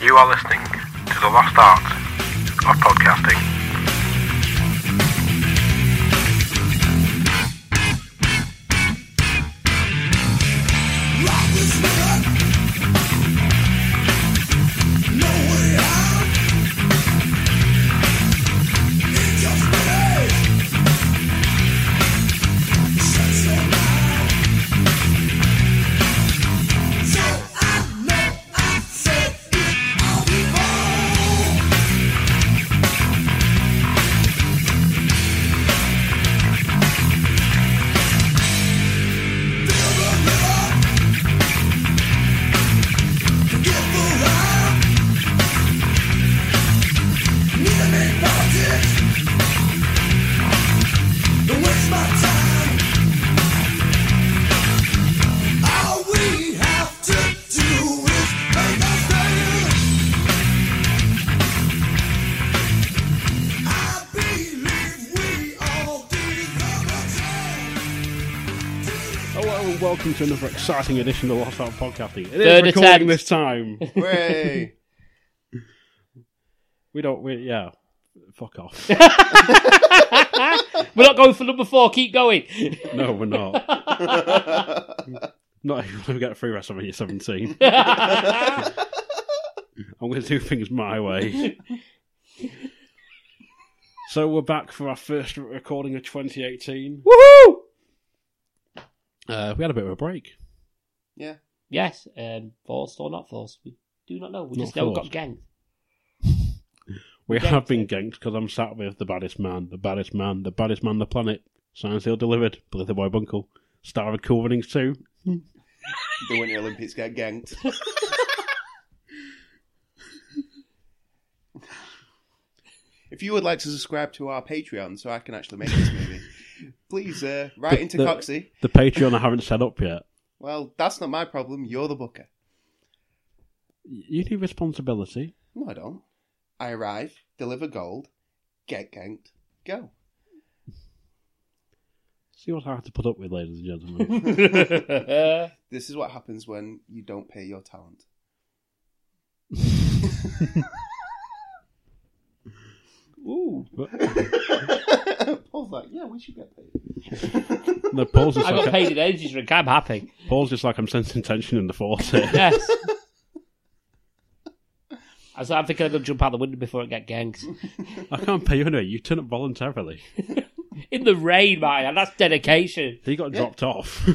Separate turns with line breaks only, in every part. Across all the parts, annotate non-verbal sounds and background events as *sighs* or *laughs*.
You are listening to the lost art of podcasting.
Hello and welcome to another exciting edition of the Lost Art Podcasting. It is
Third
recording
attempt.
this
*laughs*
time.
Way.
We don't. We yeah. Fuck
*laughs*
off.
We're not going for number four. Keep going.
no, we're not. Not even going to get free WrestleMania
*laughs*
17. I'm going to do things my way. so we're back for our first recording of 2018.
Woohoo!
Uh, we had a bit of a break.
yeah.
Yes, um, forced or not forced, we do not know. We
Not
just know we got
forced. *laughs*
ganked.
We
Ganked
have been ganked because I'm sat with the baddest man, the baddest man, the baddest man on the planet. Science Hill delivered. Billy the Boy Bunkle. Star of Cool Runnings 2.
The Winter Olympics get ganked. if you would like to subscribe to our Patreon so I can actually make this movie, please uh, write
The-
into
the-
Coxie.
The Patreon I haven't set up yet.
Well, that's not my problem. You're the booker.
You need responsibility.
No, I don't. I arrive, deliver gold, get ganked, go.
See what I have to put up with, ladies and gentlemen.
*laughs* That's
This is what happens when you don't pay your talent. *laughs* Ooh.
But-
Paul's like, yeah, we should get paid.
no, Paul's just,
I got
like,
paid in energy drink. I'm happy.
Paul's just like I'm sensing tension in the force here. *laughs*
Yes. As I'm thinking I'm going to jump out the window before I get ganked.
I can't pay you anyway. You turn up voluntarily.
In the rain, man. That's dedication. *laughs*
He got dropped off.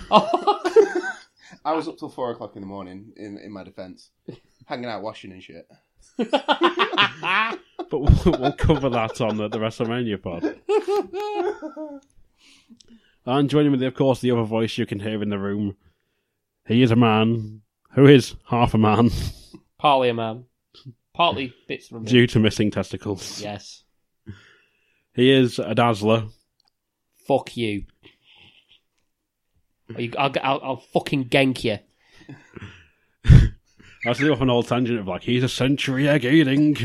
I was up till four o'clock in the morning in, in my defence, hanging out washing and shit.
but we'll, we'll cover that on the, the WrestleMania pod. And joining with me, of course, the other voice you can hear in the room. He is a man who is half a man *laughs*
Partly a man. Partly bits from me.
due to missing testicles.
Yes.
He is a dazzler.
Fuck you. Or you- I'll, I'll, I'll fucking gank you.
I was off an old tangent of like he's a century egg eating,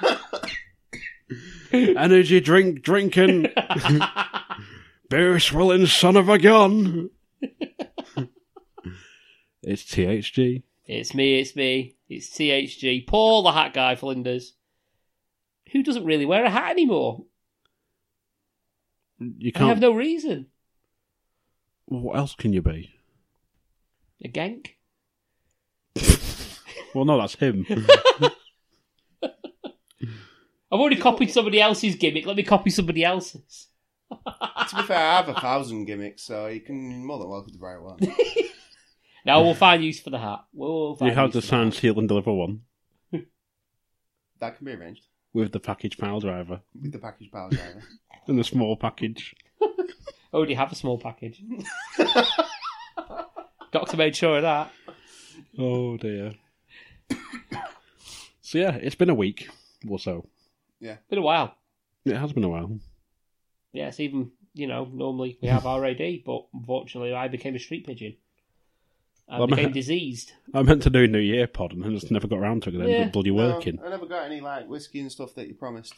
*laughs* energy drink drinking, *laughs* beer swilling son of a gun.
*laughs*
it's THG.
It's me, it's me, it's THG, Paul the hat guy Flinders, who doesn't really wear a hat anymore.
You
I have
can't.
no reason.
What else can you be?
A gank?
Well, no, that's
*laughs*
him.
I've already copied somebody else's gimmick, let me copy somebody else's.
to be fair, I have a thousand gimmicks, so you can you're more than welcome to the right one.
Now we'll find use for the hat. We'll find
you have the
use for
sand seal and deliver one
That can be arranged
with the package pile driver
with the package power driver.
and the small package.
I already have a small package. *laughs* Got to make sure of that.
Oh dear. so yeah, it's been a week or so.
Been a while.
It has been a while.
Yes, even, you know, normally we have RAD, but unfortunately I became a street pigeon. I
Well, I'm- *laughs*
became diseased.
I meant to do a New Year pod and I just never got around to it. 'cause I ended
Yeah.
up bloody working.
No, I never got any like whiskey and stuff that you promised.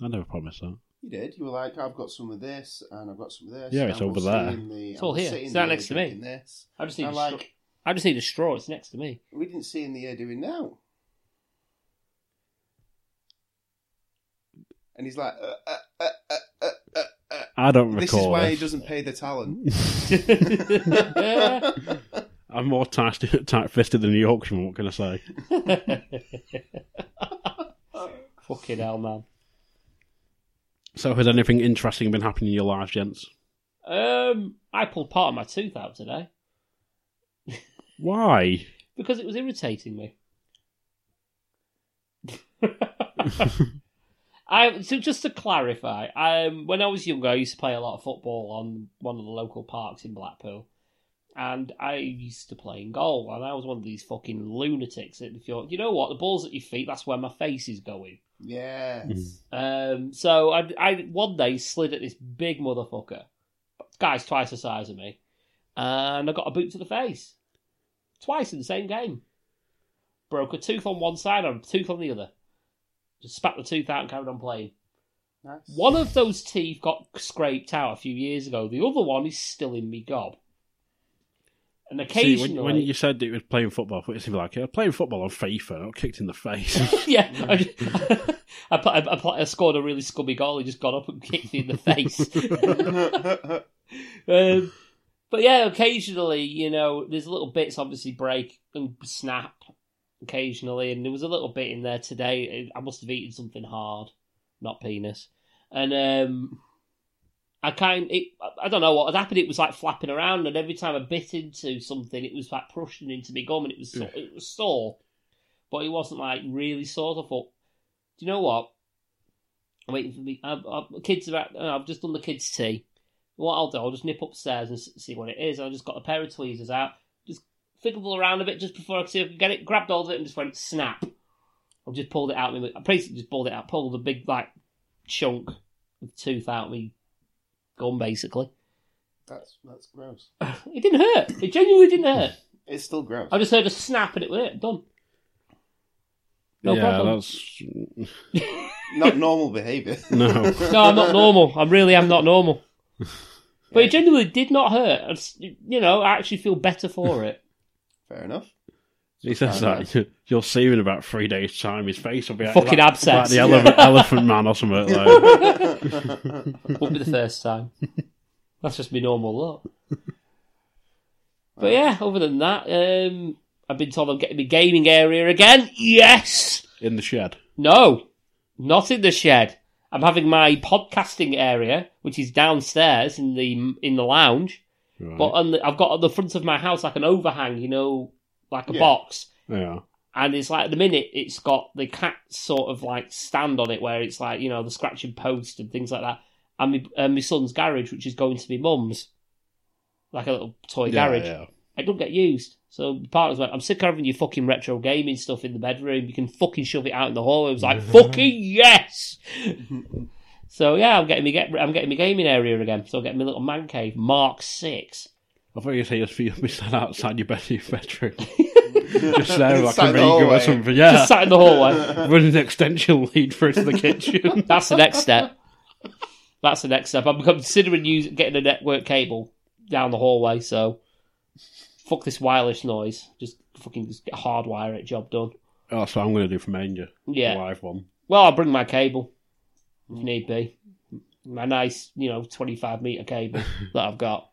I never promised that.
You did. You were like, I've got some of this, and I've got some of this.
Yeah,
and
it's
we'll
over
sit
there.
in the-
It's all
and we'll
here.
sit in
It's right
the
next to me.
drinking This.
I just need
And
to
like,
I just need a straw. It's next to me.
We didn't see in the air doing now. And he's like, uh, uh, uh, uh, uh, uh, uh.
I don't recall.
this is why he
this.
doesn't pay the
Mm.
talent.
*laughs* I
*laughs* I'm more tight, tight fisted than a Yorkshireman. What can I say?
Fucking hell, man.
So, has anything interesting been happening in your life, gents?
Um, I pulled part of my tooth out today
Why?
because it was irritating me. *laughs* I so just to clarify, um, when I was younger, I used to play a lot of football on one of the local parks in Blackpool, and I used to play in goal. And I was one of these fucking lunatics that if you're, you know what, the ball's at your feet, that's where my face is going.
Mm.
Yes.
Um, so I, I one day slid at this big motherfucker, guy's twice the size of me, and I got a boot to the face, twice in the same game. Broke a tooth on one side and a tooth on the other. Just spat the tooth out and carried on playing.
Nice.
One of those teeth got scraped out a few years ago. The other one is still in me gob. And
See,
occasionally,
when, when you said that you was playing football, it seemed like "Yeah, playing football on FIFA, and I got kicked in the face. *laughs*
*laughs* yeah, *laughs* I, just, I, pl- I, pl- I scored a really scummy goal. He just got up and kicked me in
*laughs*
the face. um, but yeah, occasionally, you know, there's little bits obviously break and snap occasionally, and there was a little bit in there today. I must have eaten something hard, not penis, and um, I kind it. I- I don't know what had happened. It was like flapping around, and every time I bit into something, it was like pushing into my gum, and it was so- it was sore, but it wasn't like really sore. I thought, do you know what? I'm waiting for me. I've, I've, kids are. At, I've just done the kids' tea. What I'll do, I'll just nip upstairs and s- see what it is. I just got a pair of tweezers out, just fiddled around a bit just before I could see if I could get it. Grabbed hold of it and just went snap. I just pulled it out. of me- I basically just pulled it out. Pulled a big like chunk of tooth out of me gum. Basically,
*laughs* that's that's gross.
it didn't hurt. It genuinely didn't hurt.
It's still gross.
I just heard a snap and it was it done. No
yeah,
problem.
that's
Not normal behaviour.
*laughs* no.
No, I'm not normal. I really am not normal. But it genuinely did not hurt. I s- You know, I actually feel better for it.
*laughs* Fair enough.
He says that *laughs* you'll see him in about three days' time. His face will be like,
Fucking
like, like
abscess.
the ele- elephant man or something. Like.
*laughs* Won't be the first time. That's just my normal look. But yeah, other than that, um, I've been told I'm getting my gaming area again. Yes!
in the shed.
No, not in the shed. I'm having my podcasting area, which is downstairs in the in the lounge.
Right.
But uh, on the, I've got on the front of my house like an overhang, you know, like a
Yeah.
box.
yeah.
And it's like at the minute it's got the cat sort of like stand on it where it's like you know the scratching post and things like that. And my, and my son's garage, which is going to be mum's, like a little toy
Yeah,
garage.
yeah.
It don't get used. So my partner's like, I'm sick of having your fucking retro gaming stuff in the bedroom. You can fucking shove it out in the hallway. I
*laughs*
was like, fucking yes. *laughs* so yeah, I'm getting me get I'm getting my gaming area again. So I'm getting my little man cave, Mark Six.
I thought you said it's for you to be sat outside your bed in your bedroom.
*laughs*
Just there, like
Inside
a
the
regal or
hallway.
something. Yeah.
Just sat in
*laughs*
the hallway.
Run an extension lead through to the
*laughs*
kitchen.
That's the next step. That's the next step. I'm considering using getting a network cable down the hallway. So fuck this wireless noise. Just fucking just hardwire it. Job done.
oh, that's what I'm going to do for Manger.
Yeah.
Live one.
Well, I'll bring my cable if need be. My nice, you know, 25 metre cable that I've got.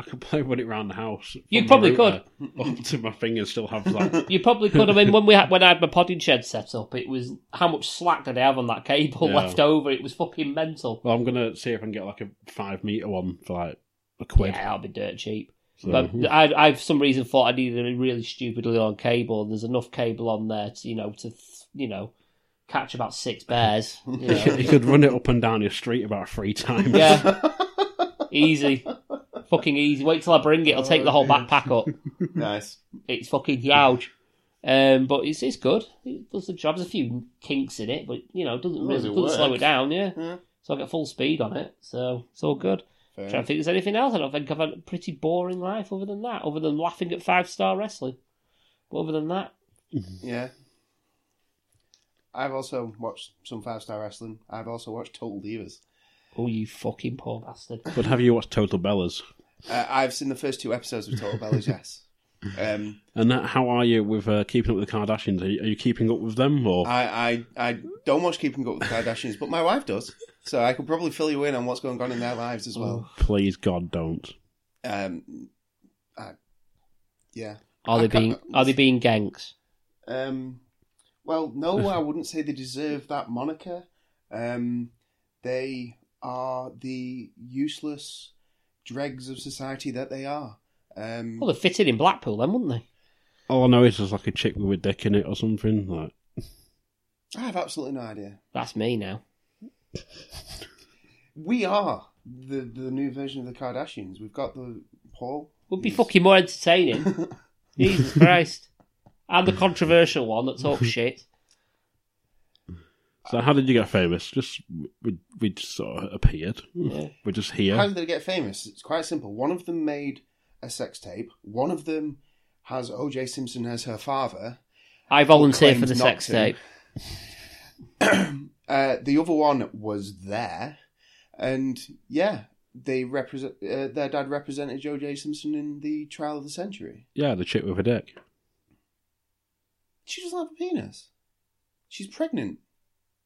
I could *laughs* play with it round the house.
You
from my
probably
router *laughs* Up to my fingers still have
*laughs*
like.
You probably could. I mean, when we had, when I had my potting shed set up, it was how much slack did I have on that cable
Yeah.
left over? It was fucking mental.
Well, I'm going to see if I can get like a five metre one for like a quid.
Yeah, that'll be dirt cheap.
So-
But I, I, for some reason, thought I needed a really stupidly long cable. and There's enough cable on there to, you know, to, th- you know, catch
*laughs*
about six bears. You
*laughs* You
know.
could, you could run it up and down your street about three times.
yeah. Easy. Fucking easy. Wait till I bring it. I'll take the whole backpack up.
*laughs* nice.
it's fucking huge. Um, but it's it's good. It does the job. There's a few kinks in it, but you know, it doesn't
As long as
really
it
doesn't slow it
works.
down. Yeah.
Yeah.
So I get full speed on it, so it's all good. Trying
Fair
to
enough.
think, if there's anything else? I don't think I've had a pretty boring life other than that, other than laughing at five star wrestling. But other than that,
Yeah. I've also watched some five star wrestling. I've also watched Total Divas.
oh, you fucking poor bastard!
But have you watched Total Bellas?
Uh, I've seen the first two episodes of Total Bellas, yes. Um,
And that, how are you with uh, keeping up with the Kardashians? Are you, are you keeping up with them or?
I, I I don't much keeping up with the Kardashians, but my wife does, so I could probably fill you in on what's going on in their lives as *clears throat* well.
Please God, don't.
Um, I, yeah.
Are they
I can't-
being are they being ganks?
Um, well, no, I wouldn't say they deserve that moniker. Um, they are the useless dregs of society that they are. Um,
Well, they fitted in Blackpool then, wouldn't they?
All I know is there's like a chick with a dick in it or something. Like,
I have absolutely no idea.
That's me now.
We are the the new version of the Kardashians. We've got the Paul.
Would be fucking more
*laughs*
entertaining. Jesus Christ! I'm the controversial one that
*laughs*
talks shit.
so how did you get famous? Just we we just sort of appeared.
Yeah.
We're just
How
here.
did they get famous? It's quite simple. One of them made a sex tape. One of them has O.J. Simpson as her father. *clears throat*
I volunteer for
Claims
the
not
sex
to.
tape.
Uh, the other one was there, and yeah, they represent uh, their dad represented Joe J. Simpson in the trial of the century.
Yeah, the chick with a dick.
She doesn't have a penis. She's pregnant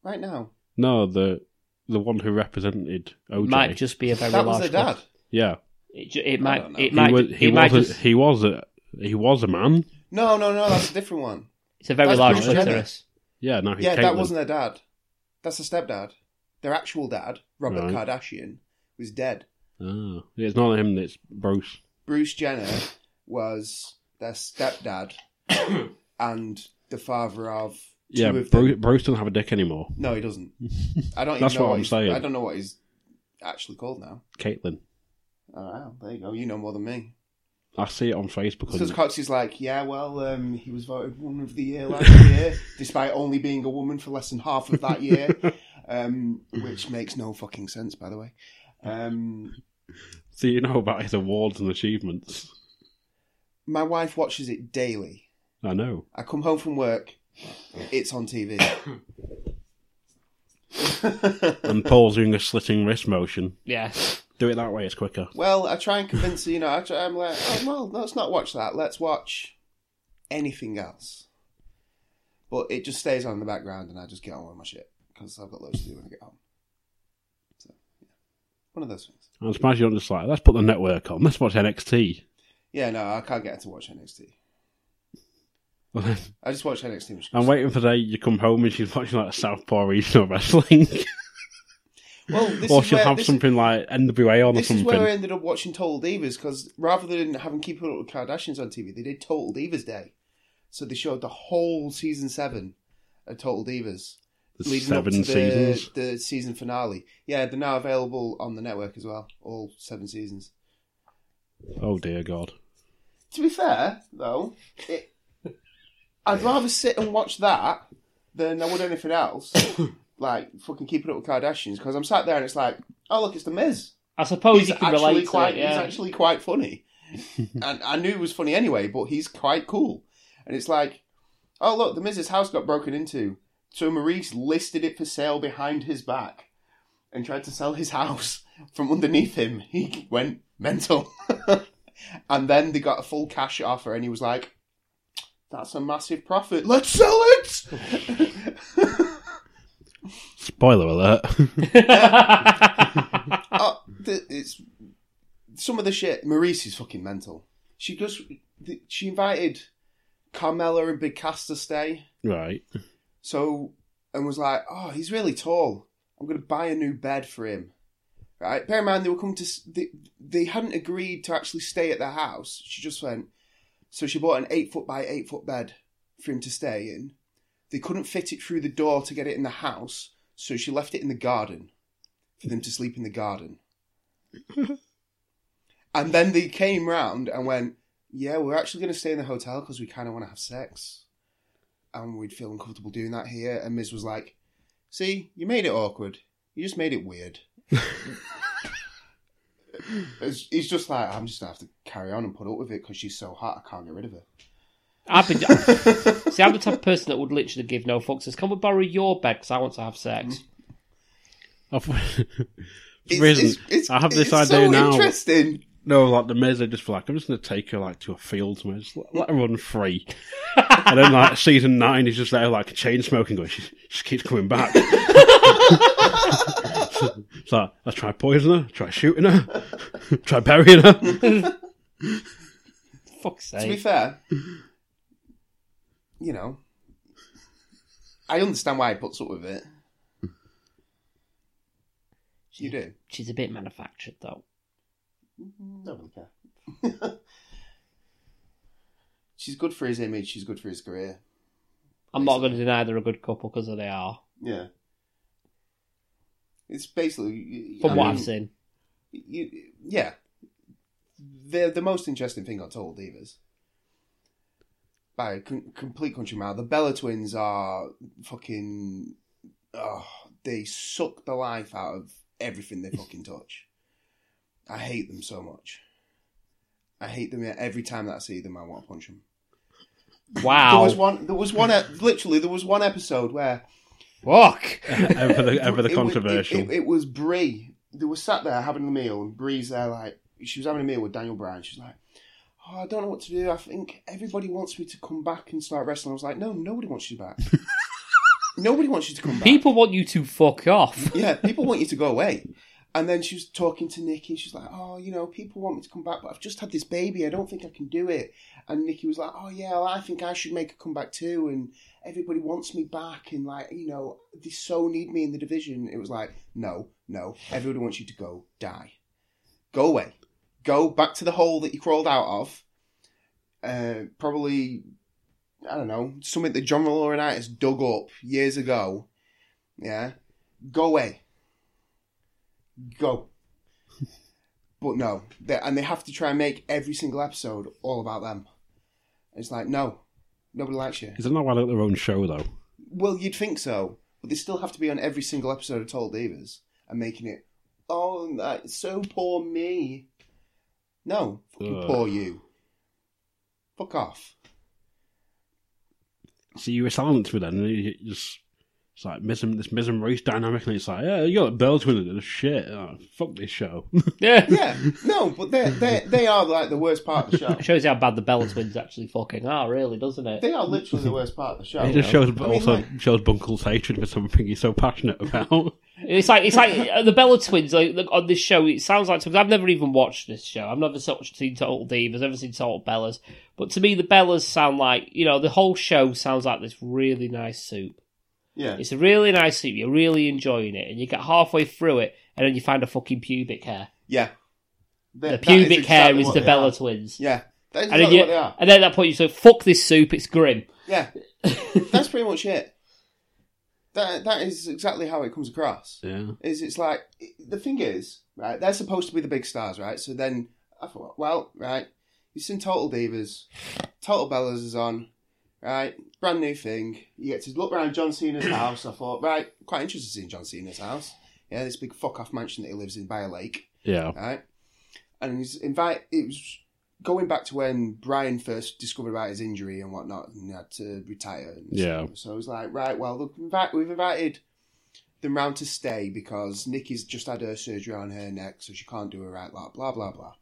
right now.
No, the the one who represented OJ.
Might just be a very
that was
large.
her dad.
club.
yeah,
It, ju- it
I
might.
don't know.
It
he
might.
was he
it might
was,
just-
a, he was a he was a man.
No, no, no. That's a different one.
it's a very
that's
large
pretty much
clitoris.
Yeah, now he's
yeah, that
Caitlyn.
wasn't their dad. That's their stepdad. Their actual dad, Robert
Right.
Kardashian, was dead.
Ah, it's not him. It's Bruce.
Bruce Jenner was
*coughs*
their stepdad and the father of two
yeah,
of them.
Bruce, Bruce doesn't have a dick anymore.
No, he doesn't.
*laughs*
I don't. Even
That's
know
what I'm
he's-
saying.
I don't know what he's actually called now.
Caitlin,
Oh, wow, there you go. You know more than me.
I see it on Facebook.
Because
And,
Cox is like, yeah, well, um, he was voted woman of the year last year, despite only being a woman for less than half of that year, um, which makes no fucking sense, by the way. Um,
so you know about his awards and achievements.
my wife watches it daily.
I know.
I come home from work, it's on TV.
And Paul's doing a slitting wrist motion.
Yeah.
Do it that way; it's quicker.
Well, I try and convince her, you know, I try, I'm like, oh, well, let's not watch that. Let's watch anything else. But it just stays on in the background and I just get on with my shit because I've got loads to do when I get home. So, yeah. One of those things.
I'm surprised you're not just like, let's put the network on. Let's watch NXT.
Yeah, no, I can't get her to watch NXT. I just watch NXT. when she
*laughs* I'm
comes-
waiting for the day you come home and she's watching like Southpaw regional wrestling,
Well, this
or
is
she'll
where,
have
this,
something like NWA on or
This is where I
something.
ended up watching Total Divas because rather than having Keeping Up with Kardashians on TV, they did Total Divas Day. So they showed the whole season seven of Total Divas.
There's
leading up
seven
to the,
seasons.
the season finale. Yeah, they're now available on the network as well, all seven seasons.
Oh dear God.
To be fair, though, it, I'd rather sit and watch that than I would anything else. like fucking keeping up with Kardashians because I'm sat there and it's like, oh look, it's the Miz.
I suppose
He's
you can
actually
relate
quite,
to it. Yeah.
He's actually
*laughs*
quite funny. and I knew he was funny anyway, but he's quite cool. And it's like, oh look, the Miz's house got broken into. So Maurice listed it for sale behind his back and tried to sell his house *laughs* from underneath him. He went mental. *laughs* and then they got a full cash offer and he was like, that's a massive profit. Let's sell it!
*laughs*
Spoiler alert. *laughs*
*laughs*
oh, the, it's some of the shit. Maurice is fucking mental. She just the, she invited Carmella and Big Cass to stay,
right. *laughs*
so and was like, "Oh, he's really tall. I'm gonna buy a new bed for him." Right? Bear in mind they were coming to s- they, they hadn't agreed to actually stay at their house. She just went, so she bought an eight foot by eight foot bed for him to stay in. They couldn't fit it through the door to get it in the house, so she left it in the garden for them to sleep in the garden. and then they came round and went, Yeah, we're actually going to stay in the hotel because we kind of want to have sex. And we'd feel uncomfortable doing that here. And Miz was like, See, you made it awkward. You just made it weird. It's- He's just like, I'm just going to have to carry on and put up with it because she's so hot, I can't get rid of her.
I'd be, see, I'm the type of person that would literally give no fucks. Says, can we borrow your bed because I want to have sex?
Mm-hmm.
I've- For some reason, I have this idea
so
now.
interesting.
No, like the Miz, I just feel like I'm just gonna take her like to a field, man. Just let, let her run
*laughs*
free. and then like season nine, he's just there like chain smoking, going, she, she keeps coming
*laughs*
back. *laughs* so let's try poisoning her, try shooting her, *laughs* try burying her.
*laughs*
Fuck's
To be
sake.
fair,
*laughs*
you know, I understand why he puts up with it. You do.
She's a bit manufactured, though.
No one care. *laughs* She's good for his image. She's good for his career.
I'm not going to deny they're a good couple because they are,
Yeah. It's basically
from
I
what
mean,
I've seen.
you- yeah, they're the most interesting thing on Total Divas. By a com- complete country mile, the Bella Twins are fucking. Oh, they suck the life out of everything they fucking touch. I hate them so much. I hate them every time that I see them. I want to punch them. There
Wow.
was one. There was one. ep- Literally, there was one episode where
Fuck.
ever the, ever the
it was- it-
controversial.
it, it was Brie. They were sat there having a meal, and Brie's there like she was having a meal with Daniel Bryan. She's like, "Oh, I don't know what to do. I think everybody wants me to come back and start wrestling." I was like, "No, nobody wants
*laughs*
you back. nobody wants you to come back.
People want you to fuck off. *laughs*
yeah, people want you to go away." And then she was talking to Nikki. She's like, "Oh, you know, people want me to come back, but I've just had this baby. I don't think I can do it." And Nikki was like, "Oh yeah, well, I think I should make a comeback too." And everybody wants me back and like you know they so need me in the division it was like no no everybody wants you to go die go away go back to the hole that you crawled out of uh, probably i don't know something that john laurinaitis dug up years ago yeah go away go but no they, and they have to try and make every single episode all about them it's like no nobody likes you
Is it not why they got their own show though?
well, you'd think so, but they still have to be on every single episode of Total Divas and making it. Oh, and that so poor me. No, fucking
Ugh.
poor you. Fuck off.
So you were silent to it then, and you you just it's like mis- this mis and race dynamic, and it's like, yeah, you got bells with it, shit. Oh, fuck this show.
Yeah.
Yeah, no, but they they they are like the worst part of the show.
It shows how bad the Bella twins actually fucking are, really, doesn't it?
They are literally the worst part of the show.
*laughs* it just shows,
I mean,
also
like-
shows Bunkle's hatred for something he's so passionate about. *laughs*
It's like it's like uh, the Bella twins like, look, on this show. It sounds like sometimes I've never even watched this show. I've never so- seen Total Divas, never seen Total Bellas. But to me, the Bellas sound like you know the whole show sounds like this really nice soup.
yeah,
It's a really nice soup. You're really enjoying it, and you get halfway through it, and then you find a fucking pubic hair.
yeah. They-
The
that is
pubic hair
exactly
is
what
the
they
Bella
are.
twins.
Yeah, that
And,
is
then
exactly
you,
what they are.
and then at that point, you say, "Fuck this soup, it's grim." *laughs*
Yeah, that's pretty much it. That that is exactly how it comes across.
Yeah.
is it's like the thing is right. They're supposed to be the big stars, right? So then I thought, well, right, you've seen Total Divas, Total Bellas is on, right? Brand new thing. You get to look around John Cena's house. I thought, right, quite interested in John Cena's house. Yeah, this big fuck off mansion that he lives in by a lake,
Yeah.
right? And he's invite. It was going back to when Brian first discovered about his injury and whatnot, and had to retire. And
Yeah.
so I was like, right, well, look, we've invi- we've invited them round to stay because Nikki's just had her surgery on her neck, so she can't do her right lot, blah, blah, blah.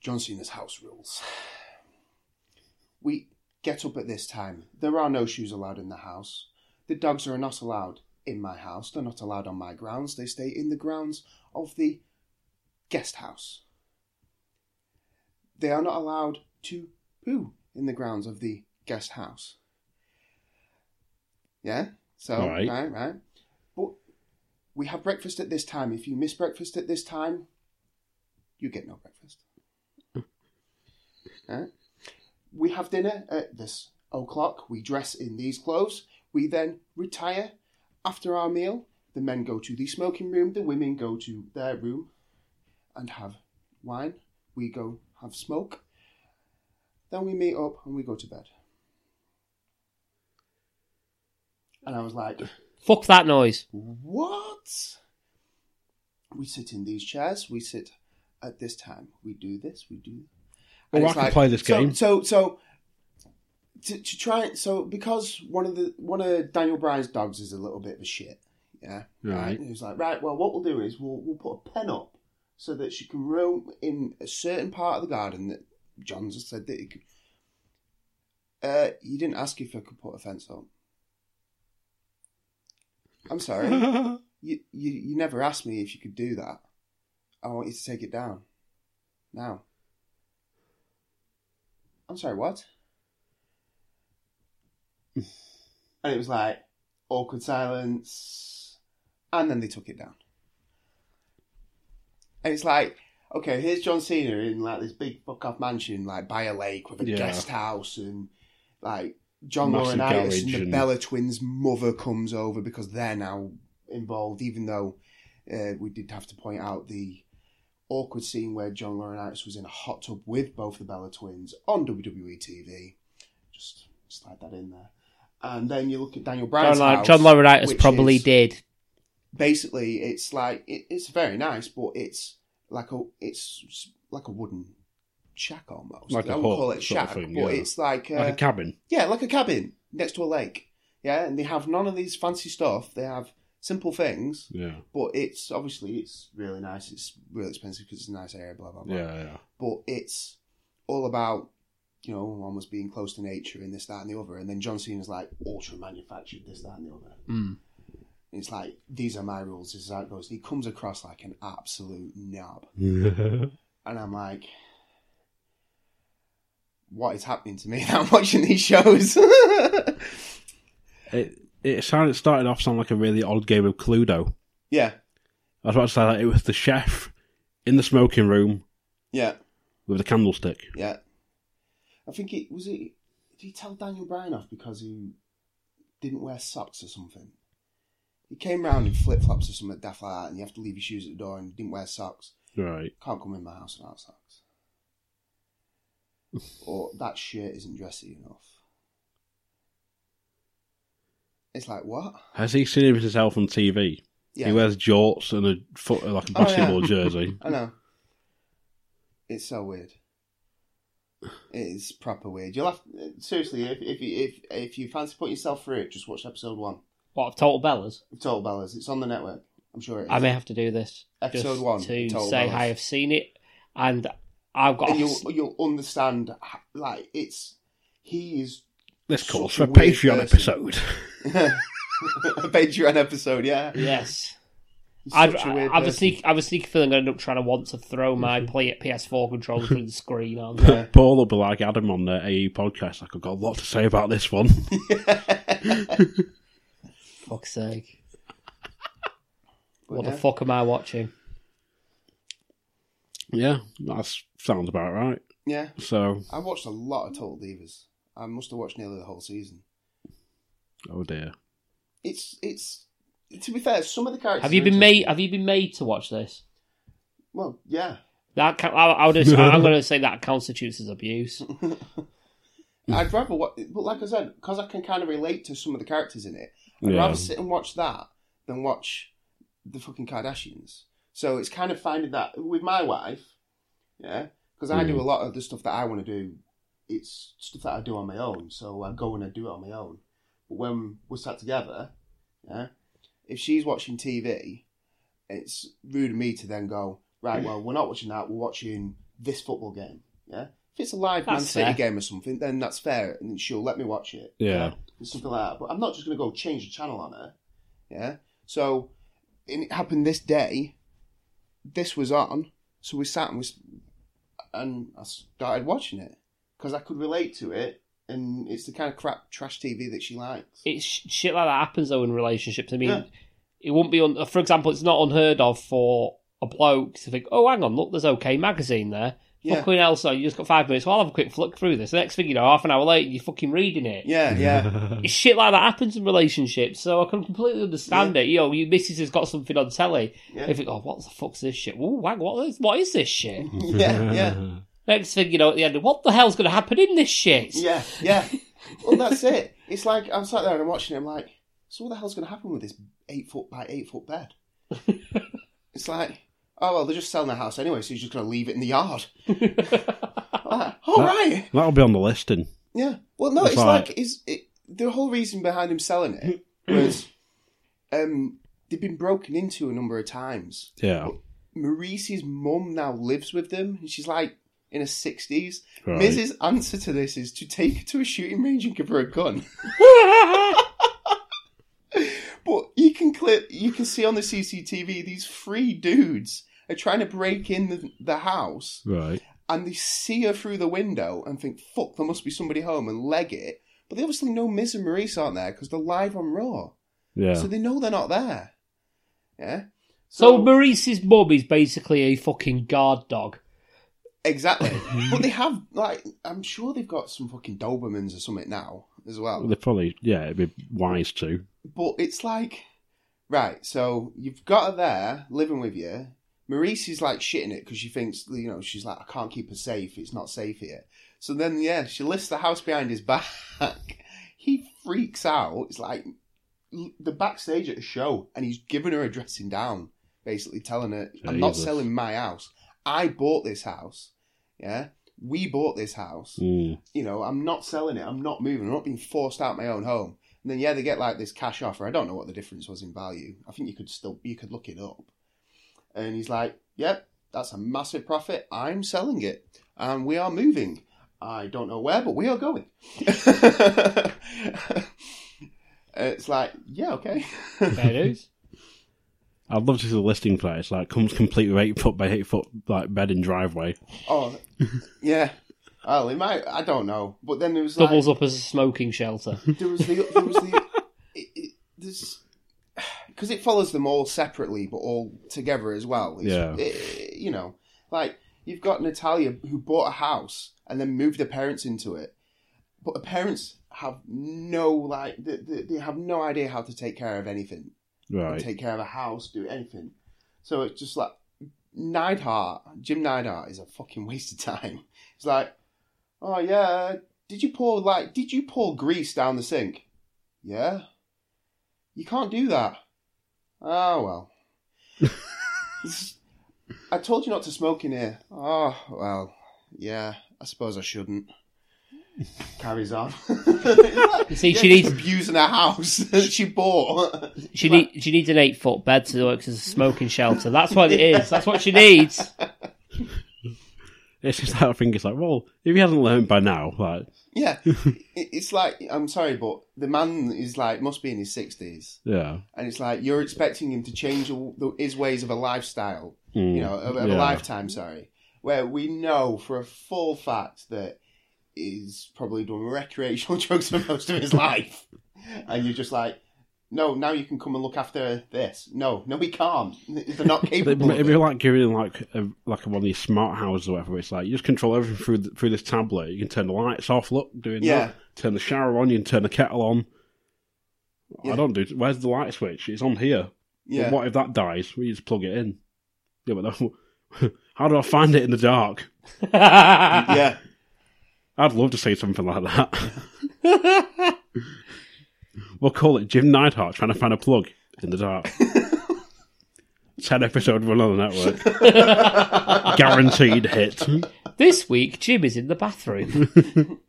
John Cena's house rules. We get up at this time. There are no shoes allowed in the house. The dogs are not allowed in my house. They're not allowed on my grounds. They stay in the grounds of the guest house. They are not allowed to poo in the grounds of the guest house. Yeah? So,
Right.
right, right. But we have breakfast at this time. If you miss breakfast at this time, you get no breakfast. Right? We have dinner at this o'clock. We dress in these clothes. We then retire after our meal. The men go to the smoking room. The women go to their room and have wine. We go have smoke. Then we meet up and we go to bed. And I was like,
Fuck that noise.
what? We sit in these chairs. We sit at this time. We do this. We do.
Well,
And
I
it's
can play this
so-
game.
So, so to, to try. So because one of the one of Daniel Bryan's dogs is a little bit of a shit. Yeah.
Right.
*laughs* And he was like, right. Well, what we'll do is we'll we'll put a pen up so that she can roam in a certain part of the garden that John's has said that he could. Uh, you didn't ask if I could put a fence up.
*laughs*
I'm sorry. you, you you never asked me if you could do that. I want you to take it down. Now. I'm sorry, what? and it was like awkward silence. And then they took it down. And it's like, okay, here's John Cena in like this big fuck off mansion, like by a lake with a
Yeah.
guest house and like John
Massive
Laurinaitis and
garage
the
and-
Bella twins' mother comes over because they're now involved, even though uh, we did have to point out the awkward scene where John Laurinaitis was in a hot tub with both the Bella twins on WWE TV. Just slide that in there. And then you look at Daniel
John,
Bryan's
Lau-
house,
John Laurinaitis
which
probably
is-
did.
Basically, it's like it, it's very nice, but it's like a it's like a wooden shack almost.
Like a
I would
hut
call it
sort of
shack,
thing,
but
yeah.
it's like uh,
like a cabin.
yeah, like a cabin next to a lake. Yeah, and they have none of these fancy stuff. They have simple things,
Yeah,
but it's obviously it's really nice. It's really expensive because it's a nice area. Blah blah blah.
yeah, yeah.
But it's all about you know almost being close to nature and this that and the other. And then John Cena's like ultra manufactured this that and the other. And It's like these are my rules. This is how it goes. He comes across like an absolute knob, and I'm like, what is happening to me? *laughs* I'm watching these
*laughs*
shows. *laughs*
it it sounded it started off sounding like a really odd game of Cluedo.
yeah,
I was about to say that it was the chef in the smoking room
yeah.
with the candlestick.
Yeah. I think it was it. Did he tell Daniel Bryan off because he didn't wear socks or something? He came round in flip flops or something daft like that, and you have to leave your shoes at the door, and he didn't wear socks.
Right.
Can't come in my house without socks. or that shirt isn't dressy enough. It's like what?
Has he seen him himself on TV?
Yeah,
He wears jorts and a foot, like a
Oh, yeah.
basketball
*laughs*
jersey.
I know. It's so weird. It is proper weird. You'll have seriously if if you- if if you fancy putting yourself through it, just watch episode one
What of Total Bellas?
of Total Bellas. It's on the network. I'm sure it is.
I may have to do this
Episode
just
one,
to
Total
say
Bellas.
I have seen it, and I've got.
and
a-
you'll you'll understand. h- Like it's he is *laughs*
This calls
Such
for
a
a
weird
Patreon
person.
episode. *laughs*
a Patreon episode. Yeah,
*laughs*
*laughs*
yes,
He's
I'd,
such a weird
I, I have a
person.
sneak. I have a sneaky feeling I'm going to end up trying to want to
*laughs*
throw my play PS4 controller through the screen. On
Yeah.
Paul will be like Adam on the AE podcast. Like I've got a lot to say about this one. *laughs*
fuck's sake!
But
What
yeah.
the fuck am I watching?
yeah, that sounds about right.
Yeah,
So,
I watched a lot of Total Divas. I must have watched nearly the whole season.
oh dear.
It's it's to be fair, some of the characters.
Have you
are
been
interesting.
made? Have you been made to watch this?
Well, yeah.
That ca- I, I would.
*laughs*
I'm going to say that constitutes as abuse.
I'd
Mm.
rather watch, but like I said, because I can kind of relate to some of the characters in it. I'd
Yeah.
rather sit and watch that than watch the fucking Kardashians. So it's kind of finding that with my wife, yeah, because I
Mm.
do a lot of the stuff that I want to do. It's stuff that I do on my own, so I go and I do it on my own. But when we're sat together, yeah, if she's watching TV, it's rude of me to then go
*laughs*
right. Well, we're not watching that. We're watching this football game. Yeah, if it's a live Man
That's
City
fair.
game or something, then that's fair, and she'll let me watch it.
Yeah.
and something like that. But I'm not just going to go change the channel on her. Yeah. So and it happened this day. This was on, so we sat and was, and I started watching it because I could relate to it, and it's the kind of crap trash TV that she likes.
it's sh- shit like that happens though in relationships. I mean,
Yeah.
it wouldn't be un- for example, it's not unheard of for a bloke to think, "Oh, hang on, look, there's OK magazine there."
Yeah.
Fucking hell, so you just got five minutes. Well, I'll have a quick flick through this. The next thing you know, half an hour later, you're fucking reading it.
Yeah,
*laughs*
yeah,
It's shit like that happens in relationships, so I can completely understand it. You know, your missus has got something on telly.
Yeah.
If it, oh, what the fuck's this shit? Ooh, hang, what is what is this shit?
yeah, yeah.
Next thing you know, at the end, what the hell's going to happen in this shit? *laughs*
Yeah, yeah. Well, that's it. It's like I'm sat there and I'm watching. It, I'm like, so what the hell's going to happen with this eight foot by eight foot bed? it's like, oh well, they're just selling the house anyway, so you're just going to leave it in the yard. Like, All
That-
right.
That'll be on the listing.
Yeah. Well, no,
That's
it's
all
like
right.
is it, the whole reason behind him selling it was um, they've been broken into a number of times
Yeah.
Maurice's mum now lives with them, and she's like in her sixties.
Right.
Mrs. answer to this is to take her to a shooting range and give her a gun. but you can clip, you can see on the CCTV these three dudes are trying to break in the, the house
Right.
and they see her through the window and think, fuck, there must be somebody home and leg it. But they obviously know Miz and Maurice aren't there because they're live on Raw.
Yeah.
So they know they're not there. Yeah.
So Maurice's mum is basically a fucking guard dog.
Exactly.
*laughs*
but they have, like, I'm sure they've got some fucking Dobermans or something now as well.
They're probably, yeah, it'd be wise to.
But it's like, right, so you've got her there living with you. Maurice is like shitting it because she thinks, you know, she's like, I can't keep her safe. It's not safe here. So then, yeah, she lifts the house behind his *laughs* back. he freaks out. It's like l- the backstage at a show, and he's giving her a dressing down, basically telling her, I'm not
Jesus.
selling my house. I bought this house. Yeah. We bought this house
Mm.
you know, I'm not selling it. I'm not moving. I'm not being forced out my own home. And then yeah, they get like this cash offer. I don't know what the difference was in value. I think you could still you could look it up. And he's like, "Yep, that's a massive profit. I'm selling it, and we are moving. I don't know where, but we are going." *laughs* it's like, yeah, okay. *laughs*
Fair news.
I'd love to see the listing for that. It's like comes complete with eight foot by eight foot like bed and driveway.
oh, yeah. Well, it might. I don't know. But then there was
*laughs*
like,
Doubles up as a
*laughs*
smoking shelter.
there was the there was the it, it, *sighs* there's because it follows them all separately but all together as well. It's-
Yeah.
it- you know, like you've got Natalia who bought a house and then moved her parents into it, but her parents have no like they, they, they have no idea how to take care of anything,
Right.
take care of a house, do anything. So it's just like Neidhart, Jim Neidhart is a fucking waste of time. It's like, oh yeah, did you pour like did you pour grease down the sink? Yeah. You can't do that. Oh
*laughs*
well. I told you not to smoke in here. Oh well, yeah. I suppose I shouldn't. Carries on. *laughs*
See,
Yeah,
she needs-
just abusing her house *laughs* that she bought.
She need, she needs an eight foot bed to work as a smoking shelter. That's what it is.
*laughs*
That's what she needs.
It's just that thing. It's like, well, if he hasn't learned by now, like, *laughs*
Yeah, It- it's like I'm sorry, but the man is like must be in his sixties,
yeah,
and it's like you're expecting him to change all the- his ways of a lifestyle,
Mm.
you know, of, of
Yeah.
a lifetime. Sorry, where we know for a full fact that he's probably done recreational *laughs* drugs for most of
*laughs*
his life, and you're just like. No, now you can come and look after this. No, no, we can't.
*laughs*
They're not
It'd
capable.
be,
of
it'd be
it.
like giving him like a, like one of these smart houses or whatever. where It's like you just control everything through th through this tablet. You can turn the lights off. Look, doing
Yeah.
that. Turn the shower on. You can turn the kettle on.
Yeah.
I don't do. Where's the light switch? It's on here. But
yeah,
what if that dies? We just plug it in. Yeah, but that- *laughs* how do I find it in the dark?
yeah.
I'd love to see something like that. *laughs* we'll call it Jim Neidhart trying to find a plug in the
*laughs*
dark. Ten episode run on the network.
*laughs*
Guaranteed hit.
this week, Jim is in
*laughs*
the bathroom.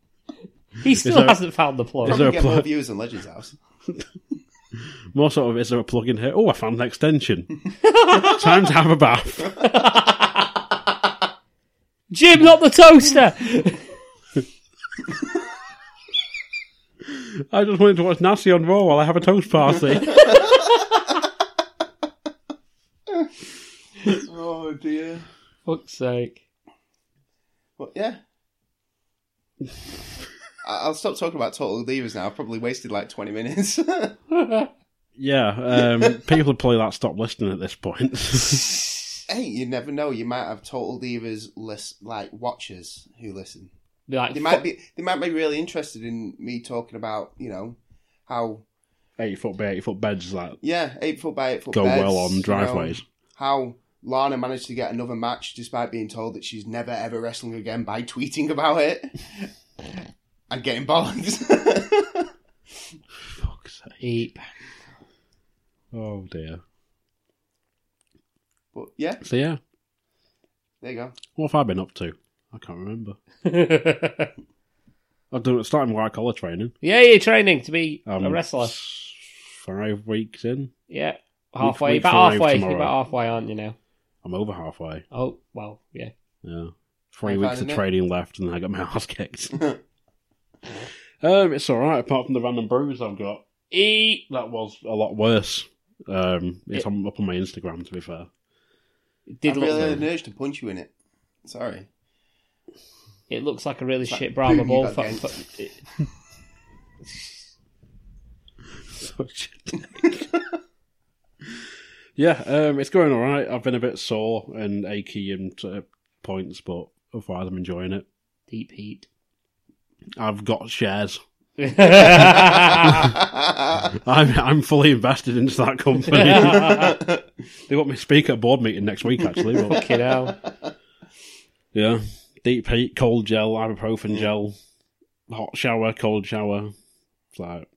he still
there-
hasn't found the plug.
Is there
Probably
a
get
plug?
more views than Legends House.
More sort of, is there a plug in here? Oh, I found an extension. *laughs* Time to have a bath.
Jim, not the toaster.
I just wanted to watch Nasty on Raw while I have a toast
*laughs*
party.
Oh dear.
Fuck's sake.
But
*laughs*
yeah. I- I'll stop talking about total divas now. I've probably wasted like 20 minutes. *laughs*
yeah, um, people have probably like stopped listening at this point.
*laughs* hey, you never know. You might have total divas list like watchers who listen.
Be like,
They might be they might be really interested in me talking about, you know, how
eight foot by eight foot beds like
yeah, 8 foot by 8 foot
go
beds,
well on
you know,
driveways.
how Lana managed to get another match despite being told that she's never ever wrestling again by tweeting
*laughs*
about it. and getting bollocks.
Fuck's sake.
Eep.
Oh dear.
*laughs* but yeah,
So yeah,
there you go.
what have I been up to? I can't remember. I've done starting white collar training.
yeah, you're training to be
Um,
a wrestler.
s- Five weeks in.
Yeah. Halfway.
week
about
five
halfway.
tomorrow.
You're about halfway, aren't you now?
I'm over halfway.
Oh, well, yeah.
Yeah. Three
High
weeks of
fiving it.
trading left, and I got my *laughs* ass
*laughs*
kicked. um, it's all right, apart from the random bruise I've got.
E.
That was a lot worse. Um, it's
It-
on, up on my Instagram, to be fair.
Did
I
look,
really had an urge to punch you in it.
*laughs*
Sorry. *laughs*
It looks like a really
like
shit
*laughs*
Brahma
booty
ball.
back
Fu-
end.
fu- it-
Such a dick. yeah, um, it's going all right. I've been a bit sore and achy and uh, points, but otherwise I'm enjoying it.
Deep
*laughs*
heat.
I've got shares.
They've
I'm I'm fully invested into that company. they want me to speak at a board meeting next week, actually. But
Fucking hell.
Yeah. Deep heat, cold gel, ibuprofen gel, hot shower, cold shower. It's like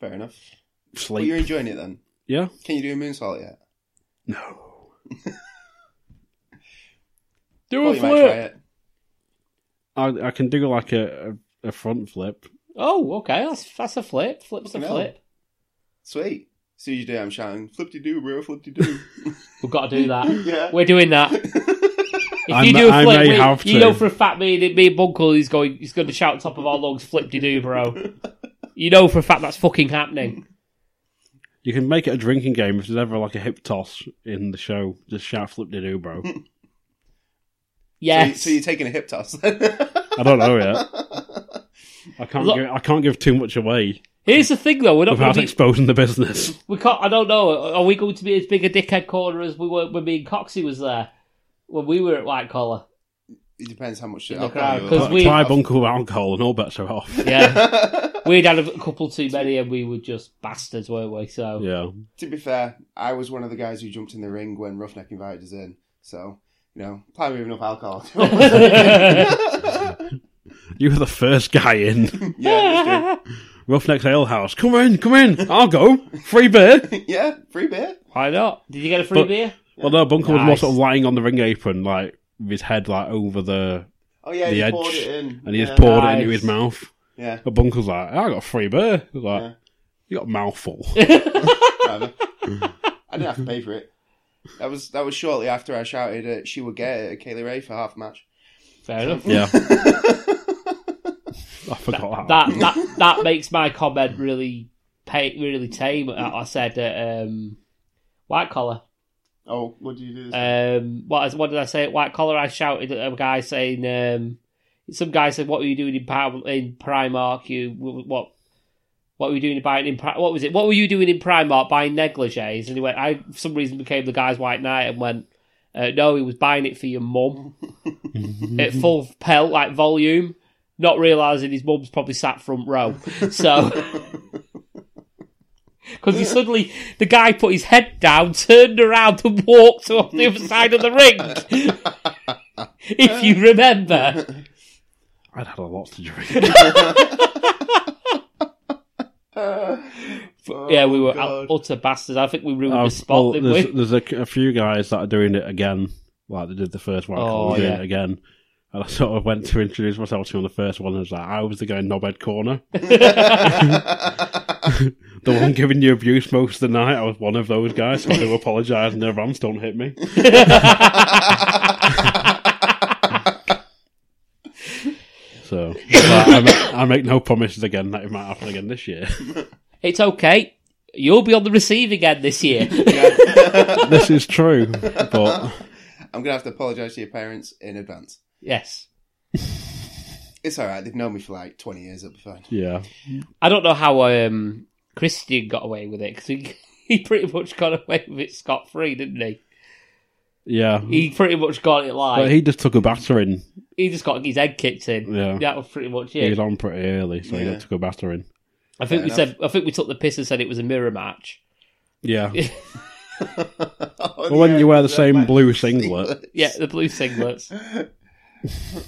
Fair enough. Well,
sleep.
you're enjoying it then.
yeah?
Can you do a moonsault yet?
No. Do
Thought
a
you might try
flip.
it.
I, I can do like a, a, a front flip.
Oh, okay. That's, that's a flip. Flip's a
Fucking hell.
flip.
Sweet. As soon as you do, it, I'm shouting, flip de doo, bro, flip de doo.
We've got
*laughs*
to do that.
yeah.
We're doing
*laughs*
that. If
I
you
may-
do a
I
flip,
may
we-
have
you
to.
know for a fact me and me and Bunkle is going he's going to shout top of our lungs, flip de doo, bro.
*laughs*
You know for a fact that's fucking happening.
You can make it a drinking game if there's ever like a hip toss in the show. Just shout flip de doo, bro.
So, you,
Yes.
so you're taking a hip toss.
I don't know yet. I can't
Look-
give, I can't give too much away
Here's the thing though, we're not going
without
to be
exposing the business.
we can't. I don't know. Are we going to be as big a dickhead corner as we were when me and Coxie was there when we were at White Collar?
*laughs* it depends how much shit
In the
I'll
crowd,
you
uh, 'cause
about.
we-
Try bunker with alcohol and all bets are off.
Yeah, we'd had a couple too many, and we were just bastards, weren't we? So
Yeah.
to be fair, I was one of the guys who jumped in the ring when Roughneck invited us in. So, you know, probably
*laughs*
enough alcohol. *laughs*
You were the first guy in. *laughs*
yeah,
Roughnecks Ale House. Come in, come in. I'll go. Free beer.
that's true. *laughs* yeah, free beer.
why not? Did you get a free
But-
beer?
Well, no, Bunker was more
Nice.
sort of lying on the ring apron, like with his head like over the,
Oh yeah,
The
he
edge.
poured it in,
and he
yeah.
just poured it into
Nice.
his mouth.
Yeah,
But Bunker's like, I got free beer. He was like,
Yeah.
you got a mouthful.
whatever. I didn't have to pay for it. That was that was shortly after I shouted uh, she would get it at Kaylee Ray for half a match.
Fair enough.
yeah. I forgot that.
That that that makes my comment really pay, really tame. I I said at um, White Collar.
Oh, what did you do? This
Um, what what did I say at White Collar? I shouted at a guy saying, um, "Some guy said, what were you doing in, Par- in Primark? You what?" What were you doing buying in? Pri- What was it? What were you doing in Primark buying negligees? And he went, I for some reason became the guy's white knight and went, uh, no, he was buying it for your mum at full pelt like volume, not realizing his mum's probably sat front row. So because he suddenly the guy put his head down, turned around, and walked off the other side of the ring.
*laughs*
if you remember,
I'd had a lot to drink.
*laughs*
Oh,
Uh, yeah, we were
God.
utter bastards. I think we ruined
I've-
the spot,
Oh, well,
didn't
there's
we?
there's a, a few guys that are doing it again, like they did the first one.
Oh,
doing
yeah.
it again. And I sort of went to introduce myself to him on the first one, and I was like, I was the guy in Knobhead
*laughs*
Corner. *laughs* the one giving you abuse most of the night. I was one of those guys, so I do apologise and their rants don't hit me. *laughs* So I, I make, I make no promises again that it might happen again this year.
It's okay. You'll be on the receiving end this
*laughs*
year.
Yeah.
this is true, but
I'm gonna have to apologise to your parents in advance.
yes.
It's all right. They've known me for like 20 years. It'll be fine.
yeah,
I don't know how um, Christian got away with it because he, *laughs* he pretty much got away with it scot free, didn't he?
yeah.
He pretty much got it
But
like
he just took a battering.
he just got his head kicked in.
Yeah.
That was pretty much
He
it.
was on pretty early, so he
Yeah.
just took a battering.
I think
Fair
we said
enough.
I think we took the piss and said it was a mirror match.
Yeah.
*laughs* Oh,
Well, when you wear the
yeah,
same
my-
blue singlet,
*laughs* Yeah, the blue singlets.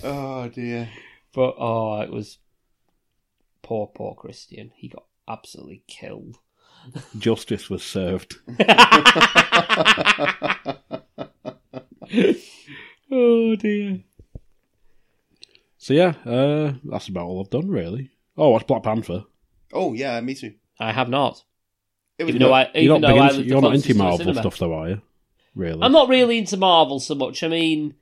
Oh dear.
but oh, it was poor, poor Christian. He got absolutely
*laughs*
killed.
justice was served.
Oh dear.
So yeah, uh, that's about all I've done really. Oh, what's Black Panther?
Oh yeah, me too.
I have not.
It was
Even though
good.
I, even
You're not,
though
big
I
into,
lived
you're not into
closest to a
Marvel
cinema.
stuff though, are you? really.
I'm not really into Marvel so much. I mean,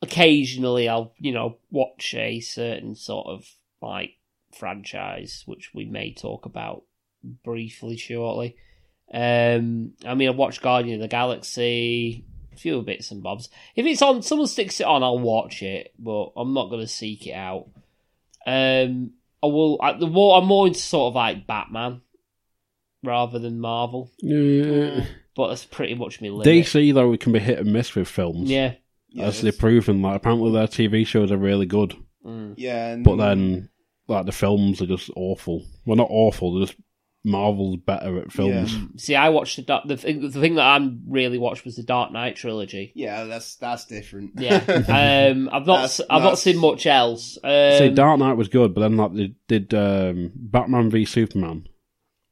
occasionally I'll, you know, watch a certain sort of like franchise, which we may talk about briefly shortly. Um, I mean, I watched Guardian of the Galaxy, a few bits and bobs. If it's on, someone sticks it on, I'll watch it, but I'm not going to seek it out. Um, I will. I, the more I'm more into sort of like Batman rather than Marvel,
Yeah.
but that's pretty much me. Limit.
DC though, it can be hit and miss with films.
Yeah.
Yeah,
as they've
it's-
proven. Like apparently their TV shows are really good,
Mm.
yeah, and
but then like the films are just awful. Well, not awful. They're just Marvel's better at films.
See, I watched the Dark- the thing, the thing that I really watched was the Dark Knight trilogy.
yeah, that's that's different. *laughs*
Yeah, um, I've not
That's-
I've not
that's-
seen much else.
See,
Um,
Dark Knight was good, but then like they did um, Batman v Superman,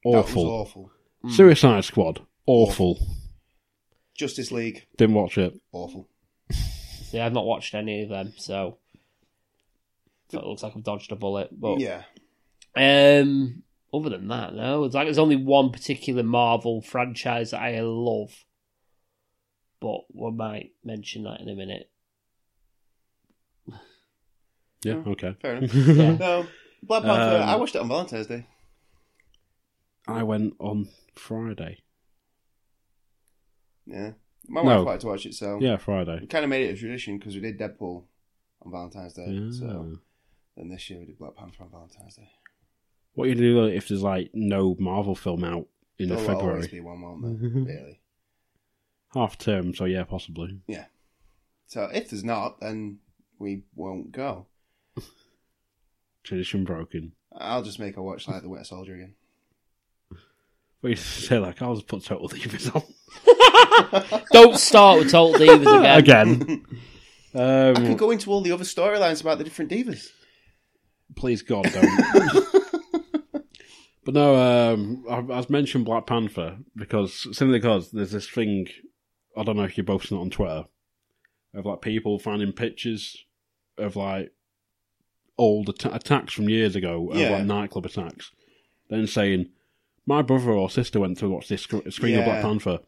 That was
awful.
awful.
Suicide Squad, awful.
Justice League,
Didn't watch it.
awful.
see, I've not watched any of them, so so it looks like I've dodged a bullet. But
yeah,
um, other than that, no, it's like there's only one particular Marvel franchise that I love, but we might mention that in a minute.
Yeah, okay.
fair enough. *laughs*
Yeah.
no, Black Panther.
Um,
I watched it on Valentine's Day.
*laughs* I went on Friday.
Yeah, my
No.
wife liked to watch it, so
Yeah,
we
Friday.
kind of made it a tradition because we did Deadpool on Valentine's Day. So
Yeah.
then this year we did Black Panther on Valentine's Day.
What you do if there's like no Marvel film out in
There will always
February?
be one,
*laughs*
won't there? really.
Half term, so yeah, possibly.
So if there's not, then we won't go.
Tradition broken.
I'll just make her watch like the Wet Soldier again.
We used to *laughs* say like I'll just put Total Divas on
Don't start with Total
*laughs*
Divas again.
*laughs*
again. um,
I could go into all the other storylines about the different divas.
Please God, don't. but no, um, I, I've mentioned Black Panther because simply because there's this thing. I don't know if you both seen it on Twitter of like people finding pictures of like old atta- attacks from years ago, of,
Yeah.
like nightclub attacks, then saying my brother or sister went to watch this sc- screen of Black
Yeah.
Panther.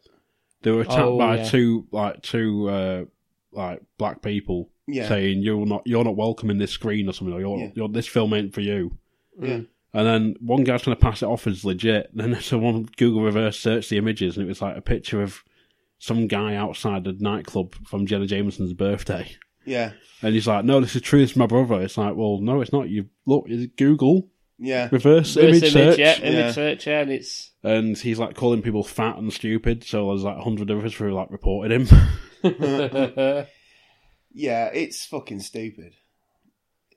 They were attacked
Oh,
by
yeah.
two like two uh, like black people
Yeah.
saying you're not you're not welcome in this screen or something. Or you're,
Yeah.
you're, this film ain't for you.
Yeah.
And then one guy's trying to pass it off as legit. *laughs* And then someone Google reverse searched the images, and it was like a picture of some guy outside a nightclub from Jenna Jameson's birthday.
Yeah.
And he's like, "No, this is true. This is my brother." It's like, "Well, no, it's not. You look, is it Google
Yeah.
reverse,
Reverse
image, search."
yeah, image
Yeah.
search, yeah, and it's
And he's like calling people fat and stupid. So there's like a hundred of us who like reported him.
yeah,
Yeah, it's fucking stupid.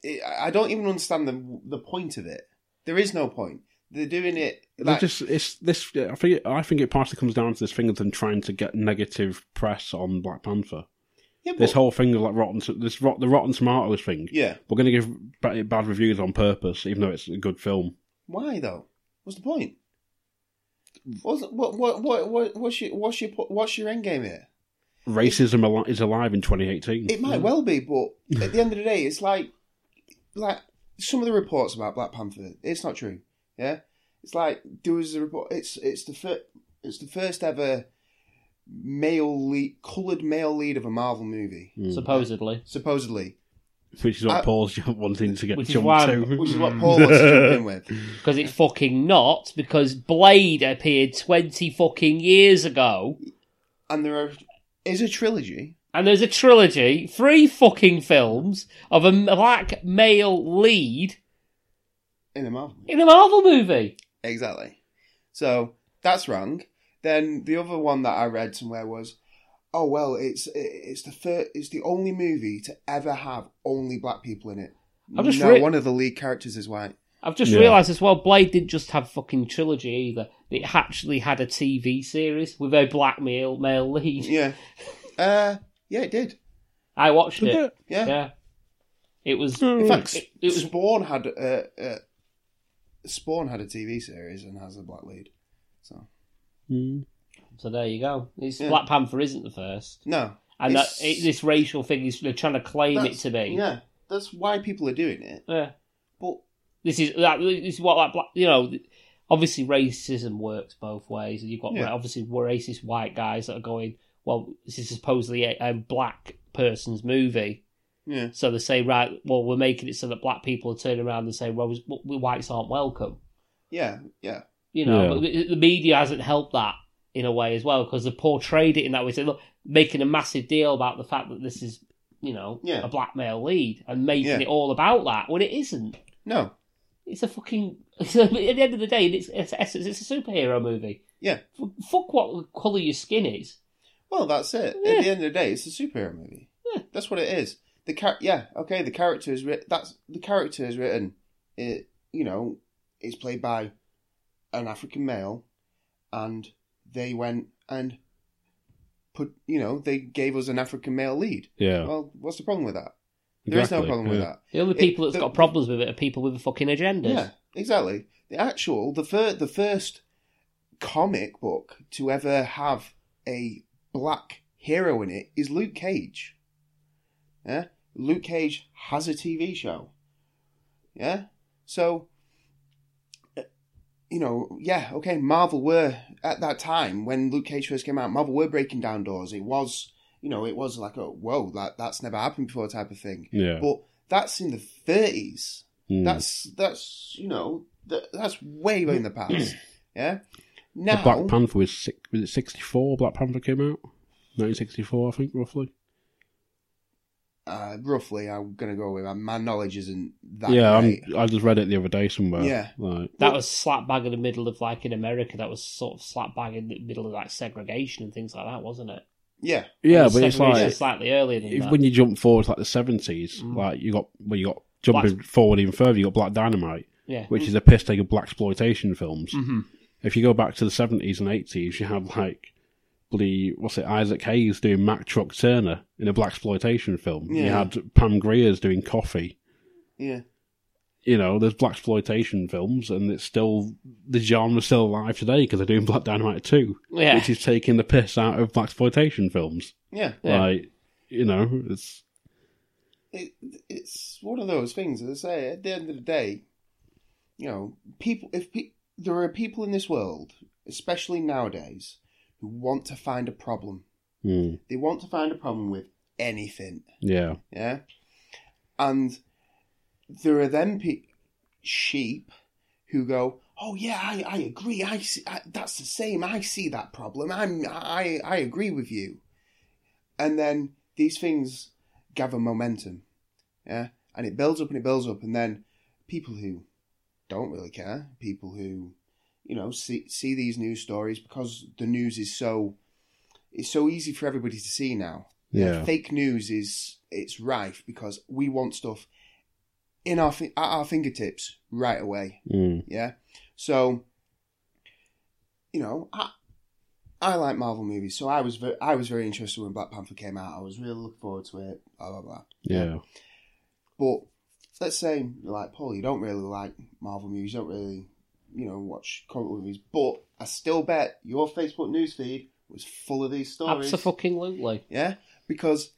It, I I don't even understand the the point of it. There is no point. They're doing it.
They're
Like,
just it's this. I think I think it partially comes down to this thing of them trying to get negative press on Black Panther.
yeah, but-
This whole thing of like rotten, this rot, the Rotten Tomatoes thing.
yeah.
We're going to give ba- bad reviews on purpose, even though it's a good film.
Why though? What's the point? What's, what, what what what what's your what's your po- what's your end game here?
Racism al- is alive in 2018.
It might well be, but at the end of the day, it's like like some of the reports about Black Panther. It's not true. Yeah, it's like there was a report. It's it's the first it's the first ever male lead, coloured male lead of a Marvel movie,
Mm.
*laughs*
supposedly.
supposedly,
which is what
I-
Paul's *laughs* wanting to get
Which is
jumped
why-
to.
which is what Paul wants to jump in with.
Because it's fucking not, because Blade appeared 20 fucking years ago,
And there are, is a trilogy.
and there's a trilogy, three fucking films, of a black male lead
In a Marvel movie.
in a Marvel movie.
Exactly. So that's wrong. Then the other one that I read somewhere was, oh well, it's it's the fir- it's the only movie to ever have only black people in it.
I've just
no
read-
one of the lead characters is white.
I've just
Yeah.
realised as well, Blade didn't just have fucking trilogy either. It actually had a TV series with a black male, male lead. *laughs*
Yeah. Uh, yeah, it did.
I watched
Did
it.
it?
Yeah.
Yeah. It was.
In
In
fact,
It, it was
Spawn had a, uh Spawn had a TV series and has a black lead. So
Mm.
So there you go. It's
Yeah.
Black Panther isn't the first,
no,
and
It's-
that it, this racial thing is they're trying to claim it
that's-
to be.
Yeah, that's why people are doing it.
Yeah.
But
This is that. This is what like black. You know, obviously racism works both ways, and you've got
Yeah.
obviously racist white guys that are going, well, this is supposedly a, a black person's movie.
Yeah.
So they say, right, well, we're making it so that black people are turning around and saying, well, we whites aren't welcome.
Yeah, yeah.
You
Yeah.
know, but the the media hasn't helped that in a way as well because they portrayed it in that way. So look, making a massive deal about the fact that this is, you know,
Yeah.
a black male lead and making
Yeah.
it all about that when it isn't.
No.
It's a fucking. *laughs* At the end of the day, it's it's, it's, it's a superhero movie.
Yeah.
F- fuck what colour your skin is.
Well, that's it.
Yeah.
At the end of the day, it's a superhero movie.
Yeah.
That's what it is. The char- yeah, okay, the character is written. That's the character is written. It, you know, it's played by an African male, and they went and put, you know, they gave us an African male lead.
Yeah.
Well, what's the problem with that? There is
exactly,
no problem
yeah.
with that.
The only
It-
people that's
the-
got problems with it are people with a fucking agendas.
Yeah, exactly. The actual, the fir- the first comic book to ever have a black hero in it is Luke Cage. Yeah, Luke Cage has a TV show. Yeah, so uh, you know, yeah, okay. Marvel were at that time when Luke Cage first came out. Marvel were breaking down doors. It was, you know, it was like a whoa, that that's never happened before type of thing.
Yeah.
But that's in the thirties.
Mm.
That's that's you know that, that's way way in the past. *clears throat* Yeah.
Mm. The
Now
Black Panther was, six, was it 64? Black Panther came out? 1964, I think, roughly.
uh, roughly, I'm gonna go with uh, my knowledge isn't that.
yeah,
great.
I'm, I just read it the other day somewhere.
Yeah.
Like,
That was slap bang in the middle of like in America. That was sort of slap bang in the middle of like segregation and things like that, wasn't it?
yeah,
yeah
And
but it's
segregation
like.
was slightly earlier than
if,
that.
when you jump forward to like the seventies,
Mm.
like you got well, you got jumping forward even further, you got Black Dynamite,
yeah,
which is a piss take of black exploitation films.
Mm.
mm-hmm.
If you go back to the seventies and eighties, you had like bloody what's it, Isaac Hayes doing Mac Truck Turner in a black exploitation film. You
Yeah.
had Pam Greer's doing Coffee.
yeah,
You know, there's black exploitation films, and it's still the genre's still alive today because they're doing Black Dynamite too,
yeah.
which is taking the piss out of black exploitation films.
yeah.
Yeah.
Like, you know, it's
It, it's one of those things. As I say, at the end of the day, you know, people. If pe- there are people in this world, especially nowadays, who want to find a problem,
mm,
they want to find a problem with anything.
yeah,
Yeah. And there are then pe- sheep who go, "Oh yeah, I, I agree. I, see, I that's the same. I see that problem. I'm I I agree with you." And then these things gather momentum. Yeah. And it builds up and it builds up and then people who don't really care, people who you know see see these news stories because the news is so it's so easy for everybody to see now
yeah.
fake news is it's rife because we want stuff in our fi- at our fingertips right away.
Mm.
Yeah, so you know, I I like Marvel movies, so I was ve- I was very interested when Black Panther came out. I was really looking forward to it. Blah blah blah.
Yeah.
But let's say, like Paul, you don't really like Marvel movies, you don't really, you know, watch comic movies. But I still bet your Facebook newsfeed was full of these stories.
Absolutely.
Yeah, because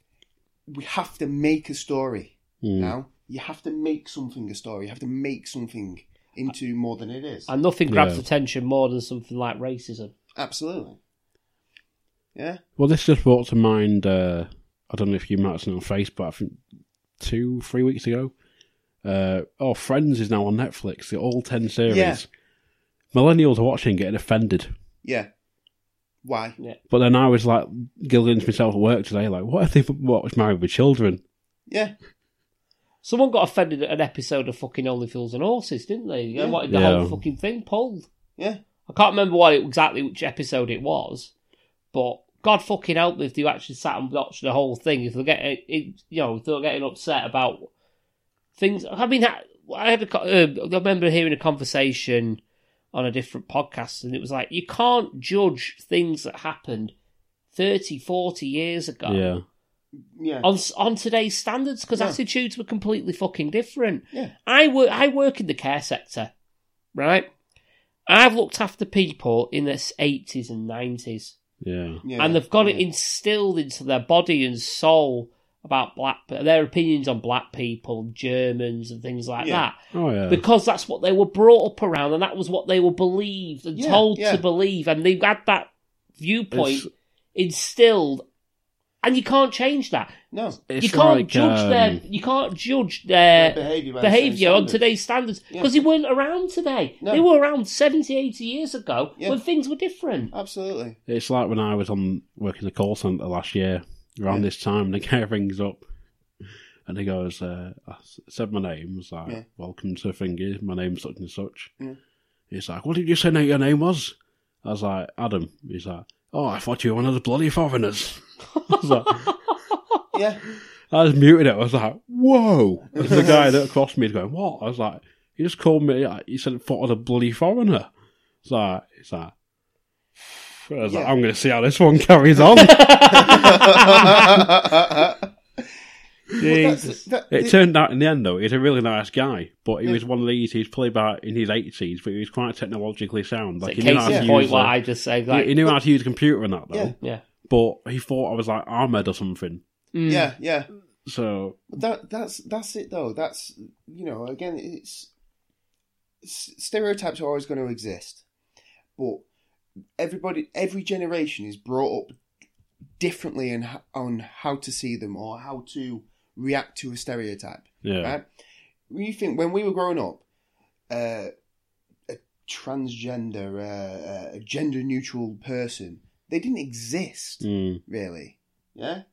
we have to make a story
Mm.
now. You have to make something a story. You have to make something into more than it is.
And nothing grabs
Yeah.
attention more than something like racism.
Absolutely. Yeah.
Well, this just brought to mind. Uh, I don't know if you might have seen it on Facebook. I think two, three weeks ago. Uh, oh, Friends is now on Netflix. The all ten series.
Yeah.
Millennials are watching, getting offended.
Yeah. Why?
But then I was like giggling to myself at work today, like, what if they watch Married with Children?
Yeah.
Someone got offended at an episode of fucking Only Fools and Horses, didn't they? They
Yeah.
wanted the
Yeah.
whole fucking thing pulled.
Yeah.
I can't remember what it, exactly which episode it was, but God fucking help me if you actually sat and watched the whole thing. If they're getting, it, you know, if they're getting upset about things. I mean, I, I had a, co- uh, I remember hearing a conversation on a different podcast, and it was like you can't judge things that happened 30, 40 years ago
Yeah.
Yeah.
on on today's standards because
Yeah.
attitudes were completely fucking different.
Yeah.
I work I work in the care sector, right? I've looked after people in their eighties and nineties,
Yeah.
yeah.
and they've got it
Yeah.
instilled into their body and soul about black their opinions on black people, Germans, and things like
Yeah.
that
Oh, yeah.
because that's what they were brought up around and that was what they were believed and
Yeah,
told
yeah.
to believe and they've had that viewpoint
It's-
instilled, and you can't change that.
No.
It's
you can't
like,
judge
um,
their you can't judge their
behavior by the same
behavior on
standard.
today's standards
Yeah.
because they weren't around today.
No.
They were around 70, 80 years ago
Yeah.
when things were
*laughs*
different.
Absolutely.
*laughs*
It's like when I was on working the call centre last year around
Yeah.
this time, and *laughs* the guy rings up and he goes, uh, I s- said my name, was like,
Yeah.
welcome to Thingy, my name's such and such.
Yeah.
He's like, what did you say that your name was? I was like, Adam. He's like, oh, I thought you were one of the bloody foreigners. *laughs* I was like,
Yeah. *laughs*
I was muted it. I was like, whoa. And the guy that crossed me is going, what? I was like, he just called me, like, he said, thought of the bloody foreigner. It's like, it's like, I was like,
Yeah.
I'm going to see how this one carries *laughs*
*laughs*
on.
Jesus.
it turned out in the end, though, he's a really nice guy, but he was one of these, he's probably about in his 80s, but he was quite technologically sound. Like,
Like,
he knew,
case
how to
in
yeah.
use,
point,
the-
what I just said,
he, he
like,
knew how to use a computer and that, though.
Yeah.
yeah,
But he thought I was like Ahmed or something.
Mm.
yeah, yeah.
So,
That that's that's it though. That's you know again it's s- stereotypes are always going to exist, but everybody every generation is brought up differently in, h- on how to see them or how to react to a stereotype.
yeah.
Right? When you think when we were growing up, uh, a transgender, uh, a gender neutral person, they didn't exist
Mm.
really. Yeah,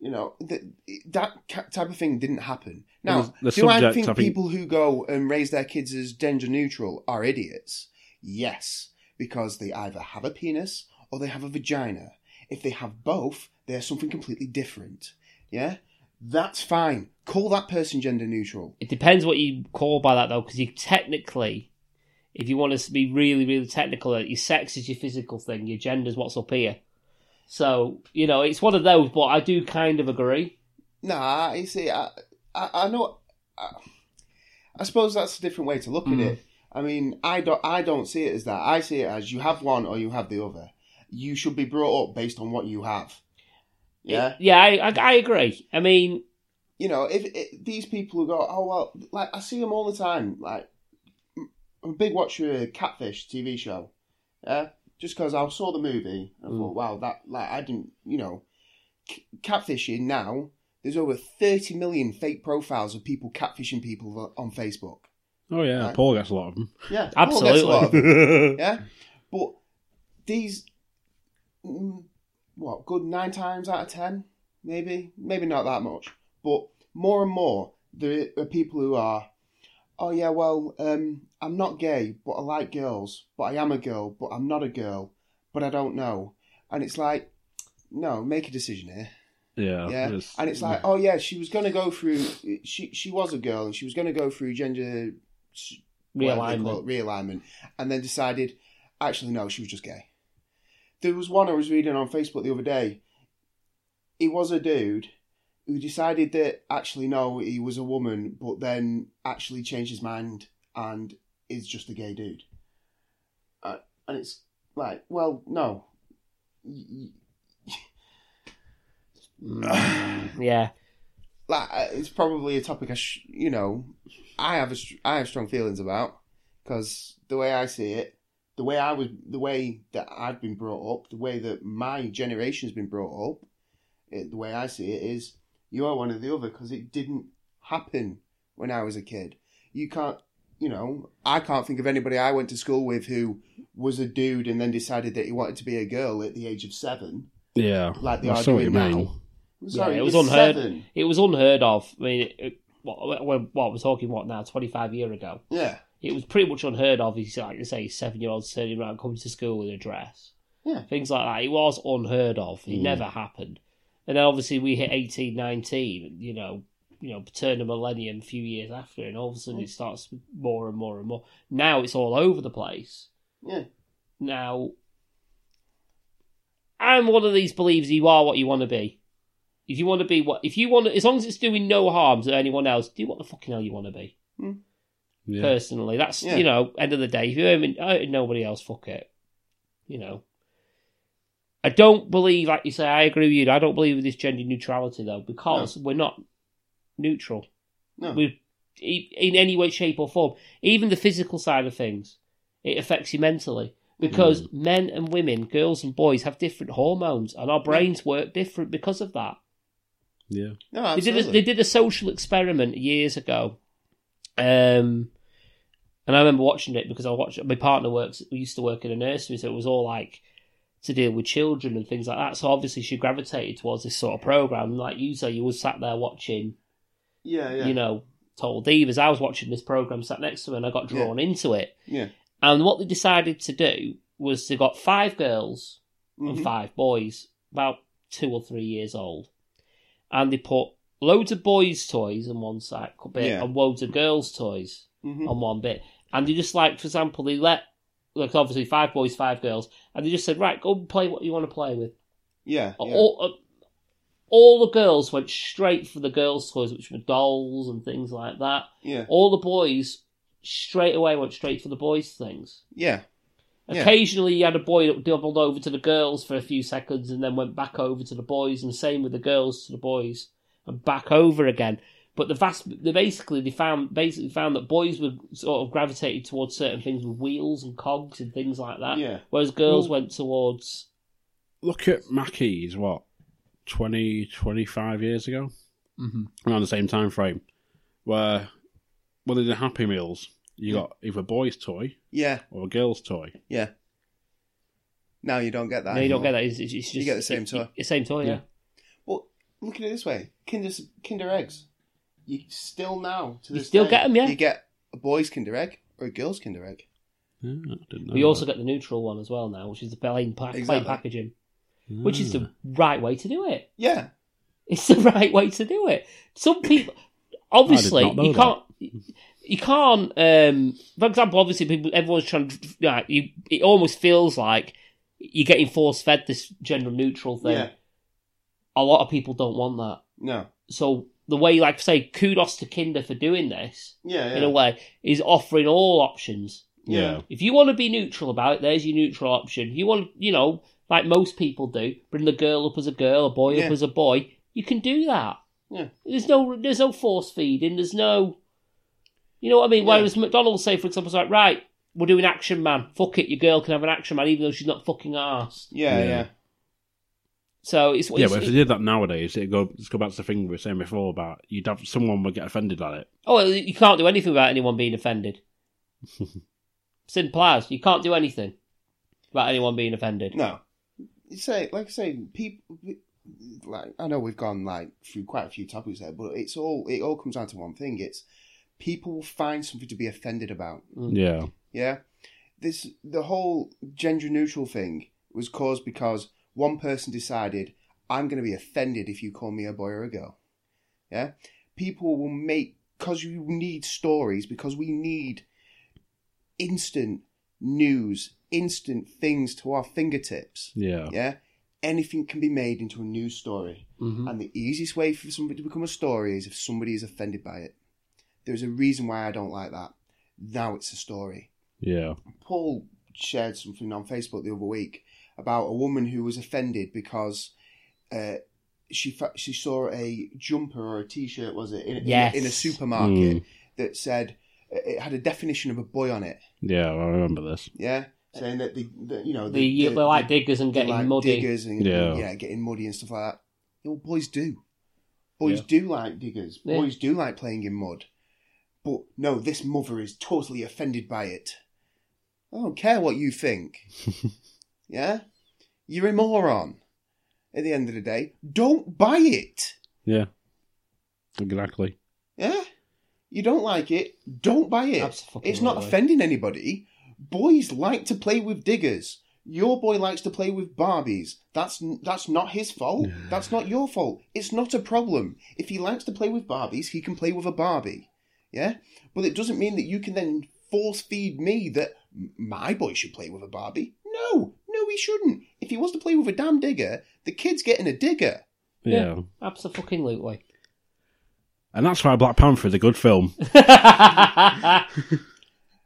you know th- that ca- type of thing didn't happen.
Well,
Now,
the- the
do I
subject,
think
I think-
people who go and raise their kids as gender neutral are idiots? Yes, because they either have a penis or they have a vagina. If they have both, they're something completely different. Yeah, that's fine. Call that person gender neutral.
It depends what you call by that though, because you technically, if you want to be really, really technical, your sex is your physical thing, your gender's what's up here. So you know, it's one of those. But I do kind of agree.
Nah, you see, I, I, I know. I, I suppose that's a different way to look
Mm.
at it. I mean, I don't, I don't see it as that. I see it as you have one or you have the other. You should be brought up based on what you have. Yeah,
yeah, I, I, I agree. I mean,
you know, if, if these people who go, oh well, like I see them all the time. Like, I'm a big watcher of Catfish TV show. Yeah, just because I saw the movie, and I thought, wow, that like I didn't, you know, c- catfishing now. There's over 30 million fake profiles of people catfishing people on Facebook.
Oh, yeah,
Right.
Paul gets a lot of them.
Yeah,
Absolutely.
Paul gets a lot of them, *laughs*
yeah.
yeah, but these, mm, what, good nine times out of ten, maybe, maybe not that much, but more and more there are people who are, oh yeah, well, um, I'm not gay, but I like girls, but I am a girl, but I'm not a girl, but I don't know, and it's like, no, make a decision here yeah
it's-
and it's like oh yeah she was going to go through she she was a girl and she was going to go through gender s- whatever they
realignment.
call it, realignment and then decided actually no she was just gay there was one i was reading on facebook the other day he was a dude who decided that actually no he was a woman but then actually changed his mind and is just a gay dude uh, and it's like well no Y- y-
*sighs*
*sighs*
Yeah,
like uh, it's probably a topic I sh- you know I have a str- I have strong feelings about because the way I see it, the way I was, the way that I've been brought up, the way that my generation has been brought up, it, the way I see it is you are one or the other because it didn't happen when I was a kid. You can't, you know, I can't think of anybody I went to school with who was a dude and then decided that he wanted to be a girl at the age of seven,
yeah.
like they
I
are
saw what you
doing
mean.
now. Sorry,
it was
you're
unheard-
seven.
it was unheard of. I mean, it, it, what, what, what we're talking what now? Twenty five year ago,
Yeah,
it was pretty much unheard of. He's like you say, seven year olds turning around coming to school with a dress,
Yeah. Mm.
things like that. It was unheard of. It never happened. And then obviously we hit 18, 19, You know, you know, turn a millennium a few years after, and all of a
Mm.
sudden it starts more and more and more. Now it's all over the place.
yeah.
Now, I'm one of these believes you are what you want to be. If you want to be what, if you want, to, as long as it's doing no harm to anyone else, do what the fucking hell you want to be.
Yeah.
Personally, that's
Yeah.
you know, end of the day, if you're hurting, hurting nobody else, fuck it. You know, I don't believe, like you say, I agree with you. I don't believe with this gender neutrality though, because we're not neutral. e,
No.
We're in any way, shape, or form. Even the physical side of things, it affects you mentally. because
Mm.
men and women, girls and boys, have different hormones, and our brains work different because of that.
Yeah.
No,
They did, a,
absolutely.
they did a social experiment years ago, um, and I remember watching it because I watched. My partner works. We used to work in a nursery, so it was all like to deal with children and things like that. So obviously, she gravitated towards this sort of program. Like you say, you was sat there watching
yeah, yeah.
you know, told Divas. I was watching this program sat next to her and I got
Yeah.
drawn into it.
Yeah.
And what they decided to do was they got five girls
Mhm.
and five boys, about two or three years old. And they put loads of boys' toys on one side bit
Yeah.
and loads of girls' toys
Mhm.
on one bit. And they just like, for example, they let like obviously five boys, five girls, and they just said, Right, go and play what you want to play with.
Yeah, yeah.
All, uh, all the girls went straight for the girls' toys, which were dolls and things like that.
yeah,
All the boys straight away went straight for the boys' things.
yeah, Yeah.
Occasionally, you had a boy that doubled over to the girls for a few seconds and then went back over to the boys, and same with the girls to the boys and back over again. But the vast, they basically they found basically found that boys were sort of gravitated towards certain things with wheels and cogs and things like that,
yeah.
whereas girls
Well-
went towards
Look at Mackey's, what, 20, 25 years ago?
Mm-hmm.
around the same time frame, where when they did Happy Meals, you got either a boy's toy
Yeah,
or a girl's toy.
yeah. Now you don't get that.
No, you don't
anymore.
get that. It's, it's it's just
You get the same toy.
It, it's same toy, yeah.
Yeah.
Well, look at it this way: Kinder Kinder eggs. You still now to
You
this
still
day,
get 'em, yeah.
You get a boy's Kinder egg or a girl's Kinder egg.
Yeah, I didn't know
We
that.
also get the neutral one as well now, which is the plain, pa- plain
Exactly. Hmm.
packaging, which is
Ah.
the right way to do it.
Yeah,
It's *laughs* the right way to do it. Some people, obviously,
not know
you can't. You can't. Um, for example, obviously, people, everyone's trying to. Like, you, it almost feels like you're getting force fed this gender neutral thing.
Yeah.
A lot of people don't want that.
no,
So the way, like, say, kudos to Kinder for doing this
yeah, yeah.
in a way is offering all options.
yeah.
If you want to be neutral about it, there's your neutral option. You want, you know, like most people do, bring the girl up as a girl, a boy
Yeah.
up as a boy. You can do that.
Yeah.
There's no, there's no force feeding. There's no, you know what I mean.
Yeah.
Whereas McDonald's say, for example, it's like, right, we're doing Action Man. Fuck it, your girl can have an Action Man, even though she's not fucking arsed.
yeah,
Yeah.
yeah,
So it's,
Yeah,
it's-
but if they did that nowadays, it'd go just go back to the thing we were saying before about you'd have someone would get offended at it.
oh, you can't do anything about anyone
*laughs*
being offended. Simple as you can't do anything about anyone being offended.
No, you say like I say, people. Like I know we've gone like through quite a few topics there, but it's all it all comes down to one thing: it's people will find something to be offended about.
Yeah,
Yeah. This the whole gender neutral thing was caused because one person decided I'm going to be offended if you call me a boy or a girl. Yeah. People will make because you need stories because we need instant news, instant things to our fingertips.
yeah,
Yeah. Anything can be made into a news story.
Mm-hmm.
Mhm.
And the easiest way for somebody to become a story is if somebody is offended by it. There's a reason why I don't like that. Now it's a story.
yeah,
Paul shared something on Facebook the other week about a woman who was offended because uh, she fa- she saw a jumper or a t-shirt was it in, in-
Yes.
in, a supermarket that said it had a definition of a boy on it.
yeah. I remember this.
Yeah, saying that the, the you know
The, you
the-
were like
the-
diggers and
the,
getting
like,
muddy.
diggers and
Yeah.
yeah. getting muddy and stuff like that. You know, boys do. Boys
Yeah.
do like diggers.
Yeah.
Boys do like playing in mud. But no, this mother is totally offended by it. I don't care what you think. yeah? You're a moron. At the end of the day, don't buy it.
Yeah, exactly.
Yeah? You don't like it, don't buy it.
Abso-fucking-lutely.
It's not offending anybody. Boys like to play with diggers. Your boy likes to play with Barbies. That's that's not his fault. That's not your fault. It's not a problem. If he likes to play with Barbies, he can play with a Barbie. Yeah, but it doesn't mean that you can then force feed me that m- my boy should play with a Barbie. No, no, he shouldn't. If he wants to play with a damn digger, the kid's getting a digger.
Yeah. *laughs*
Absolutely.
and that's why Black Panther is a good film.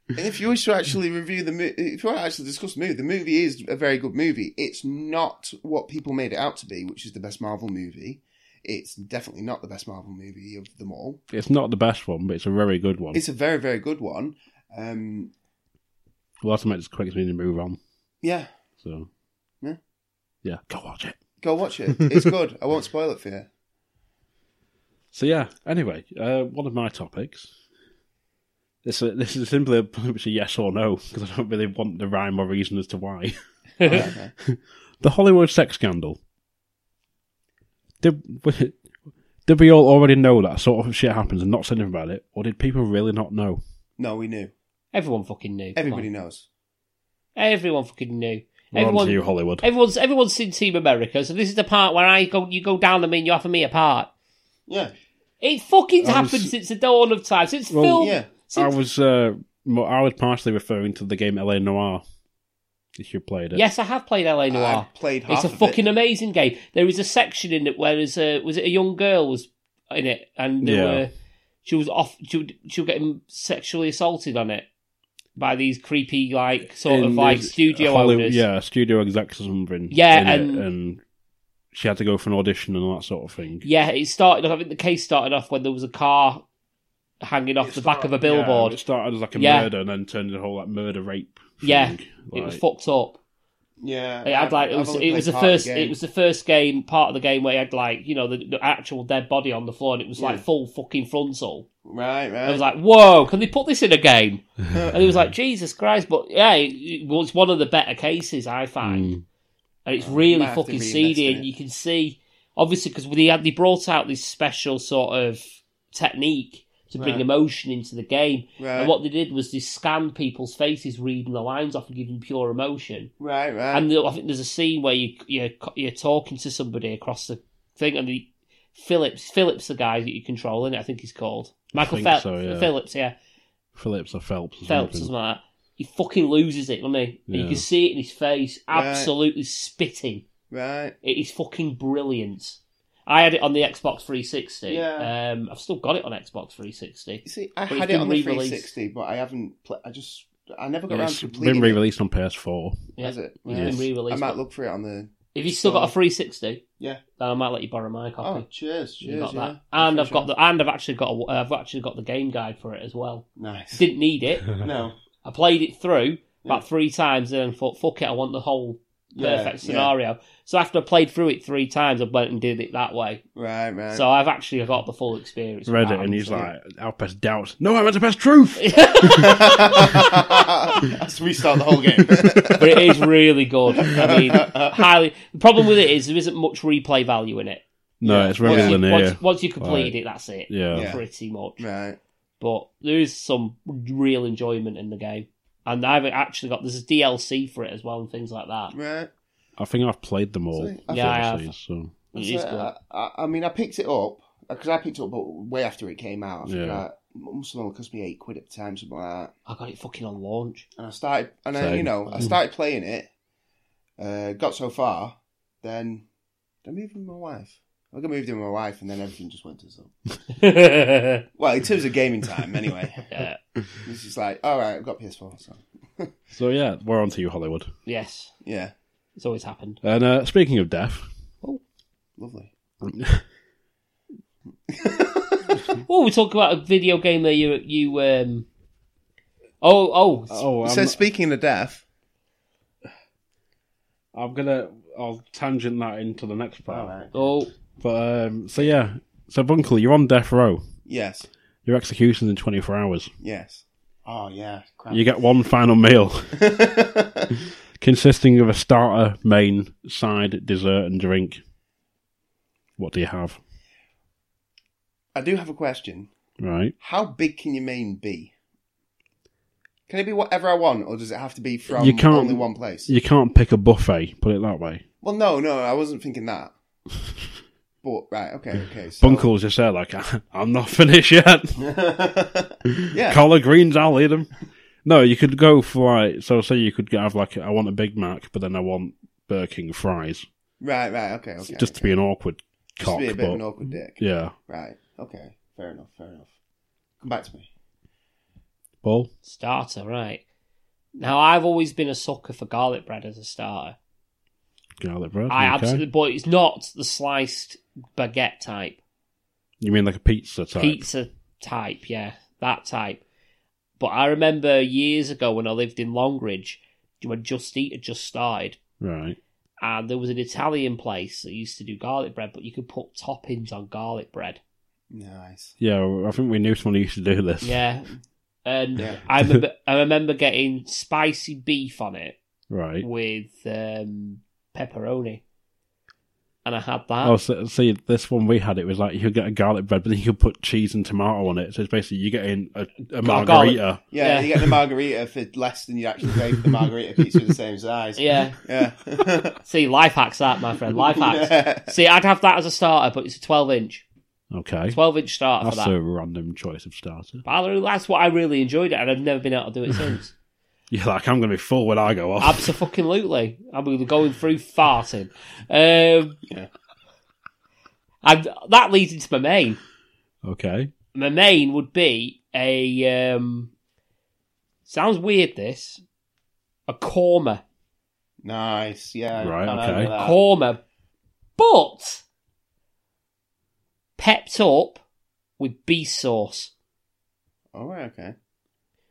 And if you wish to actually review the movie, if you want to actually discuss the movie, the movie is a very good movie. It's not what people made it out to be, which is the best Marvel movie. It's definitely not the best Marvel movie of them all.
It's not the best one, but it's a very good one.
It's a very, very good one. Um,
Well, that's what makes us quick so we need to move on.
Yeah,
So,
Yeah.
yeah, go watch it.
go watch it.
*laughs*
It's good. I won't spoil it for you.
So yeah. Anyway, uh, one of my topics. This uh, this is simply a, *laughs* pretty much a yes or no because I don't really want the rhyme or reason as to why. *laughs*
Okay, Oh, okay.
The Hollywood sex scandal. Did *laughs* we, did we all already know that sort of shit happens and not say anything about it, or did people really not know?
No, we knew.
Everyone fucking knew. come
Everybody
on.
knows.
Everyone fucking knew.
We're on to you, Hollywood.
Everyone's everyone's seen Team America, so this is the part where I go. You go down the mean. You offer me a part.
Yeah,
It fucking
I was-
happened since the dawn of time. Since
Well,
film.
yeah.
I
Since,
was uh, mo- I was partially referring to the game LA Noir. If you played it,
yes, I have played LA Noir.
I played half.
It's a
of
fucking
It.
amazing game. There is a section in it where there's a was it a young girl was in it and there
Yeah.
were she was off she would, she was getting sexually assaulted on it by these creepy like sort of
In
like
the-
studio
Holly-
owners.
yeah, studio execs or something.
Yeah,
in it,
and-
and she had to go for an audition and all that sort of thing.
Yeah, it started. I think the case started off when there was a car hanging off the back of a billboard.
it started as like a
Yeah.
murder and then turned into a whole like murder rape. Thing.
Yeah, it
Like,
was fucked up.
Yeah,
It had like it
I've
was
only
it was
played
the
part of
first
game.
it was the first game part of the game where you had like you know the, the actual dead body on the floor and it was like
Yeah. Uh,
full fucking frontal.
right, right.
I was like, whoa, can they put this in a game? And he was like, Jesus Christ! But yeah, it, it- well, it's one of the better cases I find,
mm,
and it's
Oh,
really
might have to
fucking
reinvest
seedy.
in
And
it.
you can see, obviously, because they had they brought out this special sort of technique to bring
Right.
emotion into the game.
right,
And what they did was they scanned people's faces, reading the lines off, and giving pure emotion.
right, right.
And the, I think there's a scene where you you're, co- you're talking to somebody across the thing, and the Phillips Phillips the guy that you control in it, I think he's called Michael
think
Phel-
so, yeah.
Phillips, yeah.
Phillips or Phelps. Or
Phelps
something.
doesn't like that. He fucking loses it, doesn't he? And you
Yeah.
can see it in his face,
Right.
absolutely spitting.
Right.
It is fucking brilliant. I had it on the Xbox 360.
Yeah.
Um, I've still got it on Xbox 360.
You see, I
But it's
had it
been
on the
re-released.
360, but I haven't. Pl- I just, I never got
Yeah,
around
It's
to
been
completing it.
re-released on PS4.
Yeah.
Has it?
It's
Right.
been
I
re-released.
might look for it on the.
if you've still got a
Oh.
360,
Yeah.
then I might let you borrow my
Oh,
copy.
cheers,
You've
cheers.
got
yeah.
that, and
For
I've got
sure.
the, and I've actually got, a, uh, I've actually got the game guide for it as well.
Nice.
Didn't need
*laughs*
it.
no.
I played it through about
Yeah.
three times, and then thought, fuck it, I want the whole
Yeah,
perfect
yeah.
scenario. So after I played through it three times, I went and did it that way.
Right, right. *laughs*
So I've actually got the full experience.
Read
with
it
that.
and he's like, "I'll press doubt." No, I meant to press truth.
Let's restart the whole game.
but it is really good. *laughs* I mean, highly. The problem with it is there isn't much replay value in it.
No,
Yeah.
it's very
Yeah.
linear.
Once, once you complete
Right.
it, that's it.
yeah.
Yeah.
Pretty much.
*laughs* right.
But there is some real enjoyment in the game. And I've actually got there's a DLC for it as well and things like that.
Right.
I think I've played them all.
See, I
Yeah, I have.
DLCs, So.
It is
So,
good.
I, I, I mean, I picked it up because I picked it up but way after it came out. I think
Yeah.
I- it must have only cost me eight quid at the time, something like that.
I got it fucking on launch.
And I started, and I,
Same.
you know, I
Mm.
started playing it. Uh, got so far, then I moved with my wife. I got moved in with my wife, and then everything just went to so.
*laughs* yeah.
Well, in terms of
*laughs*
gaming time, anyway, it's just like, all right, I've got PS4, so
So yeah, we're on to you, Hollywood.
Yes.
yeah,
It's always happened.
And uh, speaking of death,
lovely.
Oh, we talk about a video game that you you um. Oh oh,
oh, I'm,
so speaking of death,
I'm gonna I'll tangent that into the next part.
oh
But um, so yeah, so Bunkle, you're on death row.
yes,
Your execution's in 24 hours.
yes. Oh yeah, crap.
You get one final
*laughs*
meal consisting of a starter, main, side, dessert, and drink. What do you have?
I do have a question.
Right.
How big can your main be? Can it be whatever I want, or does it have to be from
You can't-
only one place?
You can't pick a buffet. Put it that way.
Well, no, no, I wasn't
*laughs*
thinking that. but right, okay, okay. So...
Bunkle's just there, like *laughs* I'm not finished yet.
*laughs* yeah,
Collard greens, I'll eat them. No, you could go for like so. Say you could have like I want a Big Mac, but then I want Burger King fries,
right, right, okay, okay.
just to be an awkward
Just to
cock.
be a bit of
but
an awkward dick.
yeah,
Right, okay, fair enough, fair enough. Come back to me.
Paul.
starter right. Now I've always been a sucker for garlic bread as a starter.
Garlic bread.
I
okay.
absolutely, but it's not the sliced baguette type,
You mean like a pizza type?
pizza type, yeah, that type. But I remember years ago when I lived in Longridge, you when Just Eat had just started,
Right.
and there was an Italian place that used to do garlic bread, but you could put toppings on garlic bread.
Nice.
Yeah, I think we knew someone who used to do this.
Yeah, and
Yeah.
*laughs*
I remember I remember getting spicy beef on it
Right.
with um, pepperoni, and I had that.
Oh, so, see, this one we had, it was like you could get a garlic bread, but then you could put cheese and tomato on it. So it's basically you get in a, a
garlic.
margarita.
Yeah,
Yeah.
you get the margarita for less than you actually paid for the margarita pizza the same size.
yeah,
Yeah.
see, life hacks that, my friend. *laughs*
*laughs*
Life hacks. See, I'd have that as a starter, but it's a 12 inch,
Okay.
12 inch starter
That's
for that.
a random choice of starter. *laughs*
But I- that's what I really enjoyed it, and I've never been able to do it since.
You're like, I'm going to be full when I go off.
Absolutely, I'm going through farting. Um,
Yeah.
And that leads into my main.
okay.
My main would be a. Um, sounds weird. This a korma,
Nice. Yeah.
Right,
I know
okay.
that.
korma, but pepped up with beef sauce.
All right. Okay.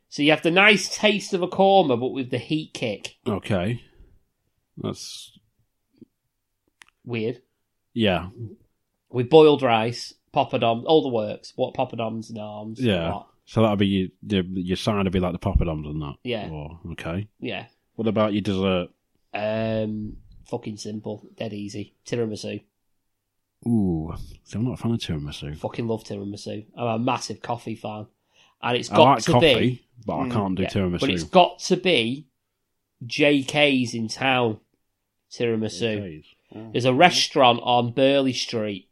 So you have the nice taste of a korma, but with the heat kick.
Okay. That's,
Weird.
yeah.
With boiled rice, poppadoms, all the works. What poppadoms and arms?
Yeah.
what-
So that'll be your, your, your sign would be like the poppadoms and that.
Yeah.
Or, okay.
Yeah.
What about your dessert?
Um, fucking simple, dead easy. Tiramisu.
Ooh. See, I'm not a fan of tiramisu.
Fucking love tiramisu. I'm a massive coffee fan, and it's
I
got
like
to
coffee,
be.
but I
Mm,
can't do
Yeah,
tiramisu.
But it's got to be JK's in town. Tiramisu. There's a restaurant on Burley Street,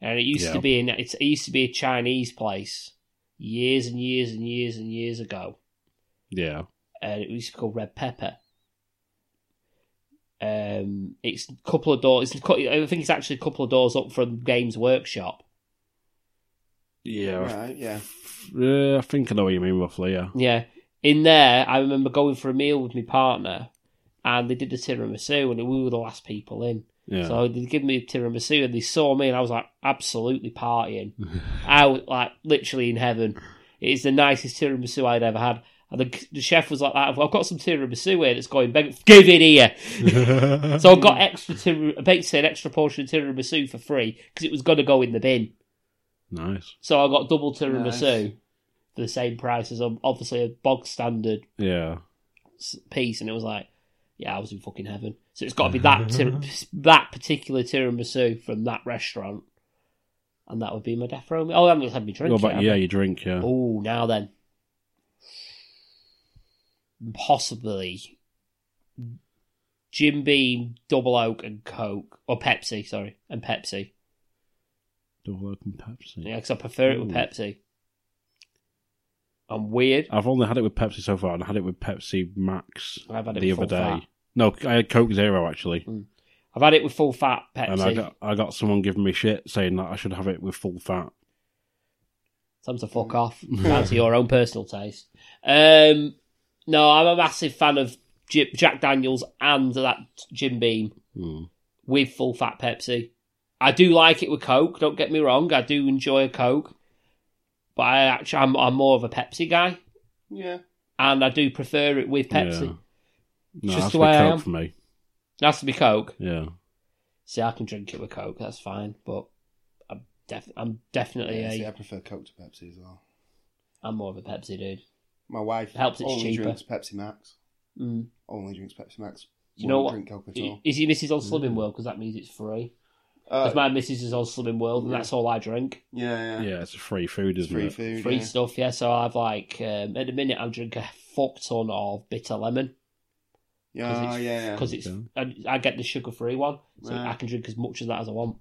and it used
Yeah.
to be an, it's, it used to be a Chinese place years and years and years and years ago,
Yeah.
and it used to be called Red Pepper. Um, it's a couple of doors. It's, a cou- I think it's actually a couple of doors up from Games Workshop.
Yeah.
Right. Yeah.
Yeah, I think I know what you mean roughly, yeah.
Yeah, in there, I remember going for a meal with my partner, and they did the tiramisu, and we were the last people in.
Yeah.
So they give me a tiramisu and they saw me and I was like absolutely partying. I was like literally in heaven. It is the nicest tiramisu I'd ever had. And the, the chef was like, that, I've got some tiramisu here that's going, beg- give it here. So I got extra tir- basically an extra portion of tiramisu for free because it was going to go in the bin.
*laughs* nice.
So I got double tiramisu
Nice.
for the same price as um, obviously a bog standard
Yeah.
s- piece, and it was like, yeah, I was in fucking heaven. So it's got to be that tir- that particular tiramisu from that restaurant, and that would be my death row. Oh, I haven't had my drink.
What about
yet,
yeah, you drink, yeah.
Oh, now then, possibly Jim Beam, Double Oak, and Coke, or Pepsi. Sorry, and Pepsi.
Double open Pepsi.
Yeah, because I prefer it with
Ooh.
Pepsi. I'm weird.
I've only had it with Pepsi so far and I had it with Pepsi Max
I've had it
the
with
other
full
day.
fat.
No, I had Coke Zero actually.
I've had it with full fat Pepsi.
And I got I got someone giving me shit saying that I should have it with full fat.
Time to
Mm.
fuck
*laughs*
off. Down to your own personal taste. Um, no, I'm a massive fan of J- Jack Daniels and that Jim Beam
Hmm.
with full fat Pepsi. I do like it with Coke. Don't get me wrong. I do enjoy a Coke, but I actually I'm, I'm more of a Pepsi guy,
Yeah.
and I do prefer it with Pepsi.
Yeah. No,
Just
that's
the way I
Coke
am.
for me.
It has to be Coke.
Yeah.
See, I can drink it with Coke. That's fine, but I'm, def- I'm definitely
Yeah, see, I
a
prefer Coke to Pepsi as well.
I'm more of a Pepsi dude.
My wife
Helps it's
only
cheaper.
drinks Pepsi Max.
Mm.
Only drinks Pepsi Max.
You know
Won't
what?
Drink Coke at all. Mm.
Is your missus on Slimming World? Because that means it's free.
Uh,
Because my missus is on Slimming World, and
yeah.
that's all I drink.
yeah, yeah.
Yeah, it's free food,
It's
isn't *laughs*
free
it?
food.
Free
yeah.
stuff, yeah. So I've like, um, at the minute, I drink a fuck ton of bitter lemon.
Yeah,
it's-
Oh, yeah, yeah.
Because it's,
Okay.
I, I get the sugar free one, so
Right.
I can drink as much of that as I want.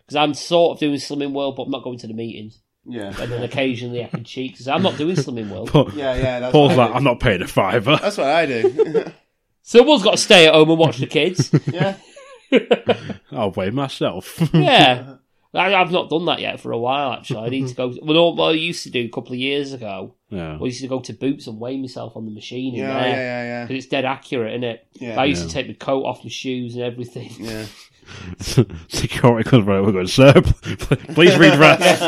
Because I'm sort of doing Slimming World, but I'm not going to the meetings. And then
Yeah.
occasionally I can cheat, because I'm not doing Slimming World.
But
yeah, yeah. That's
Paul's like,
what I
I'm
do.
not paying a fiver. *laughs*
That's what I do. *laughs*
Someone's got to stay at home and watch the kids.
yeah.
I'll weigh myself. *laughs*
yeah. I, I've not done that yet for a while, actually. I need to go. Well, no, what I used to do a couple of years ago
yeah. *laughs*
I used to go to Boots and weigh myself on the machine in
Yeah,
there.
yeah, yeah,
'Cause it's dead accurate, isn't it?
yeah.
I
Yeah.
used to take my coat off, my shoes, and everything. *laughs*
Yeah.
Security comes right. We're going, sir. pl- *laughs* Please *laughs* redress.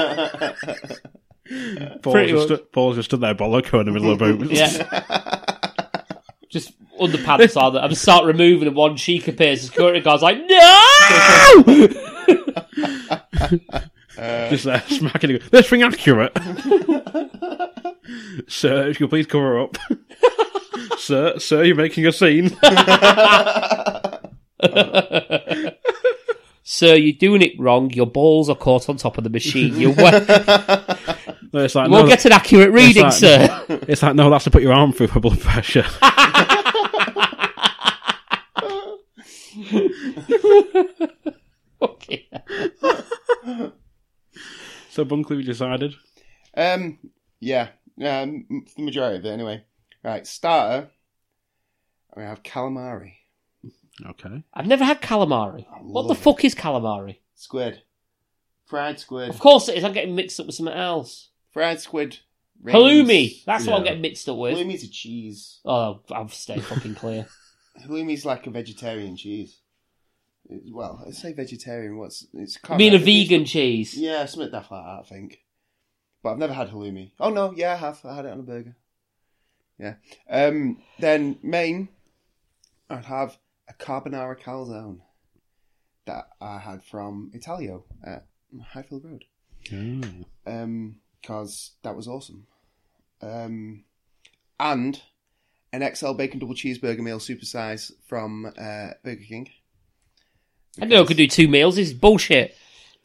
Paul
Pretty
just,
much.
*laughs* stood, Paul just stood there, bollock in the middle of boots.
Yeah. Just underpants on that. I'm start removing and one cheek appears. The security guard's like, no!
Uh,
Just *laughs* uh, smacking it. This thing accurate. *laughs* sir, if you please cover up. *laughs* sir, sir, you're making a scene. *laughs*
Sir, you're doing it wrong. Your balls are caught on top of the machine.
*laughs*
You're we-
No, it's like,
won't
no,
get an accurate reading,
that-
sir. *laughs*
*laughs* it's like, no, that's to put your arm through for blood pressure.
Okay.
so Bunkley decided.
*laughs* um, yeah, um, the majority of it anyway. Right, starter. We have calamari,
Okay.
I've never had calamari.
I
What
love
the
it.
fuck is calamari?
squid, fried squid,
Of course it is. I'm getting mixed up with something else.
fried squid, rings.
Halloumi. That's what I'm
Yeah.
getting mixed up with.
Halloumi's a cheese.
Oh, I've stayed fucking clear.
Halloumi's like a vegetarian cheese. It- Well, I say vegetarian. What's it's?
I
*laughs* can't
mean, a
remember.
vegan cheese.
Yeah, something like that, I think. But I've never had halloumi. Oh no, yeah, I have. I had it on a burger. Yeah. Um, then main, I'd have a carbonara calzone that I had from Italio at Highfield Road because that was awesome. Um, and an XL bacon double cheeseburger meal supersize from uh, Burger King.
I know I could do two meals. This is bullshit.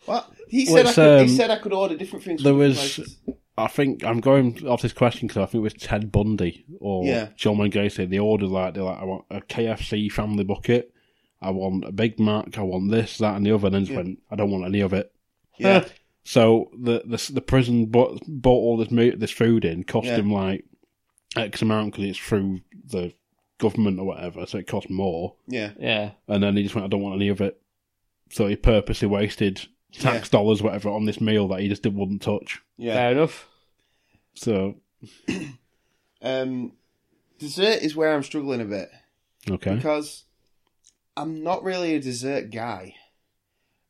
What he
Well,
said? I
it's,
could, he
um,
said I could order different things. from
there
different
was-
places.
I think I'm going off this question because I think it was Ted Bundy or
Yeah.
John Wayne Gacy. They ordered like they're like, I want a KFC family bucket. I want a Big Mac. I want this, that, and the other. And then just
Yeah.
went, I don't want any of it.
yeah.
*laughs* So the the, the prison bought, bought all this mo- this food in, cost
Yeah.
them like X amount because it's through the government or whatever, so it cost more.
yeah.
Yeah.
And then he just went, I don't want any of it. So he purposely wasted tax dollars, whatever, on this meal that he just did, wouldn't touch.
Yeah.
Fair enough.
So
Um, dessert is where I'm struggling a bit
okay,
because I'm not really a dessert guy.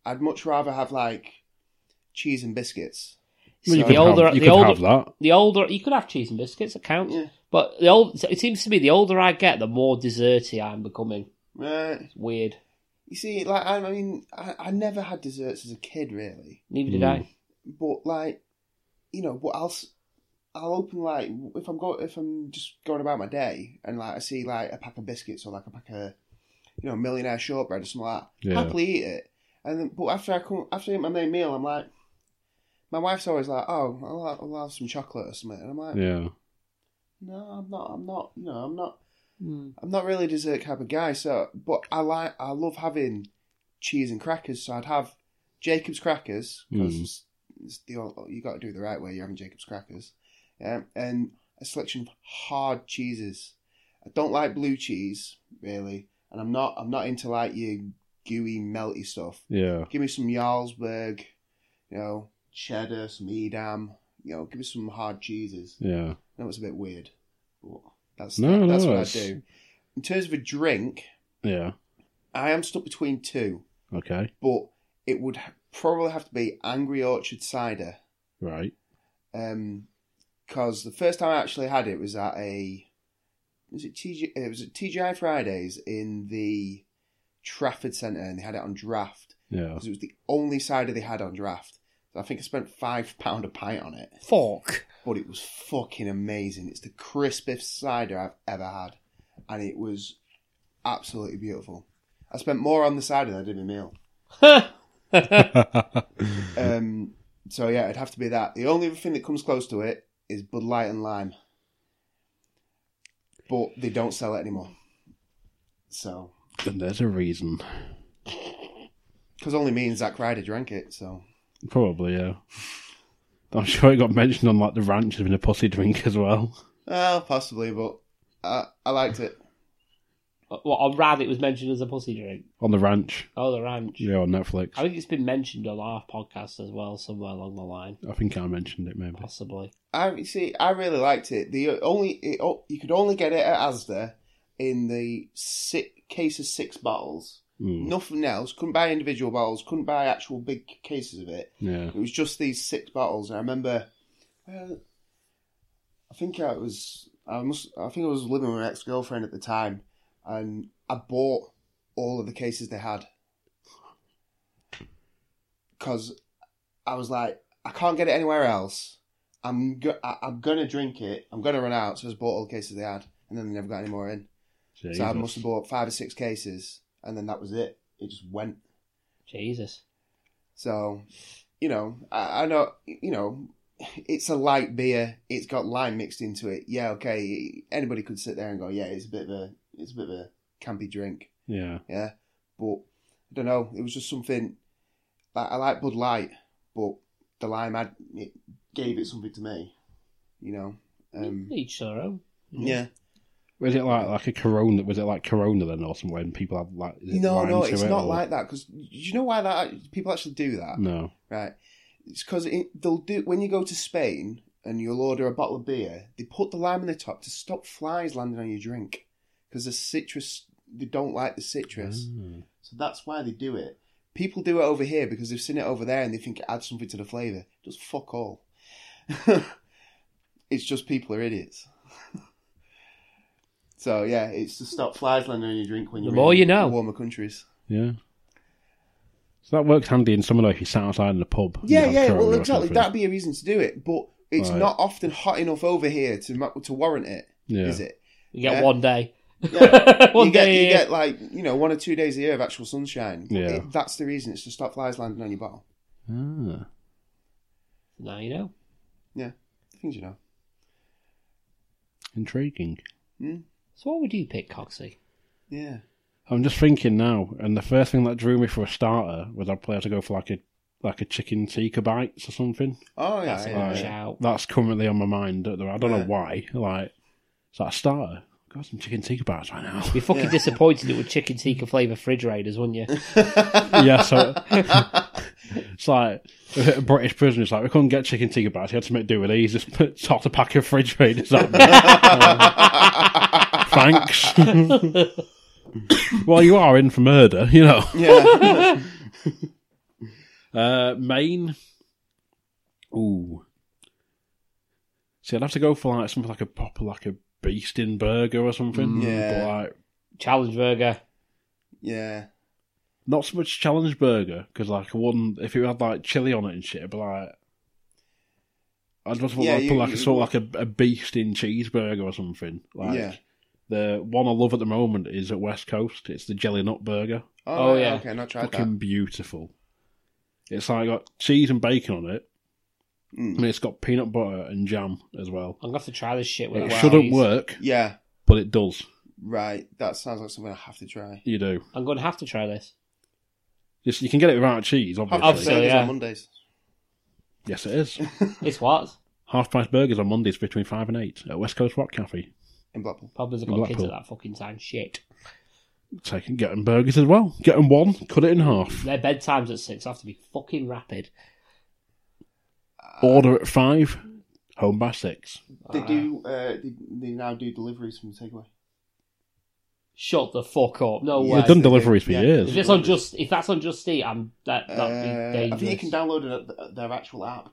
I'd much rather have like cheese and biscuits.
Well, you
So-
could
the older,
have, you
the
could
older,
have that.
the older, you could have cheese and biscuits. It counts.
Yeah.
But the old, it seems to me, the older I get, the more desserty I'm becoming.
Right.
It's weird.
You see, like I I mean, I, I never had desserts as a kid really,
Neither did
Mm.
I.
but like, you know, what else? I'll open like if I'm go if I'm just going about my day and like I see like a pack of biscuits or like a pack of you know millionaire shortbread or something like that.
Yeah.
happily eat it. And then, but after I come after I eat my main meal, I'm like, my wife's always like, oh, I'll, have- I'll have some chocolate or something, and I'm like,
Yeah.
no, I'm not, I'm not, you know, I'm not,
Hmm.
Mm.
I'm not really a dessert type of guy. So, but I like, I love having cheese and crackers. So I'd have Jacob's crackers because
Mm.
it's, it's the old- you got to do it the right way. You're having Jacob's crackers, um, and a selection of hard cheeses. I don't like blue cheese really, and I'm not, I'm not into like your gooey melty stuff.
Yeah.
Give me some Jarlsberg, you know, cheddar, some Edam, you know, give me some hard cheeses.
Yeah.
I know it's a bit weird, but that's,
No,
that's
no,
what
it's-
I do. In terms of a drink,
Yeah.
I am stuck between two,
Okay.
but it would h- probably have to be Angry Orchard Cider.
Right.
Um 'cause because the first time I actually had it was at a was it TG, it was at TGI Fridays in the Trafford Centre, and they had it on draft
Yeah.
because it was the only cider they had on draft. So I think I spent five pound a pint on it,
*laughs* Fuck.
but it was fucking amazing. It's the crispest cider I've ever had, and it was absolutely beautiful. I spent more on the cider than I did my meal. Um, so yeah, it'd have to be that. The only other thing that comes close to it is Bud Light and lime, but they don't sell it anymore. So,
and there's a reason.
because only me and Zach Ryder drank it. So
Probably, yeah. I'm sure it got mentioned on like the ranch as being a pussy drink as well.
well, possibly, but I, I liked it.
What on Rad it was mentioned as a pussy drink.
On the ranch.
Oh, the ranch.
Yeah, on Netflix.
I think it's been mentioned on our podcast as well, somewhere along the line,
I think I mentioned it maybe.
possibly.
I you see. I really liked it. The only it, oh, you could only get it at Asda in the six, case of six bottles.
Mm,
Nothing else. Couldn't buy individual bottles. Couldn't buy actual big cases of it.
yeah.
It was just these six bottles. And I remember. Well, I think I was. I must. I think I was living with my ex girlfriend at the time, and I bought all of the cases they had because I was like, I can't get it anywhere else. I'm go- I- I'm gonna drink it. I'm gonna run out. So I just bought all the cases they had, and then they never got any more in.
Jesus.
So I must have bought five or six cases, and then that was it. It just went.
Jesus.
So, you know, I, I know, you know, it's a light beer. It's got lime mixed into it. Yeah, okay. Anybody could sit there and go, yeah, it's a bit of a, it's a bit of a campy drink.
Yeah.
Yeah, but I don't know. It was just something. Like I like Bud Light, but the lime had it gave it something to me. You know. Um,
Each their own.
yeah.
Was it like like a Corona? Was it like Corona then, or something? When people had like is it
No,
lime
no,
to
it's
it,
not
or-
like that because you know why that people actually do that.
no.
right? It's because it, they'll do when you go to Spain and you'll order a bottle of beer. They put the lime in the top to stop flies landing on your drink because the citrus they don't like the citrus,
Mm.
Ah.
so that's why they do it. People do it over here because they've seen it over there and they think it adds something to the flavour. Just fuck all. *laughs* it's just people are idiots. *laughs* so yeah, it's to stop flies landing on your drink when
The
you're
more
in
you know.
warmer countries.
Yeah. So that works handy in summer though if you sat outside in the pub. and
Yeah,
you had
yeah,
Corona
well,
or
exactly.
something.
That'd be a reason to do it, but it's
Right.
not often hot enough over here to ma- to warrant it, is
yeah. *laughs*
it?
You get
Yeah.
one day. *laughs*
Yeah.
one
you get
day.
you
a year.
get like you know one or two days a year of actual sunshine.
Yeah.
It- that's the reason. It's to stop flies landing on your bottle.
Ah.
Now you know.
Things you know.
Intriguing.
So what would you pick, Coxie?
Yeah.
I'm just thinking now, and the first thing that drew me for a starter was I'd play to go for like a like a chicken tikka bites or something.
Oh yeah.
That's a
yeah,
good
yeah.
shout.
That's currently on my mind. at the- I don't know
Yeah.
why. Like, it's like a starter. I've got some chicken tikka bites right now.
You're fucking disappointed it was chicken tikka flavour refrigerators, wouldn't
*laughs*
you?
yeah, so *laughs* it's like a British prisoner's like, we couldn't get chicken tikka bites. He had to make do with these. Just put topped a pack of refrigerators on. Thanks. well, you are in for murder, you know. *laughs*
yeah.
Uh, Maine. Ooh. See, I'd have to go for like something like a proper, like a beast in burger or something.
Mm, yeah.
But like,
Challenge burger.
Yeah.
not so much challenge burger because like I wouldn't if it had like chili on it and shit. it'd be like, I'd just want
Yeah,
to
you-
put like
you-
a sort of like a, a beast in cheeseburger or something. Like
Yeah.
the one I love at the moment is at West Coast. It's the jelly nut burger.
Oh,
Oh,
right,
yeah.
Okay, I've not tried
Fucking beautiful. It's like got cheese and bacon on it.
that. Mm.
and it's got peanut butter and jam as well.
I'm gonna have to try this shit with
It
that
shouldn't
cheese.
work,
Yeah.
but it does.
Right. That sounds like something I have to try.
You do.
I'm gonna have to try this.
Yes, you can get it without cheese,
Half
obviously.
price
Obviously,
burgers
yeah.
on Mondays.
Yes, it is.
It's what?
Half price burgers on Mondays between five and eight at West Coast Rock Cafe.
In Blackpool.
Problems I've
In
got kids at
Blackpool.
that fucking time. Shit.
Taking getting burgers as well. Getting one, cut it in half.
Their bedtime's at six. I have to be fucking rapid.
Order at five, home by six.
They
Ah.
do. Uh, they, they now do deliveries from Takeaway.
Shut the fuck up. No
Yeah.
way.
They've done
they do,
deliveries for
yeah.
If
years.
it's on just if that's on Just Eat, I'm that that'd be
Uh,
dangerous.
I think you can download it at th- their actual app.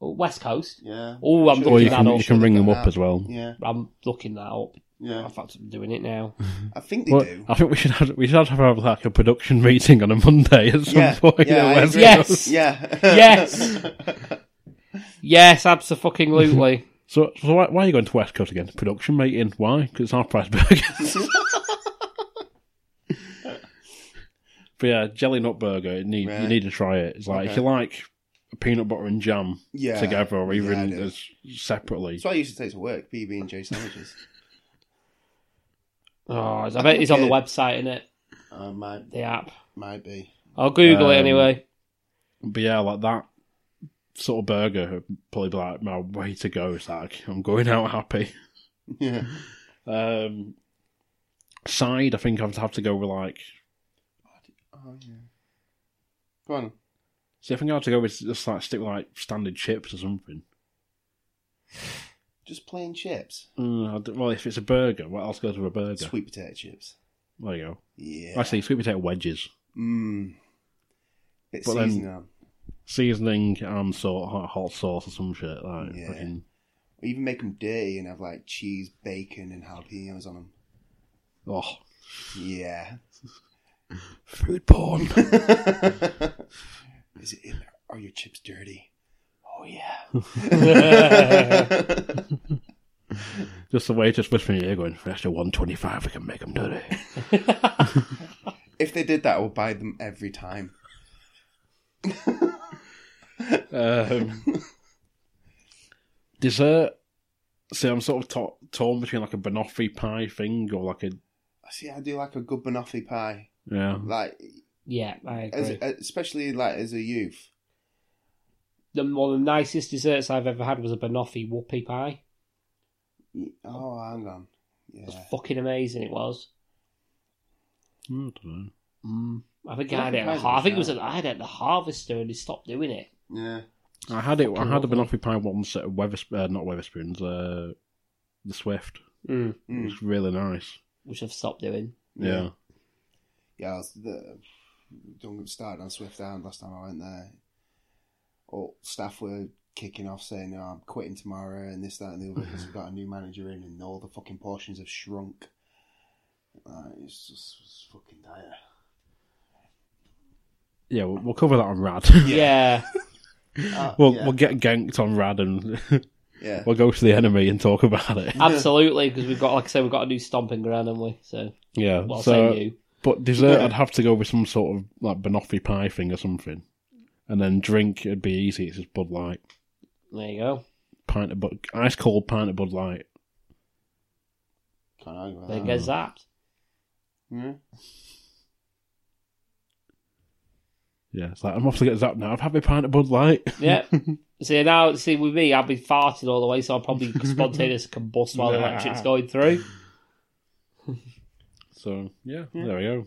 Oh, West Coast.
Yeah.
Oh, I'm
Sure.
Or
looking
you
that
can
up.
you can ring them
Should've
up
done
as well.
Yeah.
I'm looking that up.
Yeah.
In fact, I'm doing it now.
*laughs* I think they
Well,
do.
I think we should have we should have like a production meeting on a Monday at some
Yeah,
*laughs* point.
yeah,
at
I
West
agree.
Coast.
Yes. *laughs*
Yeah. *laughs*
Yes.
*laughs*
yes, absolutely.
So, so why, why are you going to West Coast again? Production meeting. Why? Because it's half price
*laughs*
burgers. but yeah, jelly nut burger. It need,
Right.
You need to try it. It's like if
Okay.
you like peanut butter and jam
yeah.
together, or
Yeah, I
even
do.
as separately.
That's what I used to take to work, PB and J
*laughs*
sandwiches.
oh, I bet it's on the
Okay.
website, isn't it?
uh, might
The app.
might be. *laughs*
I'll Google it
Um,
anyway.
But yeah, like that sort of burger would probably be like my way to go. It's like I'm going out happy.
Yeah.
Um, side, I think I'd have to go with like.
Oh yeah. Go on.
See, I think I'd have to go with just like stick with like standard chips or something.
Just plain chips.
Mm, I d- well, if it's a burger, what else goes with a burger?
Sweet potato chips.
There you go.
Yeah.
Actually, sweet potato wedges,
Mmm. Bit
But then-
seasoning on.
seasoning, and salt, hot, hot sauce or some shit. Like,
Yeah.
fucking-
Or even make them dirty and have like cheese, bacon, and jalapenos on them.
oh,
Yeah.
Food
*laughs*
porn.
Is it in there? Are your chips dirty? Oh *laughs* yeah.
Just the way it's just whispering in your ear going, for extra 125 we can make them dirty.
if they did that, I would buy them every time.
Um, *laughs* dessert. See, I'm sort of to- torn between like a banoffee pie thing or like a
See, I do like a good banoffee pie,
yeah.
like
yeah, I agree.
as, especially like as a youth.
the, one of the nicest desserts I've ever had was a banoffee whoopie pie.
Oh, hang on. Yeah.
It was fucking amazing. It was.
I don't know.
Mm. I think I had
Whoopie
it. At,
pies
har-
are
I think it was.
fine.
At, I had it at the harvester, and they stopped doing it.
Yeah.
I had it. I
Fucking
had a
lovely.
banoffee pie once at Weathersp- uh, not Weatherspoons, uh, the Swift.
Mm.
It
Mm.
was really nice.
Which I've stopped doing.
Yeah.
Yeah, I was the, don't get started on Swift Down last time I went there. All staff were kicking off saying, oh, I'm quitting tomorrow and this, that, and the other because we've
Mm-hmm.
got a new manager in and all the fucking portions have shrunk. Uh, it's just it's fucking dire.
Yeah, we'll, we'll cover that on Rad. *laughs*
Yeah.
Uh,
we'll
yeah.
we'll get ganked on Rad and *laughs*
yeah.
we'll go to the enemy and talk about it.
Absolutely, because we've got, like I say, we've got a new stomping ground, haven't we? So,
Yeah.
well,
so,
so, say you.
but dessert, I'd have to go with some sort of like banoffee pie thing or something, and then drink, it'd be easy. It's just Bud Light,
There you go.
pint of Bud, ice cold pint of Bud Light.
Can't argue with
There
that. Hmm?
goes zapped.
Yeah.
Yeah, it's like I'm off to get zapped now. I've had my pint of Bud Light. *laughs*
Yeah. see now, see with me, I'll be farting all the way, so I'll probably spontaneous combust while the
Nah.
electric's going through.
So yeah, there we go.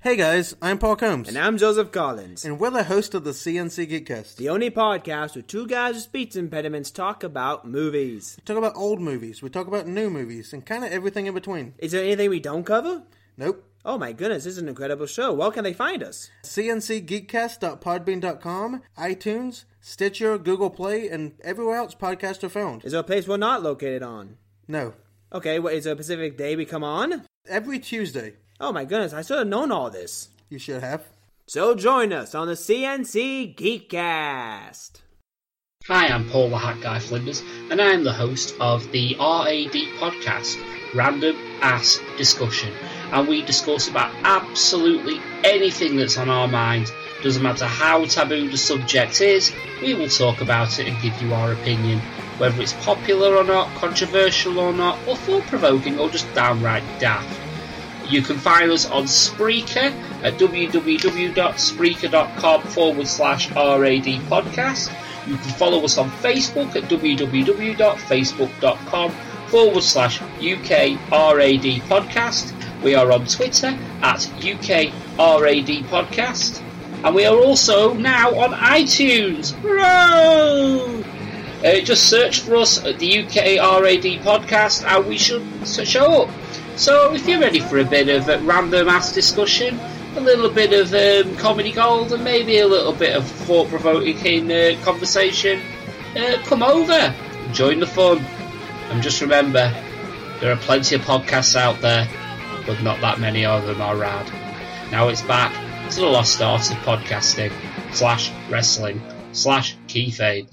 Hey guys, I'm Paul Combs.
And I'm Joseph Collins,
and we're the host of the CNC Geekcast.
the only podcast where two guys with speech impediments talk about movies.
We talk about old movies, we talk about new movies, and kind of everything in between.
Is there anything we don't cover?
Nope.
Oh my goodness, this is an incredible show. Where can they find us?
CNCGeekcast.podbean.com, iTunes, Stitcher, Google Play, and everywhere else podcasts are found.
Is there a place we're not located on?
No.
Okay, what is there a specific day we come on?
Every Tuesday.
Oh my goodness, I should have known all this.
You should have.
So join us on the CNC Geekcast.
Hi, I'm Paul the Hat Guy Flinders, and I am the host of the RAD podcast, Random Ass Discussion. And we discuss about absolutely anything that's on our mind. Doesn't matter how taboo the subject is, we will talk about it and give you our opinion. Whether it's popular or not, controversial or not, or thought provoking, or just downright daft. You can find us on Spreaker at www.spreaker.com forward slash RAD podcast. You can follow us on Facebook at www.facebook.com forward slash UK RAD podcast. We are on Twitter at UK RAD podcast. And we are also now on iTunes. Hooray! Uh, just search for us at the UK RAD podcast and we should s- show up. So if you're ready for a bit of uh, random ass discussion, a little bit of um, comedy gold, and maybe a little bit of thought provoking uh, conversation, uh, come over, join the fun. And just remember, there are plenty of podcasts out there, but not that many of them are rad. Now it's back to the lost art of podcasting slash wrestling slash keyfade.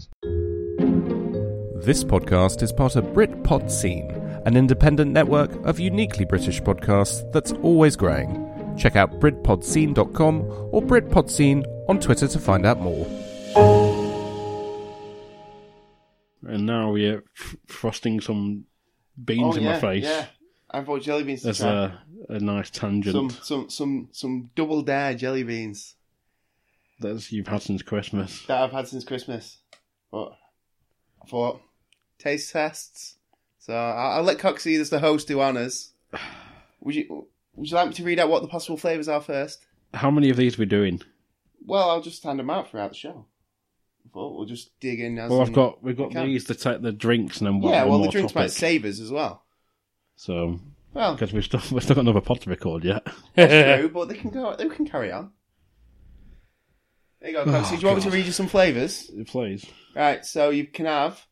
This podcast is part of Britpod Scene, an independent network of uniquely British podcasts that's always growing. Check out BritpodScene.com or Britpod Scene on Twitter to find out more.
And now we're f- frosting some beans
Oh,
in
yeah,
my face uh,
Yeah. I bought jelly beans. to
as
try.
a, a nice tangent
some some some some double dare jelly beans
that you've had since Christmas.
that I've had since Christmas. But I thought taste tests. So I'll, I'll let Coxie, as the host, do honors. Would you Would you like me to read out what the possible flavors are first?
How many of these are we doing?
Well, I'll just hand them out throughout the show. But we'll just dig in. As
Well, I've
and-
got we've got
we can.
these the ta- the drinks and then one,
yeah.
one
Well,
more
the drinks
topic.
might savors as well.
So
Well,
because we've still *laughs* we've still got another pod to record yet.
that's true, but they can go. They can carry on. There you go, Coxie.
Oh,
do you want me to
God.
read you some flavors?
It plays.
Right, so you can have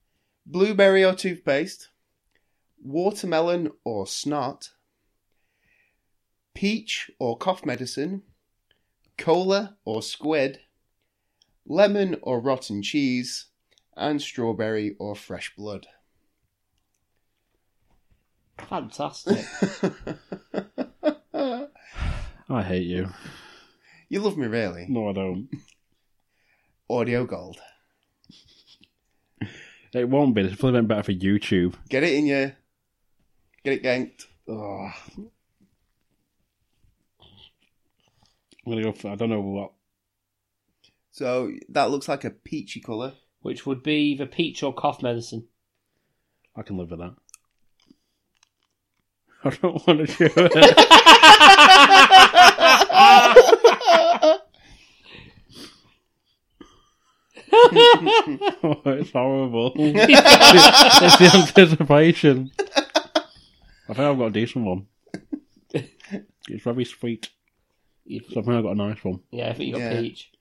blueberry or toothpaste, watermelon or snot, peach or cough medicine, cola or squid, lemon or rotten cheese, and strawberry or fresh blood.
Fantastic.
I hate you.
You love me, really.
No, I don't.
Audio gold.
It won't be. It's probably been better for YouTube.
Get it in your. Get it ganked.
Ugh. I'm gonna go for. I don't know what.
So that looks like a peachy colour.
Which would be either peach or cough medicine.
I can live with that. *laughs* I don't want to do it. *laughs* oh, it's horrible. it's the anticipation. I think I've got a decent one. It's very sweet.
You-
So I think I've got a nice one.
Yeah, I think you got
Yeah.
peach.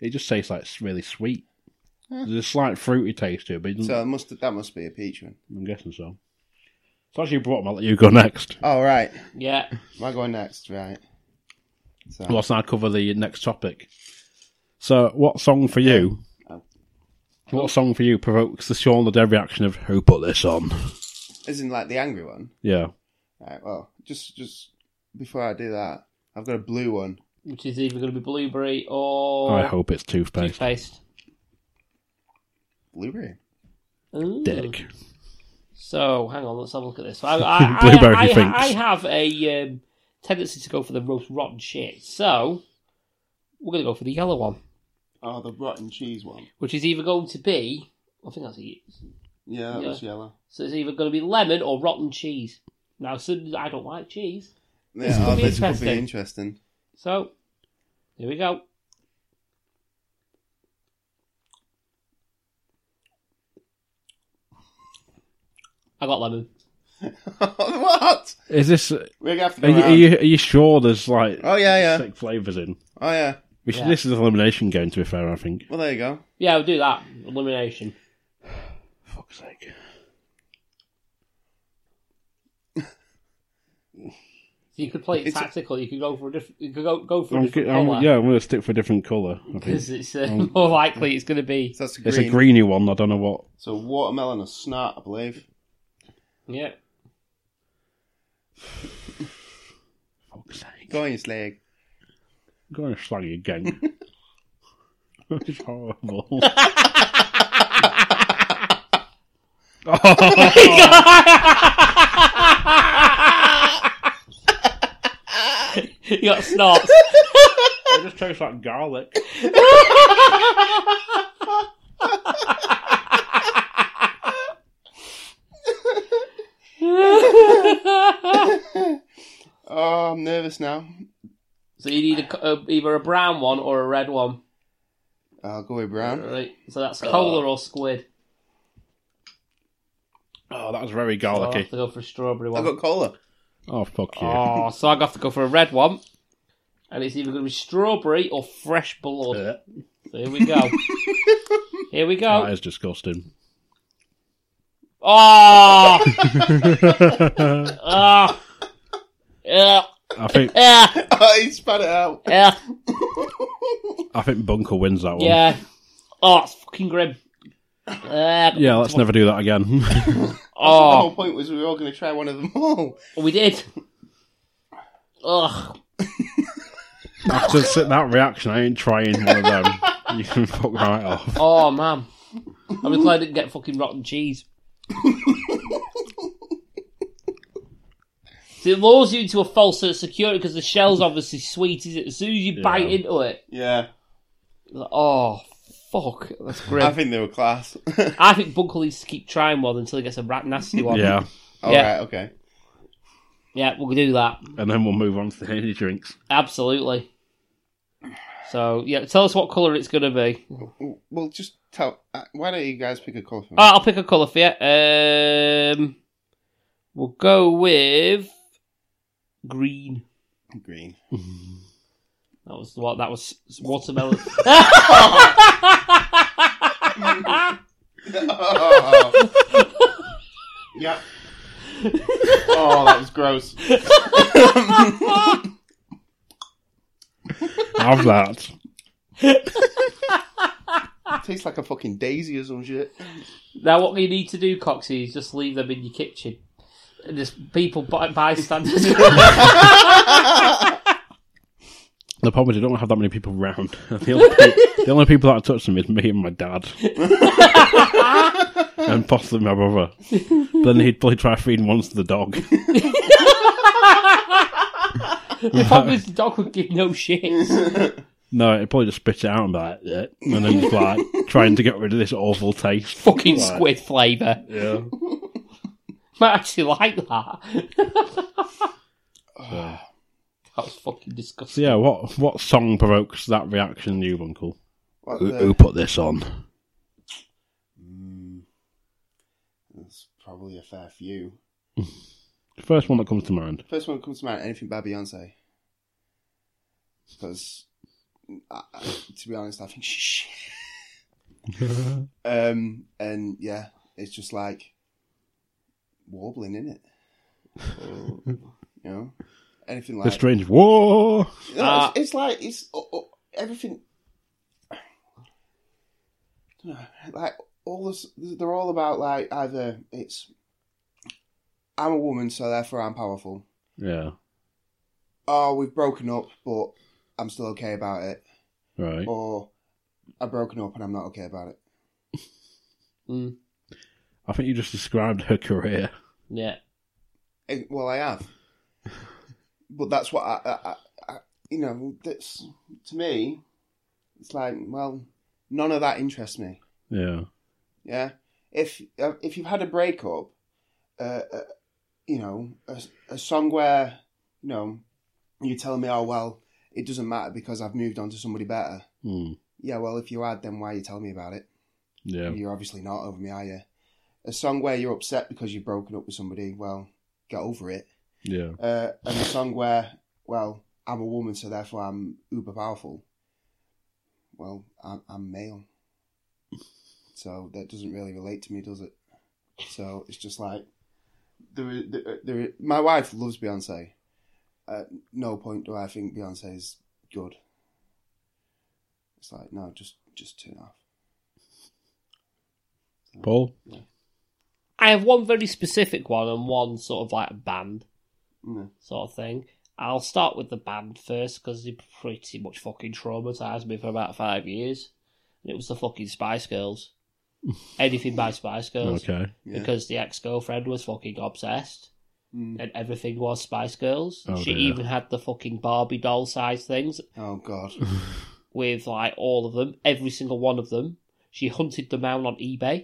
It just tastes like it's really sweet. There's a slight fruity taste to it, but it doesn't-
So it must that must be a peach one.
I'm guessing so. So as you brought them, I'll let you go next.
Oh right.
Yeah.
Am I going next? Right. So
Whilst I cover the next topic. So, what song for you? What song for you provokes the Shaun the Dead reaction of "Who put this on"?
isn't like the angry one.
Yeah,
Right, well, just just before I do that, I've got a blue one.
Which is either going to be blueberry or
I hope it's toothpaste.
toothpaste.
Blueberry.
Ooh.
Dick.
So hang on, let's have a look at this. I,
*laughs*
I,
Blueberry
I, I,
thinks.
I have a um, tendency to go for the most rotten shit, so we're going to go for the yellow one,
Oh, the rotten cheese one.
which is either going to be I think that's it.
Yeah, that
Yeah.
was yellow.
So it's either going to be lemon or rotten cheese. Now, so I don't like cheese,
Yeah,
This could
oh,
be
this could be interesting. *laughs*
so here we go. I got lemon.
what?
Is this? Are
We're gonna have to go
you, are,
round.
you, are you sure there's like
Oh yeah, yeah.
six flavors in?
Oh yeah.
We should,
Yeah.
This is an elimination game. To be fair, I think.
Well, there you go.
Yeah, we'll do that elimination.
Fuck's sake.
So you could play it
It's-
tactical. You could go for a different. You could go go for a
I'm,
different
g- I'm-
colour.
um, yeah, Um, I'm going to stick for a different color. I think
because it's uh, more likely it's going to be.
So that's a green.
it's a greeny one. I don't know what.
So watermelon or snot, I believe.
Yeah. *laughs*
Fuck's sake.
Go on your slag.
I'm going to slag you *laughs* again. it's horrible.
you
*laughs*
got snorts.
*laughs* It just tastes like garlic.
Oh, I'm nervous now.
so you need a, co- uh, either a brown one or a red one.
I'll go with brown.
Right. So that's cola or squid.
Oh, that was very
So I'll have
garlicky.
to go for a strawberry
I
one.
got cola.
Oh, fuck you. *laughs*
Oh, so I have to go for a red one. And it's either going to be strawberry or fresh blood.
That
So here
*laughs*
we go. Here we go.
is *laughs* disgusting.
Oh!
*laughs*
oh! Yeah,
I think
yeah,
Oh, *laughs* he spat it out.
yeah,
I think Bunker wins that one.
yeah. Oh, it's fucking grim. Yeah.
Yeah, let's never do that again. *laughs*
The whole
Oh,
point was we were all going to try one of them all. *laughs*
Oh.
we did. Ugh.
After s- that reaction, I ain't trying one of them. *laughs* You can fuck right off.
Oh, man. I'm glad I didn't get fucking rotten cheese. So it lures you into a false sense of security because the shell's obviously sweet, is it? As soon as you bite
Yeah.
into it,
Yeah,
you're like, oh, fuck, that's grim.
I think they were class. *laughs*
I think Bunker needs to keep trying one until he gets a rat nasty one.
Yeah,
All
Yeah.
right, okay.
Yeah, we'll do that.
and then we'll move on to the energy drinks.
Absolutely. So, yeah, tell us what colour it's going to be.
Well, just tell. uh, Why don't you guys pick a colour for me?
Ah, I'll pick a colour for you. Um, we'll go with green.
Green.
That was what that was watermelon. *laughs*
*laughs* oh. Yep. Oh, that was gross.
Have that.
tastes like a fucking daisy or some shit.
Now, what you need to do, Coxie, is just leave them in your kitchen. And just people by-
*laughs*
bystanders.
The problem is, I don't have that many people around. *laughs* The only, pe- the only people that have touched them is me and my
*laughs*
dad. and possibly my brother. But then he'd probably try feeding once to the dog.
the problem is the dog would give
*laughs*
no shit.
No, it'd probably just spit it out and be like, "Yeah," and then just like trying to get rid of this awful taste.
Fucking
Right.
squid flavour.
Yeah.
*laughs* Might actually
*sighs*
like that. that was fucking
So
disgusting.
yeah, what what song provokes that reaction in you, Uncle?
What
Who,
the-
who put this on?
That's probably a fair few.
The first one that comes to mind.
First one that comes to mind, anything by Beyonce. Because, I, I- uh, to be honest, I think she's shit. um, and yeah, it's just like warbling, in it? you know, anything like
The strange war.
No,
Ah.
it's, it's like it's o- o- everything. *sighs* Dunno, Like all this, they're all about like either it's I'm a woman, so therefore I'm powerful.
Yeah.
Oh, we've broken up, but I'm still okay about it.
Right.
Or I've broken up and I'm not okay about it.
Mm,
I think you just described her career.
yeah.
Eh, Well, I have, but that's what I, I, I, I you know, that's to me. It's like, well, none of that interests me.
Yeah.
Yeah. If uh, if you've had a breakup, uh, uh, you know, a, a song where you know you tell me, oh well, it doesn't matter because I've moved on to somebody better.
Hmm.
Yeah, well, if you had, then why are you telling me about it?
Yeah.
You're obviously not over me, are you? A song where you're upset because you've broken up with somebody, well, get over it.
Yeah.
Uh, and a song where, well, I'm a woman, so therefore I'm uber powerful. Well, I'm, I'm male. So that doesn't really relate to me, does it? So it's just like, there, there, there, my wife loves Beyonce. At no point do I think Beyonce is good. It's like, no, just just turn it off.
Paul.
I have one very specific one and one sort of like a band
Mm.
sort of thing. I'll start with the band first because they pretty much fucking traumatized me for about five years. And it was the fucking
*laughs*
Spice Girls. Anything by Spice Girls.
Okay.
Yeah.
Because the ex girlfriend was fucking obsessed
Mm.
and everything was Spice Girls.
Oh,
she
dear.
even had the fucking Barbie doll size things
Oh, God.
with like all of them, every single one of them. She hunted them out on eBay.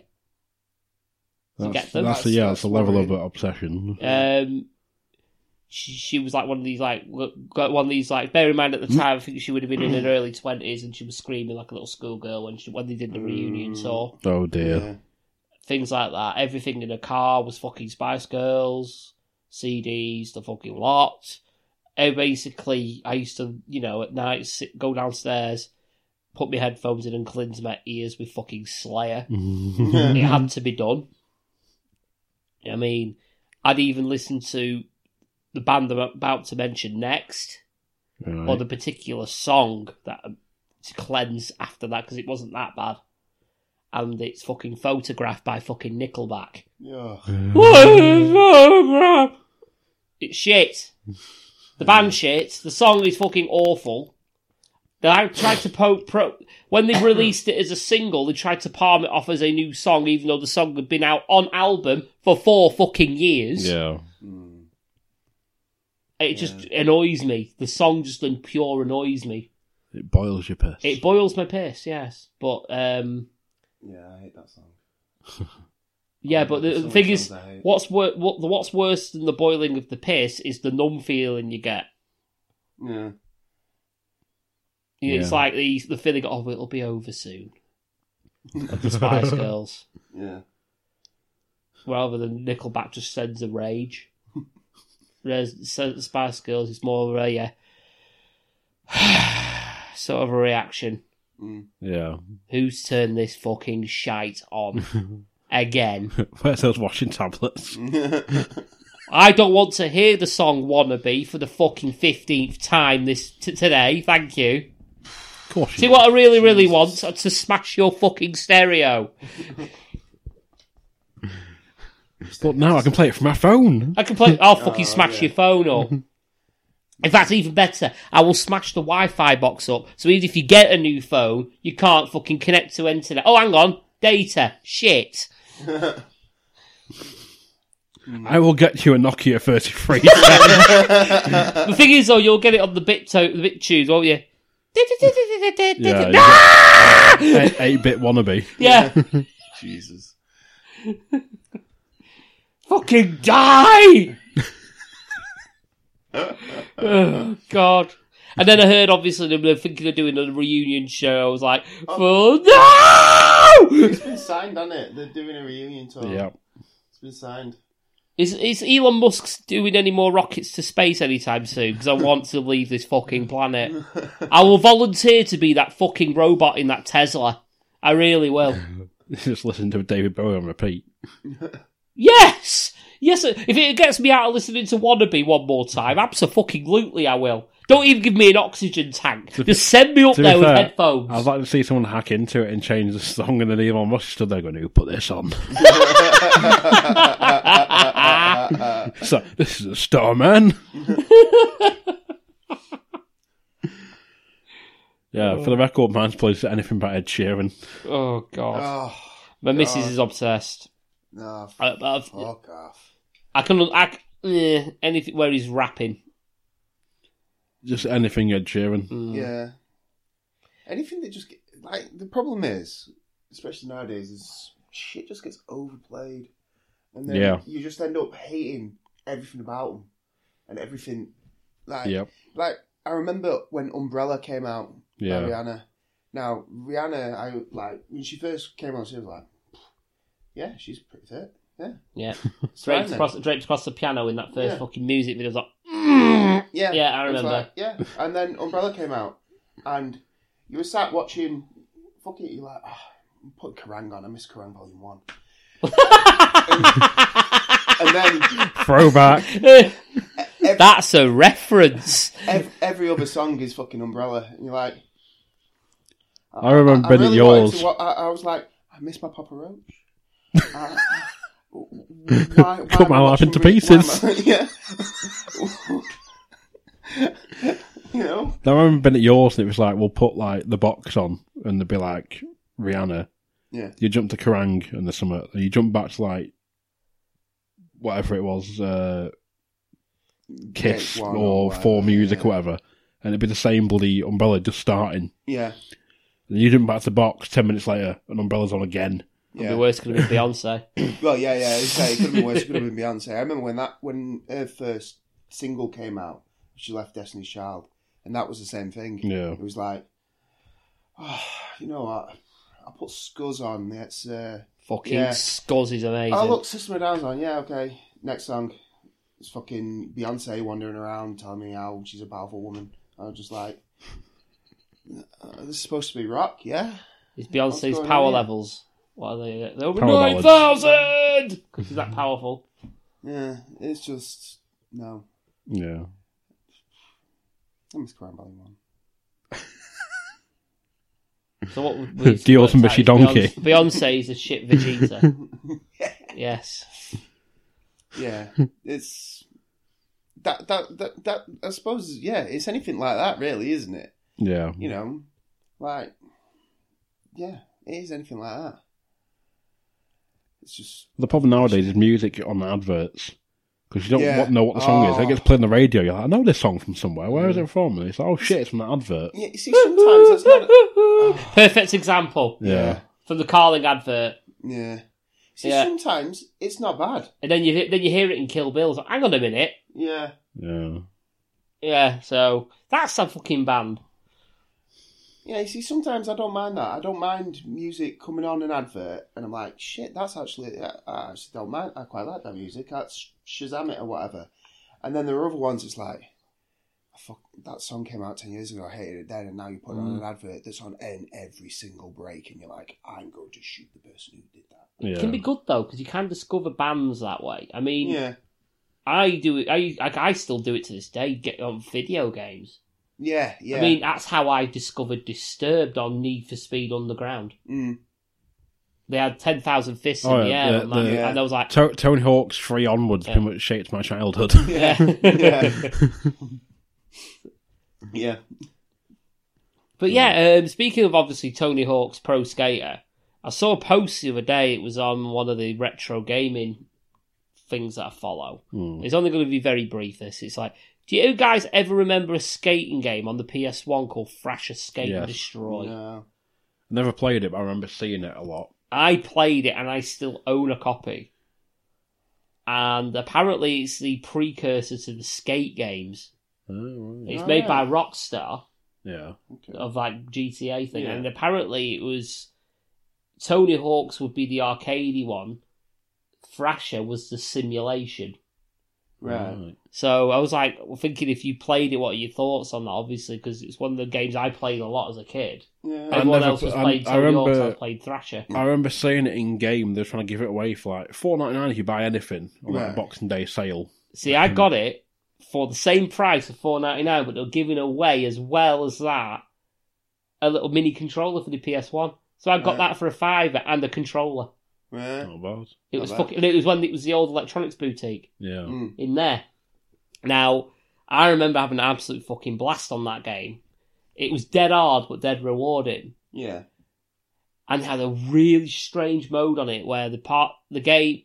To
That's,
get them.
that's a, yeah. That's
That's-
a level of
that's
obsession.
Um, she, she was like one of these like look- got one of these like. Bear in mind at the time, I think she would have been in her early twenties, and she was screaming like a little schoolgirl when she when they did the reunion tour,
Oh dear.
things like that. Everything in her car was fucking Spice Girls CDs, the fucking lot. And basically, I used to you know at night sit, go downstairs, put my headphones in, and cleanse my ears with fucking Slayer
*laughs*
it had to be done. I mean, I'd even listen to the band I'm about to mention next,
Right.
or the particular song that to cleanse after that because it wasn't that bad. And it's fucking photographed by fucking Nickelback.
Yeah.
What is photograph? It's shit. The band shit. The song is fucking awful. They like tried to po- pro when they released it as a single. They tried to palm it off as a new song, even though the song had been out on album for four fucking years.
Yeah.
Mm.
It just annoys me. The song just in pure annoys me.
It boils your piss.
It boils my piss, yes. But um,
Yeah, I hate that song.
yeah, but the,
So
the
many
thing is,
songs I hate.
what's wor- what, what's worse than the boiling of the piss is the numb feeling you get.
Yeah.
You know, It's
Yeah.
like the the feeling of it'll be over soon. Of
*laughs*
the Spice Girls,
Yeah.
rather than Nickelback just sends a rage. Whereas so- Spice Girls is more of a yeah, *sighs* sort of a reaction.
yeah. *laughs*
Who's turned this fucking shite on again? Mm.
Where's those washing tablets?
I don't want to hear the song "Wannabe" for the fucking fifteenth time this t- today. Thank you.
Of course,
See
you
what I really, really want to smash your fucking stereo.
But now I can play it from my phone.
I can play. I'll
Oh,
fucking smash your
*laughs*
phone up. In fact, even better, I will smash the Wi-Fi box up. So even if you get a new phone, you can't fucking connect to internet. Oh, hang on, data, shit.
I will get you a Nokia
*laughs*
33. Uh,
The thing is, though, you'll get it on the bit to- the bit tube, won't you?
*laughs*
*laughs*
yeah, eight bit wannabe.
yeah.
*laughs* Jesus.
fucking die. oh *laughs* God! And then I heard obviously they were thinking of doing a reunion show. I was like, "Well, no!"
It's been signed, hasn't it? They're doing a reunion
Oh.
tour.
Yeah. *laughs*
It's been signed. *laughs*
Is is Elon Musk doing any more rockets to space anytime soon? Because I want to leave this fucking planet. I will volunteer to be that fucking robot in that Tesla. I really will.
Just listen to David Bowie on repeat.
Yes, yes. If it gets me out of listening to Wannabe one more time, absolutely, I will. Don't even give me an oxygen tank. Just send me up
To
there
be
with
fair,
headphones.
I'd like to see someone hack into it and change the song, and then Elon Musk stood there going, "Who put this on?"
Oh,
so this is a star *laughs* man. yeah, for the record, man's plays anything but Ed Sheeran.
Oh god,
Oh,
my missus is obsessed.
no,
I, I've,
fuck off.
I can, I, c- eh, anything where he's rapping.
Just anything Ed Sheeran.
Mm,
Yeah. Anything that just get, like the problem is, especially nowadays, is shit just gets overplayed, and then
Yeah.
you just end up hating everything about them and everything. Like,
Yep.
like I remember when Umbrella came out
Oh,
by
Yeah.
Rihanna. Now Rihanna, I like when she first came out, she was like, "Yeah, she's pretty fit." Yeah,
*laughs*
Yeah,
It's fine
draped
then.
across, draped across the piano in that first
Yeah.
fucking music video. It's Like,
Yeah,
Yeah, I
it was
remember.
like- yeah, and then Umbrella came out, and you were sat watching. Fuck it, you're like, oh, I'm putting Kerrang on. I miss Kerrang
*laughs*
Volume One. and, and then
Throwback. *laughs*
*laughs*
E-,
That's a reference.
ev- every other song is fucking Umbrella, and you're like,
I remember being at
really wanted
yours.
to wa- I, I was like, I miss my Papa Roach. I- *laughs* why- why
Cut
am
my
I
life
watching
into
Re- why am I- *laughs* yeah. you know.
I remember being at yours, and it was like, "We'll put like the box on," and they'd be like, "Rihanna."
Yeah.
You jump to Kerrang and the summer, and you jump back to like whatever it was, uh, Kiss
Great one
or
whatever,
Four Music
yeah.
or whatever, and it'd be the same bloody umbrella just starting.
Yeah.
And you jump back to the box ten minutes later, and umbrella's on again.
Could
Yeah.
be worse. Could have been Beyonce.
Well, yeah, yeah. It's, it could have been worse. It could have been Beyonce. I remember when that when her first single came out, she left Destiny's Child, and that was the same thing.
Yeah.
It was like, oh, you know what? I put Scuzz on. That's uh,
fucking
Yeah.
Scuzz is amazing.
oh look, System of a Down's on. Yeah, okay. Next song, it's fucking Beyonce wandering around telling me how she's a powerful woman. I was just like, uh, this is supposed to be rock, yeah.
It's
What's
Beyonce's
going
power
on here?
levels. What are they? They're over
Power
nine
ballads.
thousand. Because she's that powerful.
Yeah, it's just no.
Yeah.
I miss Cranberry one.
So what? would
*laughs*
we-
The ultimate she donkey.
Beyonce, Beyonce is a shit Vegeta.
*laughs*
yes.
yeah it's that, that that that i suppose yeah it's anything like that really isn't it
Yeah.
you know like yeah it is anything like that it's just
The problem nowadays is music on adverts because you don't
Yeah.
wa- know what the song is.
Oh.
It gets played on the radio. You're like, I know this song from somewhere. Where is it from? And it's like, oh shit, it's from that advert.
yeah you see sometimes that's not a,
Perfect example
Yeah.
from the Carling advert.
yeah see
Yeah.
sometimes it's not bad
And then you then you hear it in Kill Bill. It's like, Hang on a minute.
yeah
Yeah.
Yeah, so that's a fucking band.
yeah you see sometimes i don't mind that i don't mind music coming on an advert and i'm like shit that's actually i, I actually don't mind i quite like that music that's shazam it or whatever and then there are other ones it's like "Oh, fuck, that song came out 10 years ago, I hated it then, and now you put it
Mm.
on an advert that's on end every single break, and you're like, I'm going to shoot the person who did that.
Yeah.
Mm. It can be good though because you can discover bands that way. I mean,
Yeah.
I do it. I like. I still do it to this day. Get on video games.
Yeah, yeah.
I mean, that's how I discovered Disturbed on Need for Speed Underground.
Mm.
They had ten thousand fists
Oh,
in the
yeah,
air,
the-
on that,
the-
and I was like,
To- Tony Hawk's Free Onwards
Yeah.
pretty much shaped my childhood.
yeah. *laughs*
yeah. *laughs* yeah.
But yeah, um, speaking of obviously Tony Hawk's Pro Skater, I saw a post the other day. It was on one of the retro gaming things that I follow.
Mm.
It's only going to be very brief. This it's like, do you guys ever remember a skating game on the PS One called Thrasher Skate and
Yes.
Destroy?
No.
*laughs* Never played it, but I remember seeing it a lot.
I played it and I still own a copy. And apparently, it's the precursor to the skate games.
Oh, right.
It's
Oh,
made
yeah.
by Rockstar.
Yeah.
of like GTA thing,
Yeah.
and apparently it was Tony Hawk's would be the arcadey one, Thrasher was the simulation.
Right.
Mm. So I was like thinking if you played it, what are your thoughts on that? Obviously, because it's one of the games I played a lot as a kid.
Yeah.
Everyone
never
else was
pl- I-
playing
I
Tony Hawk's, I
remember-
was playing Thrasher.
I remember seeing it in game. They were trying to give it away for like four ninety nine if you buy anything on like
Right.
a Boxing Day sale.
See, I got it for the same price of four ninety nine, but they're giving away as well as that a little mini controller for the PS One. So I got
Right.
that for a fiver and a controller.
Right.
Not
Mm.
bad.
It
Not
was
bad.
fucking. It was when it was the old electronics boutique
Yeah.
Mm.
in there. Now, I remember having an absolute fucking blast on that game. It was dead hard, but dead rewarding,
Yeah.
and had a really strange mode on it where the part, the game,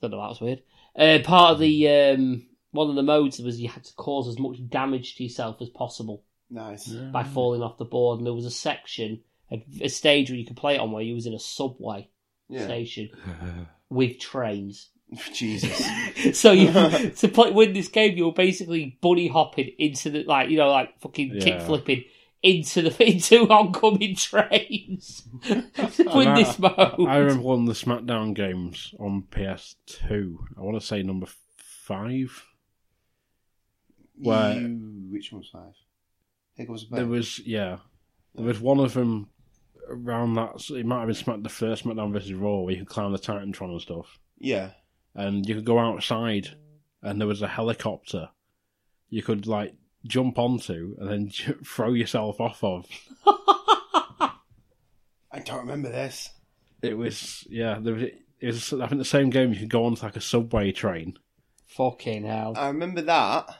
don't know that was weird. Uh, part of the um, one of the modes was you had to cause as much damage to yourself as possible
Nice.
by falling off the board, and there was a section, a, a stage where you could play it on where you was in a subway
Yeah.
station with trains.
*laughs*
*laughs*
Jesus.
so
*laughs*
you to play, win this game, you're basically bunny hopping into the like you know like fucking kick
Yeah.
flipping into the *laughs* into oncoming trains
*laughs*
to win
And I-
this mode.
I remember one of the SmackDown games on PS2. I want to say number five. Why-
You- which one's five? Here goes
There was yeah, there was one of them around that. so It might have been Smack the first SmackDown versus Raw where you could climb the Titantron and stuff,
Yeah.
and you could go outside, and there was a helicopter. You could like jump onto and then *laughs* j- throw yourself off of.
I don't remember this.
It was yeah. There was, it was I think the same game. You could go onto like a subway train,
Fucking *laughs* hell!
I remember that.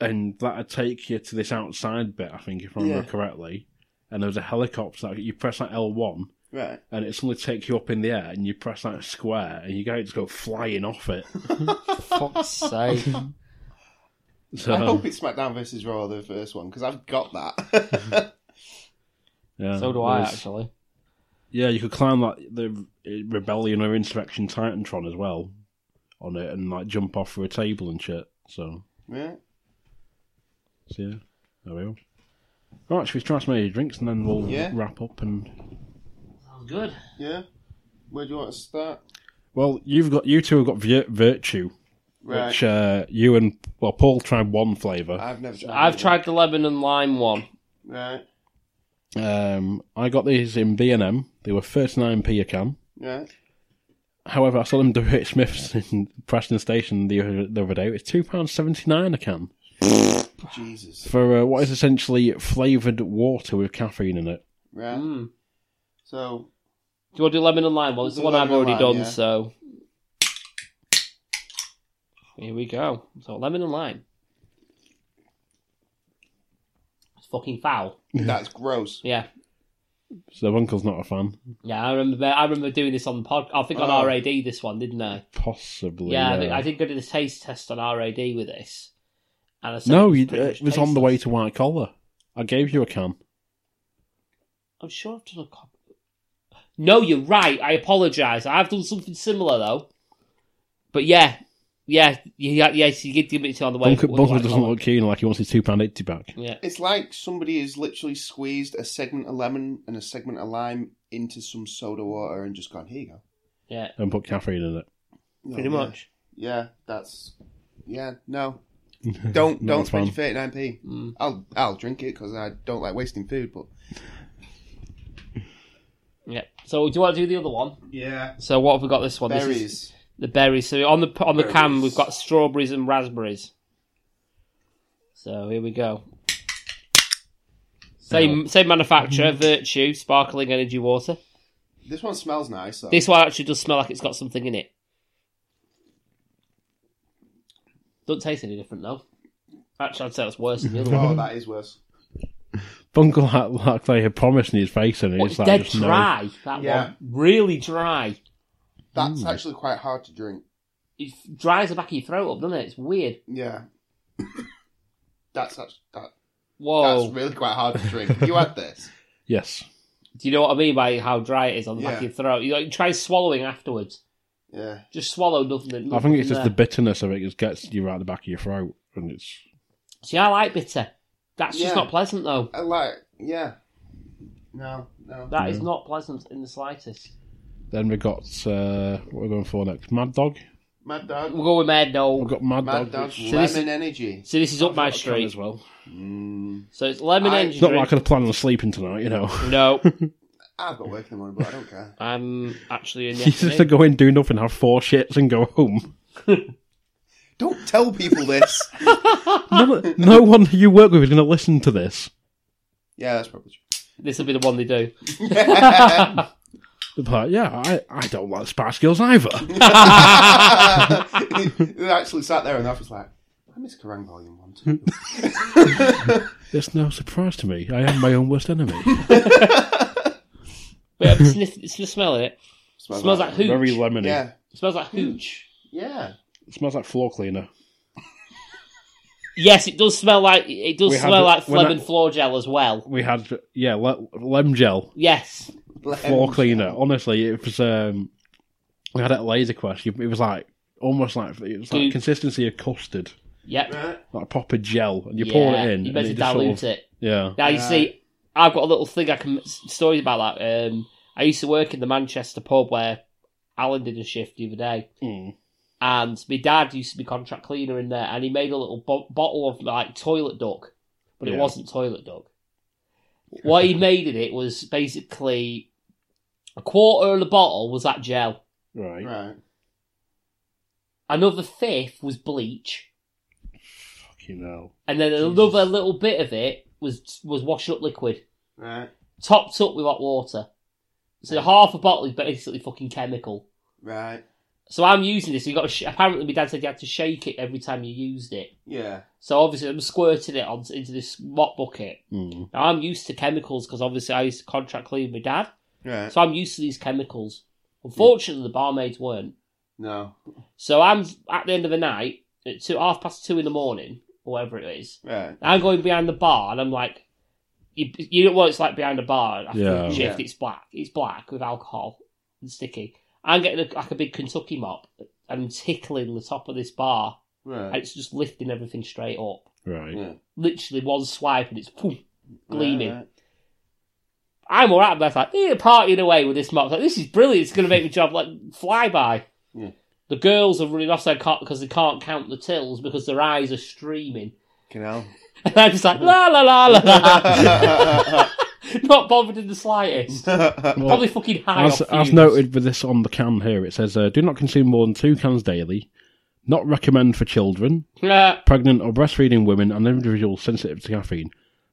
and that'd take you to this outside bit. I think if I remember
Yeah.
correctly. And there was a helicopter. Like, you press like L one,
Right.
and it suddenly takes you up in the air and you press that square and you go just go flying off it.
Fuck's sake!
So
I hope it's SmackDown versus Raw, the first one, because I've
*laughs*
got that. *laughs*
yeah,
so do I
there's-
actually.
Yeah, you could climb like the rebellion or insurrection Titantron as well on it and like jump off through a table and shit. So,
right.
so yeah, there we go. Oh, Right, should we try some of your drinks and then we'll
Yeah.
wrap up and
Sounds good.
Yeah. Where do you want to start?
well, you've got you two have got vir- virtue,
Right. Uh.
which uh, you and well Paul tried one flavour.
I've never tried.
I've
it.
tried the lemon and lime one.
Right.
Um, I got these in B and M. They were thirty nine p a can.
Right.
However, I saw them do *laughs* it at Smith's in Preston Station the other, the other day. It's two pounds seventy nine a can
Jesus.
for uh, what is essentially flavoured water with caffeine in it.
Right.
Mm. Do
So
*laughs* you want to do lemon and lime? Well, it's the
Do
one I've
lemon and
already
lime,
done.
yeah.
So here we go. So lemon and lime. It's fucking foul.
that's gross.
Yeah,
So Uncle's not a fan,
yeah. I remember. I remember doing this on the pod. I think on
Oh.
RAD this one, didn't I?
possibly. uh,
Yeah, I, think, I did go to the taste test on RAD with this. And I said
no, you, uh,
it was, pretty
it
much
was on the
tasteless.
way to White Collar. I gave you a can.
I'm sure I've done a copy. No, you're right. I apologise. I've done something similar though. But yeah, yeah, yeah, yes, you did give it to on the way.
Bunker,
on the
Bunker
way
doesn't
home.
look keen, like he wants his two pound eighty back.
Yeah,
It's like somebody has literally squeezed a segment of lemon and a segment of lime into some soda water and just gone, here you go.
yeah,
And put caffeine in it.
No,
pretty
yeah.
much.
Yeah, that's. Yeah, no. *laughs* Don't
Not a
don't spend
fan.
your thirty nine p.
Mm.
I'll I'll drink it because I don't like wasting food. But
Yeah. So do you want to do the other one?
yeah,
So what have we got this one? This is-
berries.
the berries. So on the on the can we've got strawberries and raspberries. So here we go. Same same manufacturer, Virtue sparkling energy water.
This one smells nice. Though.
This one actually does smell like it's got something in it. Doesn't taste any different though. Actually, I'd say that's worse than
*laughs*
the other
oh,
one.
that is worse.
Bungle had like they had promised in his face, and
It's
it's like
dead
just no.
dry. That
Yeah.
one really dry.
That's actually quite hard to drink.
It dries the back of your throat up, doesn't it? It's weird.
Yeah. *laughs* that's actually, that,
Whoa.
that's really quite hard to drink. You had this.
*laughs*
Yes,
Do you know what I mean by how dry it is on the back
Yeah.
of your throat? You like, try swallowing afterwards.
Yeah.
Just swallow nothing.
I think it's just the
bit.
bitterness of it just gets you right the back of your throat, and it's
See, I like bitter. That's
Yeah.
just not pleasant, though.
I like, yeah. No, no.
That
Mm.
is not pleasant in the slightest.
Then we got uh, what we're going for next. Mad Dog.
Mad Dog.
We'll go with Mad Dog.
We've got Mad,
Mad Dog
Dog. which-
this-
Lemon Energy.
So this is up my
I've got a can
street.
as well.
So it's lemon
I-
energy
It's not
drink.
like I plan on sleeping tonight, you know. *laughs*
No,
I've got work in the morning, but I don't care.
I'm actually in
*laughs*
the
He's just to
afternoon.
go in, do nothing, have four shits, and go
*laughs*
home.
Don't tell
*laughs*
people this.
No, *laughs* no one who you work with is going to listen to this.
yeah, that's probably true.
This will be the one they do.
They're like, yeah, I, I don't like Spice Girls
*laughs*
either.
They actually sat there in the office like, I miss Kerrang Volume 1
Hmm.
too.
it's no surprise to me. I am my own worst
*laughs*
enemy.
But
*laughs*
yeah, sniff, sniff, smell it.
Smells
smells like hooch.
Very lemony.
Yeah.
smells like hooch.
Yeah.
It smells like floor cleaner.
Yes, it does smell like it does
We had
smell
it-
like
when I-
phlegm and floor gel as well.
We had, yeah, le- lem gel,
Yes,
floor cleaner. Honestly, it was, um, we had it at Laser Quest. It was like, almost like, it was like
Dude.
consistency of custard.
yep.
Like proper gel, and you pour
Yeah,
it in.
You
and
better
it just
dilute
sort of-
it.
Yeah.
Now you see, I've got a little thing I can story about that. Um, I used to work in the Manchester pub where Alan did a shift the other day,
Mm.
and my dad used to be contract cleaner in there, and he made a little bo- bottle of like toilet duck, but it
Yeah.
wasn't toilet duck. What he made in it was basically a quarter of the bottle was that gel,
Right.
Right.
another fifth was bleach,
Fucking hell.
and then another little bit of it was was wash up liquid.
Right.
topped up with hot water. So half a bottle is basically fucking chemical.
Right.
So I'm using this. You got to sh- apparently my dad said you had to shake it every time you used it.
Yeah.
So obviously I'm squirting it on into this mop bucket.
Mm.
Now I'm used to chemicals because obviously I used to contract clean with my dad,
Right.
so I'm used to these chemicals. Unfortunately, the barmaids weren't.
No.
So I'm at the end of the night at two, half past two in the morning, or whatever it is.
Right.
I'm going behind the bar, and I'm like, you, you know what it's like behind a bar after
Yeah.
a shift.
Yeah.
It's black. It's black with alcohol and sticky. I'm getting a, like a big Kentucky mop, and I'm tickling the top of this bar, and
Right.
it's just lifting everything straight up.
Right.
Mm.
Yeah.
Literally one swipe, and it's poof, gleaming.
Right.
I'm all right. But I like, yeah, partying away with this mop. Like, this is brilliant. It's going to make my job like fly by.
Yeah.
The girls are running off their cot because they can't count the tills because their eyes are streaming. *laughs*
*laughs*
Canal.
And I'm just like la la la la
*laughs*
la. *laughs* Not bothered in the slightest. Probably fucking high.
As,
off
as
fumes. *laughs*
noted with this on the can here, it says uh, do not consume more than two cans daily. Not recommend for children,
Yeah.
pregnant or breastfeeding women, and individuals sensitive to caffeine.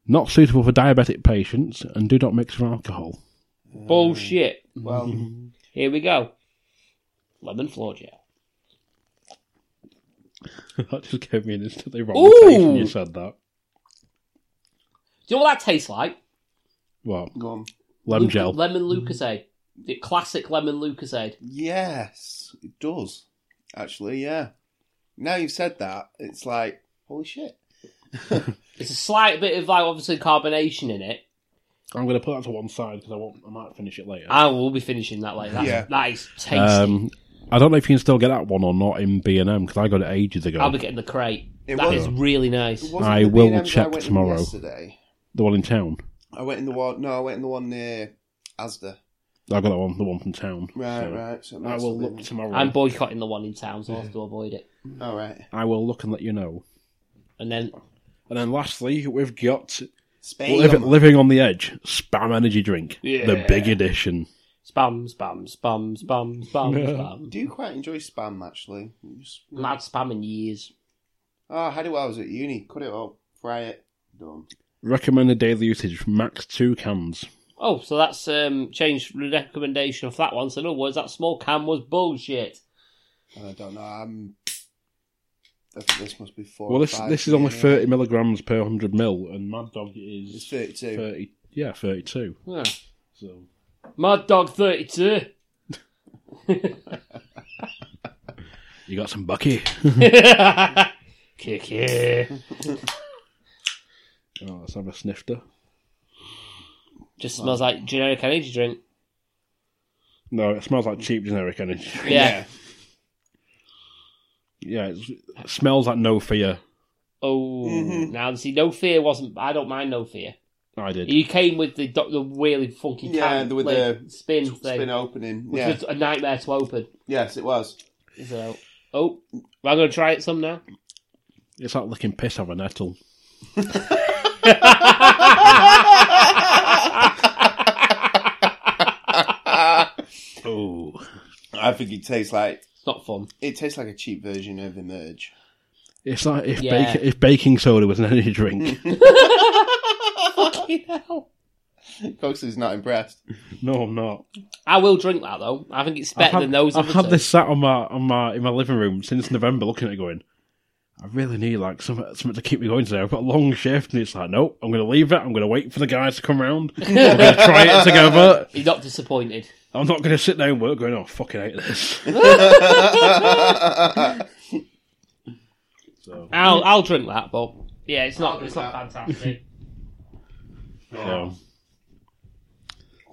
Not suitable for diabetic patients, and do not mix with alcohol. *laughs*
bullshit.
well,
Here we go. Lemon floor gel.
that just gave me an instantly wrong
Ooh!
taste when you said that.
Do you know what that tastes like?
Well,
go on.
lemon
Lu-
gel.
Lemon Lucasade. The classic lemon Lucasade.
Yes, it does. Actually, yeah. Now you've said that, it's like, holy shit.
It's a slight bit of like obviously carbonation in it.
I'm going to put that to one side because I won't. I might finish it later.
I will be finishing that later. That's,
Yeah.
That is Ah, tasty.
Um, I don't know if you can still get that one or not in B and M because I got it ages ago.
I'll be getting the crate.
It
That
was-
is really nice.
It wasn't
I
the
will
B&Ms I
check
went in
tomorrow.
Yesterday,
The one in town.
I went in the one. No, I went in the one near Asda.
I got that one. The one from town.
Right,
So
right. So
I will look tomorrow.
I'm boycotting the one in town, so I'll have to avoid it.
All right.
I will look and let you know.
And then
And then lastly, we've got
Spain.
Liv- Living on the Edge Spam Energy Drink, the big edition.
Spam, spam, spam, spam, spam, spam.
Do quite enjoy spam actually. Just-
Mad spam in years.
Ah, had it while I was at uni. Cut it up, fry it, done.
Recommended daily usage max two cans.
Oh, so that's um, changed the recommendation of that one. So, in other words, that small can was bullshit.
I don't know. I'm. I think this must be four.
Well,
or
this
five
this is only
years.
thirty milligrams per hundred mil, and Mad Dog
It's
is
thirty-two.
thirty. Yeah, thirty-two.
Yeah.
So
Mad Dog 32.
you got some bucky.
*laughs* Kick it.
oh, let's have a snifter.
Just smells like generic energy drink.
No, it smells like cheap generic energy.
Yeah.
Yeah, it's, it smells like no fear.
Oh, now see, no fear wasn't. I don't mind no fear.
I did.
You came with the do- the really funky
Yeah,
can,
with
like,
the
spin
It's
thing,
been opening.
which
Yeah.
was a nightmare to open.
Yes, it was.
So, oh, I'm gonna try it some now.
It's like licking piss off a nettle. oh,
I think it tastes like
It's not fun.
it tastes like a cheap version of Emerge.
it's like if
Yeah.
bacon, if baking soda was an energy
*laughs*
drink.
Fucking hell.
Cox is not impressed.
no, I'm not.
I will drink that though. I think it's better
I've had,
than those.
I've
other
had
two.
this sat on my on my in my living room since November, looking at it going. I really need like something, something to keep me going today. I've got a long shift, and it's like, nope, I'm going to leave it. I'm going to wait for the guys to come
*laughs*
round. We're going to try it together.
You're not disappointed.
I'm not going to sit there and work going, oh, fucking hate
*laughs*
this. so,
I'll I'll drink that, but Mm. yeah, it's not it's not fantastic.
so.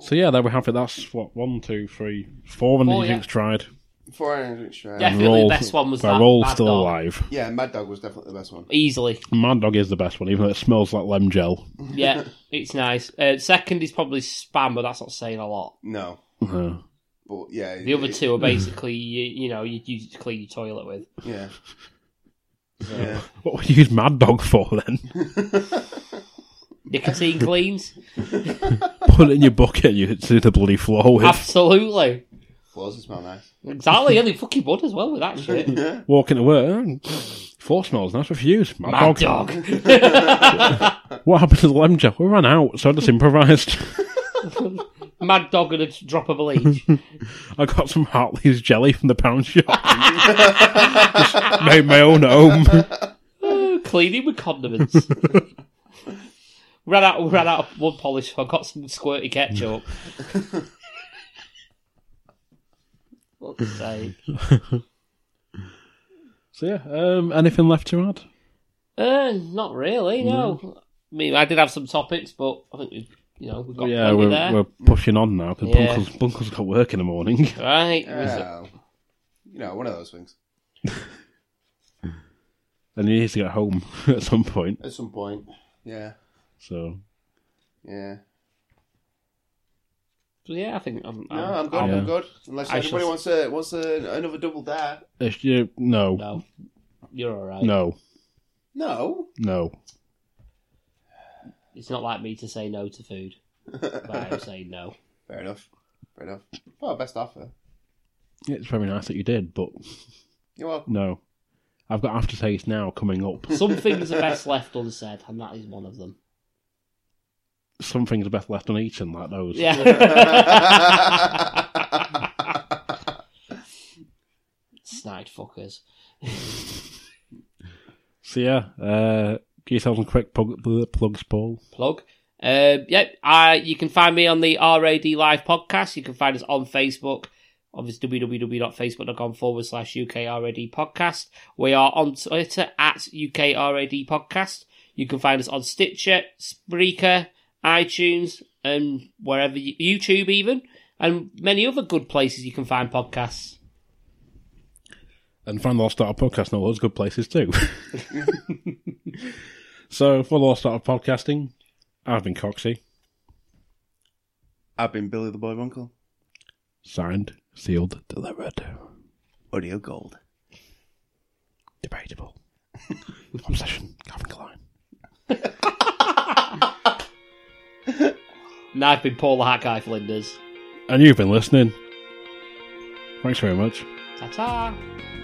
So, yeah, there we have it. That's what one, two, three, four and
Four,
the
yeah.
drinks tried.
Four hundred extra.
Yeah.
Yeah.
I feel the best one was
they're
that
all
Mad
still
Dog.
alive.
Mad Dog was definitely the best one.
Easily,
Mad Dog is the best one, even though it smells like lem gel.
*laughs* yeah, it's nice. Uh, second is probably spam, but that's not saying a lot.
No,
Uh,
but yeah,
The
it-
other two are basically you, you know you use it to clean your toilet with.
Yeah. Yeah.
what would you use Mad Dog for then?
*laughs* Nicotine cleans,
Put it in your bucket and you do the bloody floor with.
absolutely,
Floors smell nice.
exactly. And they fucking would as well with *laughs* that shit.
Walking to work. "Mm, Floor smells nice with you. Mad,
Mad
dog.
dog.
What happened to the lem gel? We ran out, so I just improvised. *laughs*
Mad dog and a drop of bleach.
I got some Hartley's jelly from the pound shop. Just made my own at home.
Cleaning with
*laughs*
condiments. ran out ran out of wood polish, so I got some squirty
*laughs*
ketchup. Fuck's sake.
So yeah, um, anything left to add?
Uh, not really, no. I mean I did have some topics, but I think we you know, we've got
yeah,
plenty
we're,
there.
we're pushing on now because
Yeah.
Bunkle's, Bunkle's got work in the morning. *laughs*
Right.
Yeah. You know, one of those things.
and he needs to get home *laughs* at some point.
At some point. Yeah.
So
Yeah.
So yeah, I think I'm,
No, I'm good.
Yeah.
I'm good. Unless
Um, I
anybody
shall-
wants a wants a, another double dare.
if you, no, no,
No. You're alright.
no,
No.
It's not like me to say no to food. But I'm saying no.
Fair enough. Fair enough. Oh, best offer.
It's very nice that you did, but
You're
*laughs*
welcome. *laughs*
no. I've got aftertaste now coming up.
Some things are best left unsaid, and that is one of
*laughs*
them.
Some things are best left uneaten, like those.
*laughs*
Yeah. Snide fuckers.
So yeah, uh, give yourself some quick plug, plugs, Paul.
Plug. Uh, yeah, I, you can find me on the RAD Live podcast. You can find us on Facebook. Obviously, www.facebook.com forward slash UKRAD podcast. We are on Twitter at UKRAD podcast. You can find us on Stitcher, Spreaker, iTunes, and wherever you, YouTube, even, and many other good places you can find podcasts.
And find the Lost Startup Podcast and all those good places too. so for the Lost Startup Podcasting, I've been Coxey.
I've been Billy the Boy Uncle.
Signed, sealed, delivered.
Audio Gold.
Debatable. Obsession, Calvin Klein.
And I've been Paul the Hat Guy Flinders.
And And you've been listening. Thanks very much.
Ta ta.